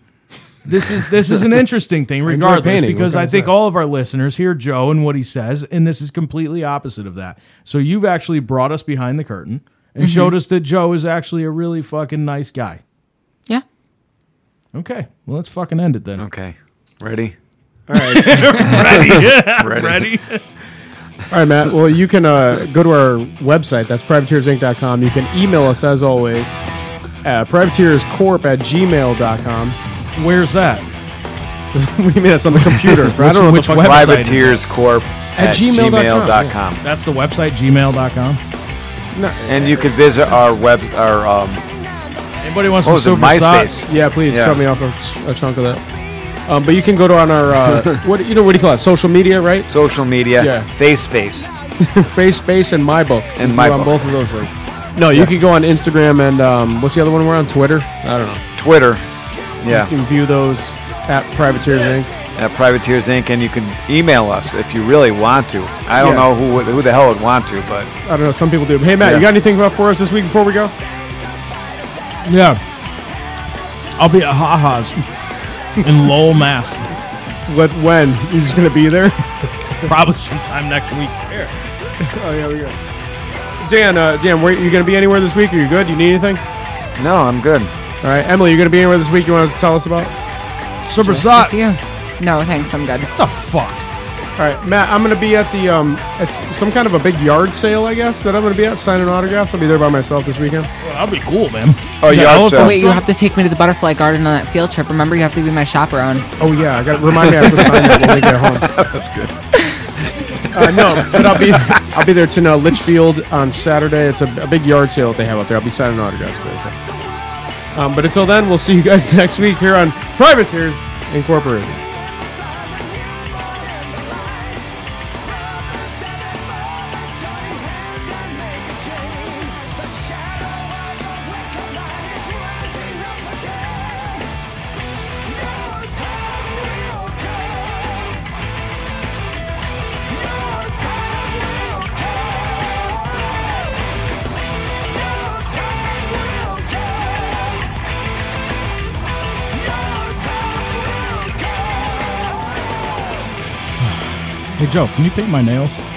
[SPEAKER 5] this is this
[SPEAKER 4] *laughs*
[SPEAKER 5] is an interesting thing,
[SPEAKER 4] enjoy
[SPEAKER 5] regardless,
[SPEAKER 4] painting. What
[SPEAKER 5] because
[SPEAKER 4] can
[SPEAKER 5] I
[SPEAKER 4] I
[SPEAKER 5] think
[SPEAKER 4] say?
[SPEAKER 5] all of our listeners hear Joe and what he says, and this is completely opposite of that. So you've actually brought us behind the curtain
[SPEAKER 4] Mm-hmm.
[SPEAKER 5] and showed us that Joe is actually a really fucking nice guy.
[SPEAKER 2] Yeah.
[SPEAKER 5] Okay, well let's fucking end it then.
[SPEAKER 1] Okay. Ready?
[SPEAKER 4] All right.
[SPEAKER 1] *laughs* Ready.
[SPEAKER 5] Ready?
[SPEAKER 4] All right, Matt. Well, you can uh, go to our website. That's privateersinc.com. You can email us, as always, at privateerscorp at gmail.com.
[SPEAKER 5] Where's that?
[SPEAKER 4] *laughs* what do you mean? It's on the
[SPEAKER 5] *laughs*
[SPEAKER 4] computer. I don't know
[SPEAKER 5] which
[SPEAKER 4] what the fuck-
[SPEAKER 5] web- Website is
[SPEAKER 1] Privateerscorp
[SPEAKER 4] At
[SPEAKER 1] at,
[SPEAKER 4] gmail dot com,
[SPEAKER 1] gmail.com. dot com.
[SPEAKER 5] That's the website gmail.com.
[SPEAKER 1] And you could visit our web, our, um,
[SPEAKER 5] Anybody wants
[SPEAKER 1] what
[SPEAKER 5] some
[SPEAKER 1] was it,
[SPEAKER 5] super
[SPEAKER 1] MySpace.
[SPEAKER 4] Yeah, please
[SPEAKER 1] Yeah.
[SPEAKER 4] cut me off a, a chunk of that. Um, but you can go to on our *laughs* uh, what you know what do you call it? Social media, right?
[SPEAKER 1] Social media,
[SPEAKER 4] Yeah.
[SPEAKER 1] face face.
[SPEAKER 4] Face Space and My Book. You can
[SPEAKER 1] My
[SPEAKER 4] go on
[SPEAKER 1] Book.
[SPEAKER 4] both of those. Like, no, you can go on Instagram and um, what's the other one? We're on Twitter. I don't know.
[SPEAKER 1] Twitter.
[SPEAKER 4] You
[SPEAKER 1] Yeah,
[SPEAKER 4] can view those at Privateers Inc.
[SPEAKER 1] at Privateers Inc. And you can email us if you really want to. I don't
[SPEAKER 4] Yeah.
[SPEAKER 1] know who would- who the hell would want to, but
[SPEAKER 4] I don't know. Some people do. Hey, Matt,
[SPEAKER 1] Yeah.
[SPEAKER 4] you got anything up for us this week before we go?
[SPEAKER 5] Yeah. I'll be at Ha-Ha's in Lowell, Mass.
[SPEAKER 4] What? When? *laughs* You just gonna be there?
[SPEAKER 5] Probably sometime next week. Here.
[SPEAKER 4] Oh yeah, we go. Dan, uh, Dan, where you gonna be anywhere this week? Are you good? You need anything?
[SPEAKER 1] no, I'm good.
[SPEAKER 4] All right, Emily, you gonna be anywhere this week? You want to tell us about?
[SPEAKER 5] Super
[SPEAKER 2] Just
[SPEAKER 5] Sot.
[SPEAKER 2] with you. No, thanks. I'm good.
[SPEAKER 5] What the fuck?
[SPEAKER 4] All right, Matt, I'm gonna be at the um, it's some kind of a big yard sale, I guess, that I'm gonna be at signing autographs. I'll be there by myself this weekend.
[SPEAKER 5] That'd be cool, man.
[SPEAKER 1] Oh,
[SPEAKER 5] The
[SPEAKER 1] yard
[SPEAKER 5] elephant
[SPEAKER 1] sale.
[SPEAKER 2] Wait, you
[SPEAKER 5] stuff?
[SPEAKER 2] have to take me to the butterfly garden on that field trip. Remember, you have to be my chaperone.
[SPEAKER 4] Oh yeah, I got to remind me I have to sign that when we get home. That's good. Uh, no, but I'll be I'll be there to uh, Litchfield on Saturday. It's a, a big yard sale that they have out there. I'll be signing autographs. Thursday. Um, but until then, we'll see you guys *laughs* next week here on Privateers Incorporated.
[SPEAKER 5] Hey, Joe, can you paint my nails?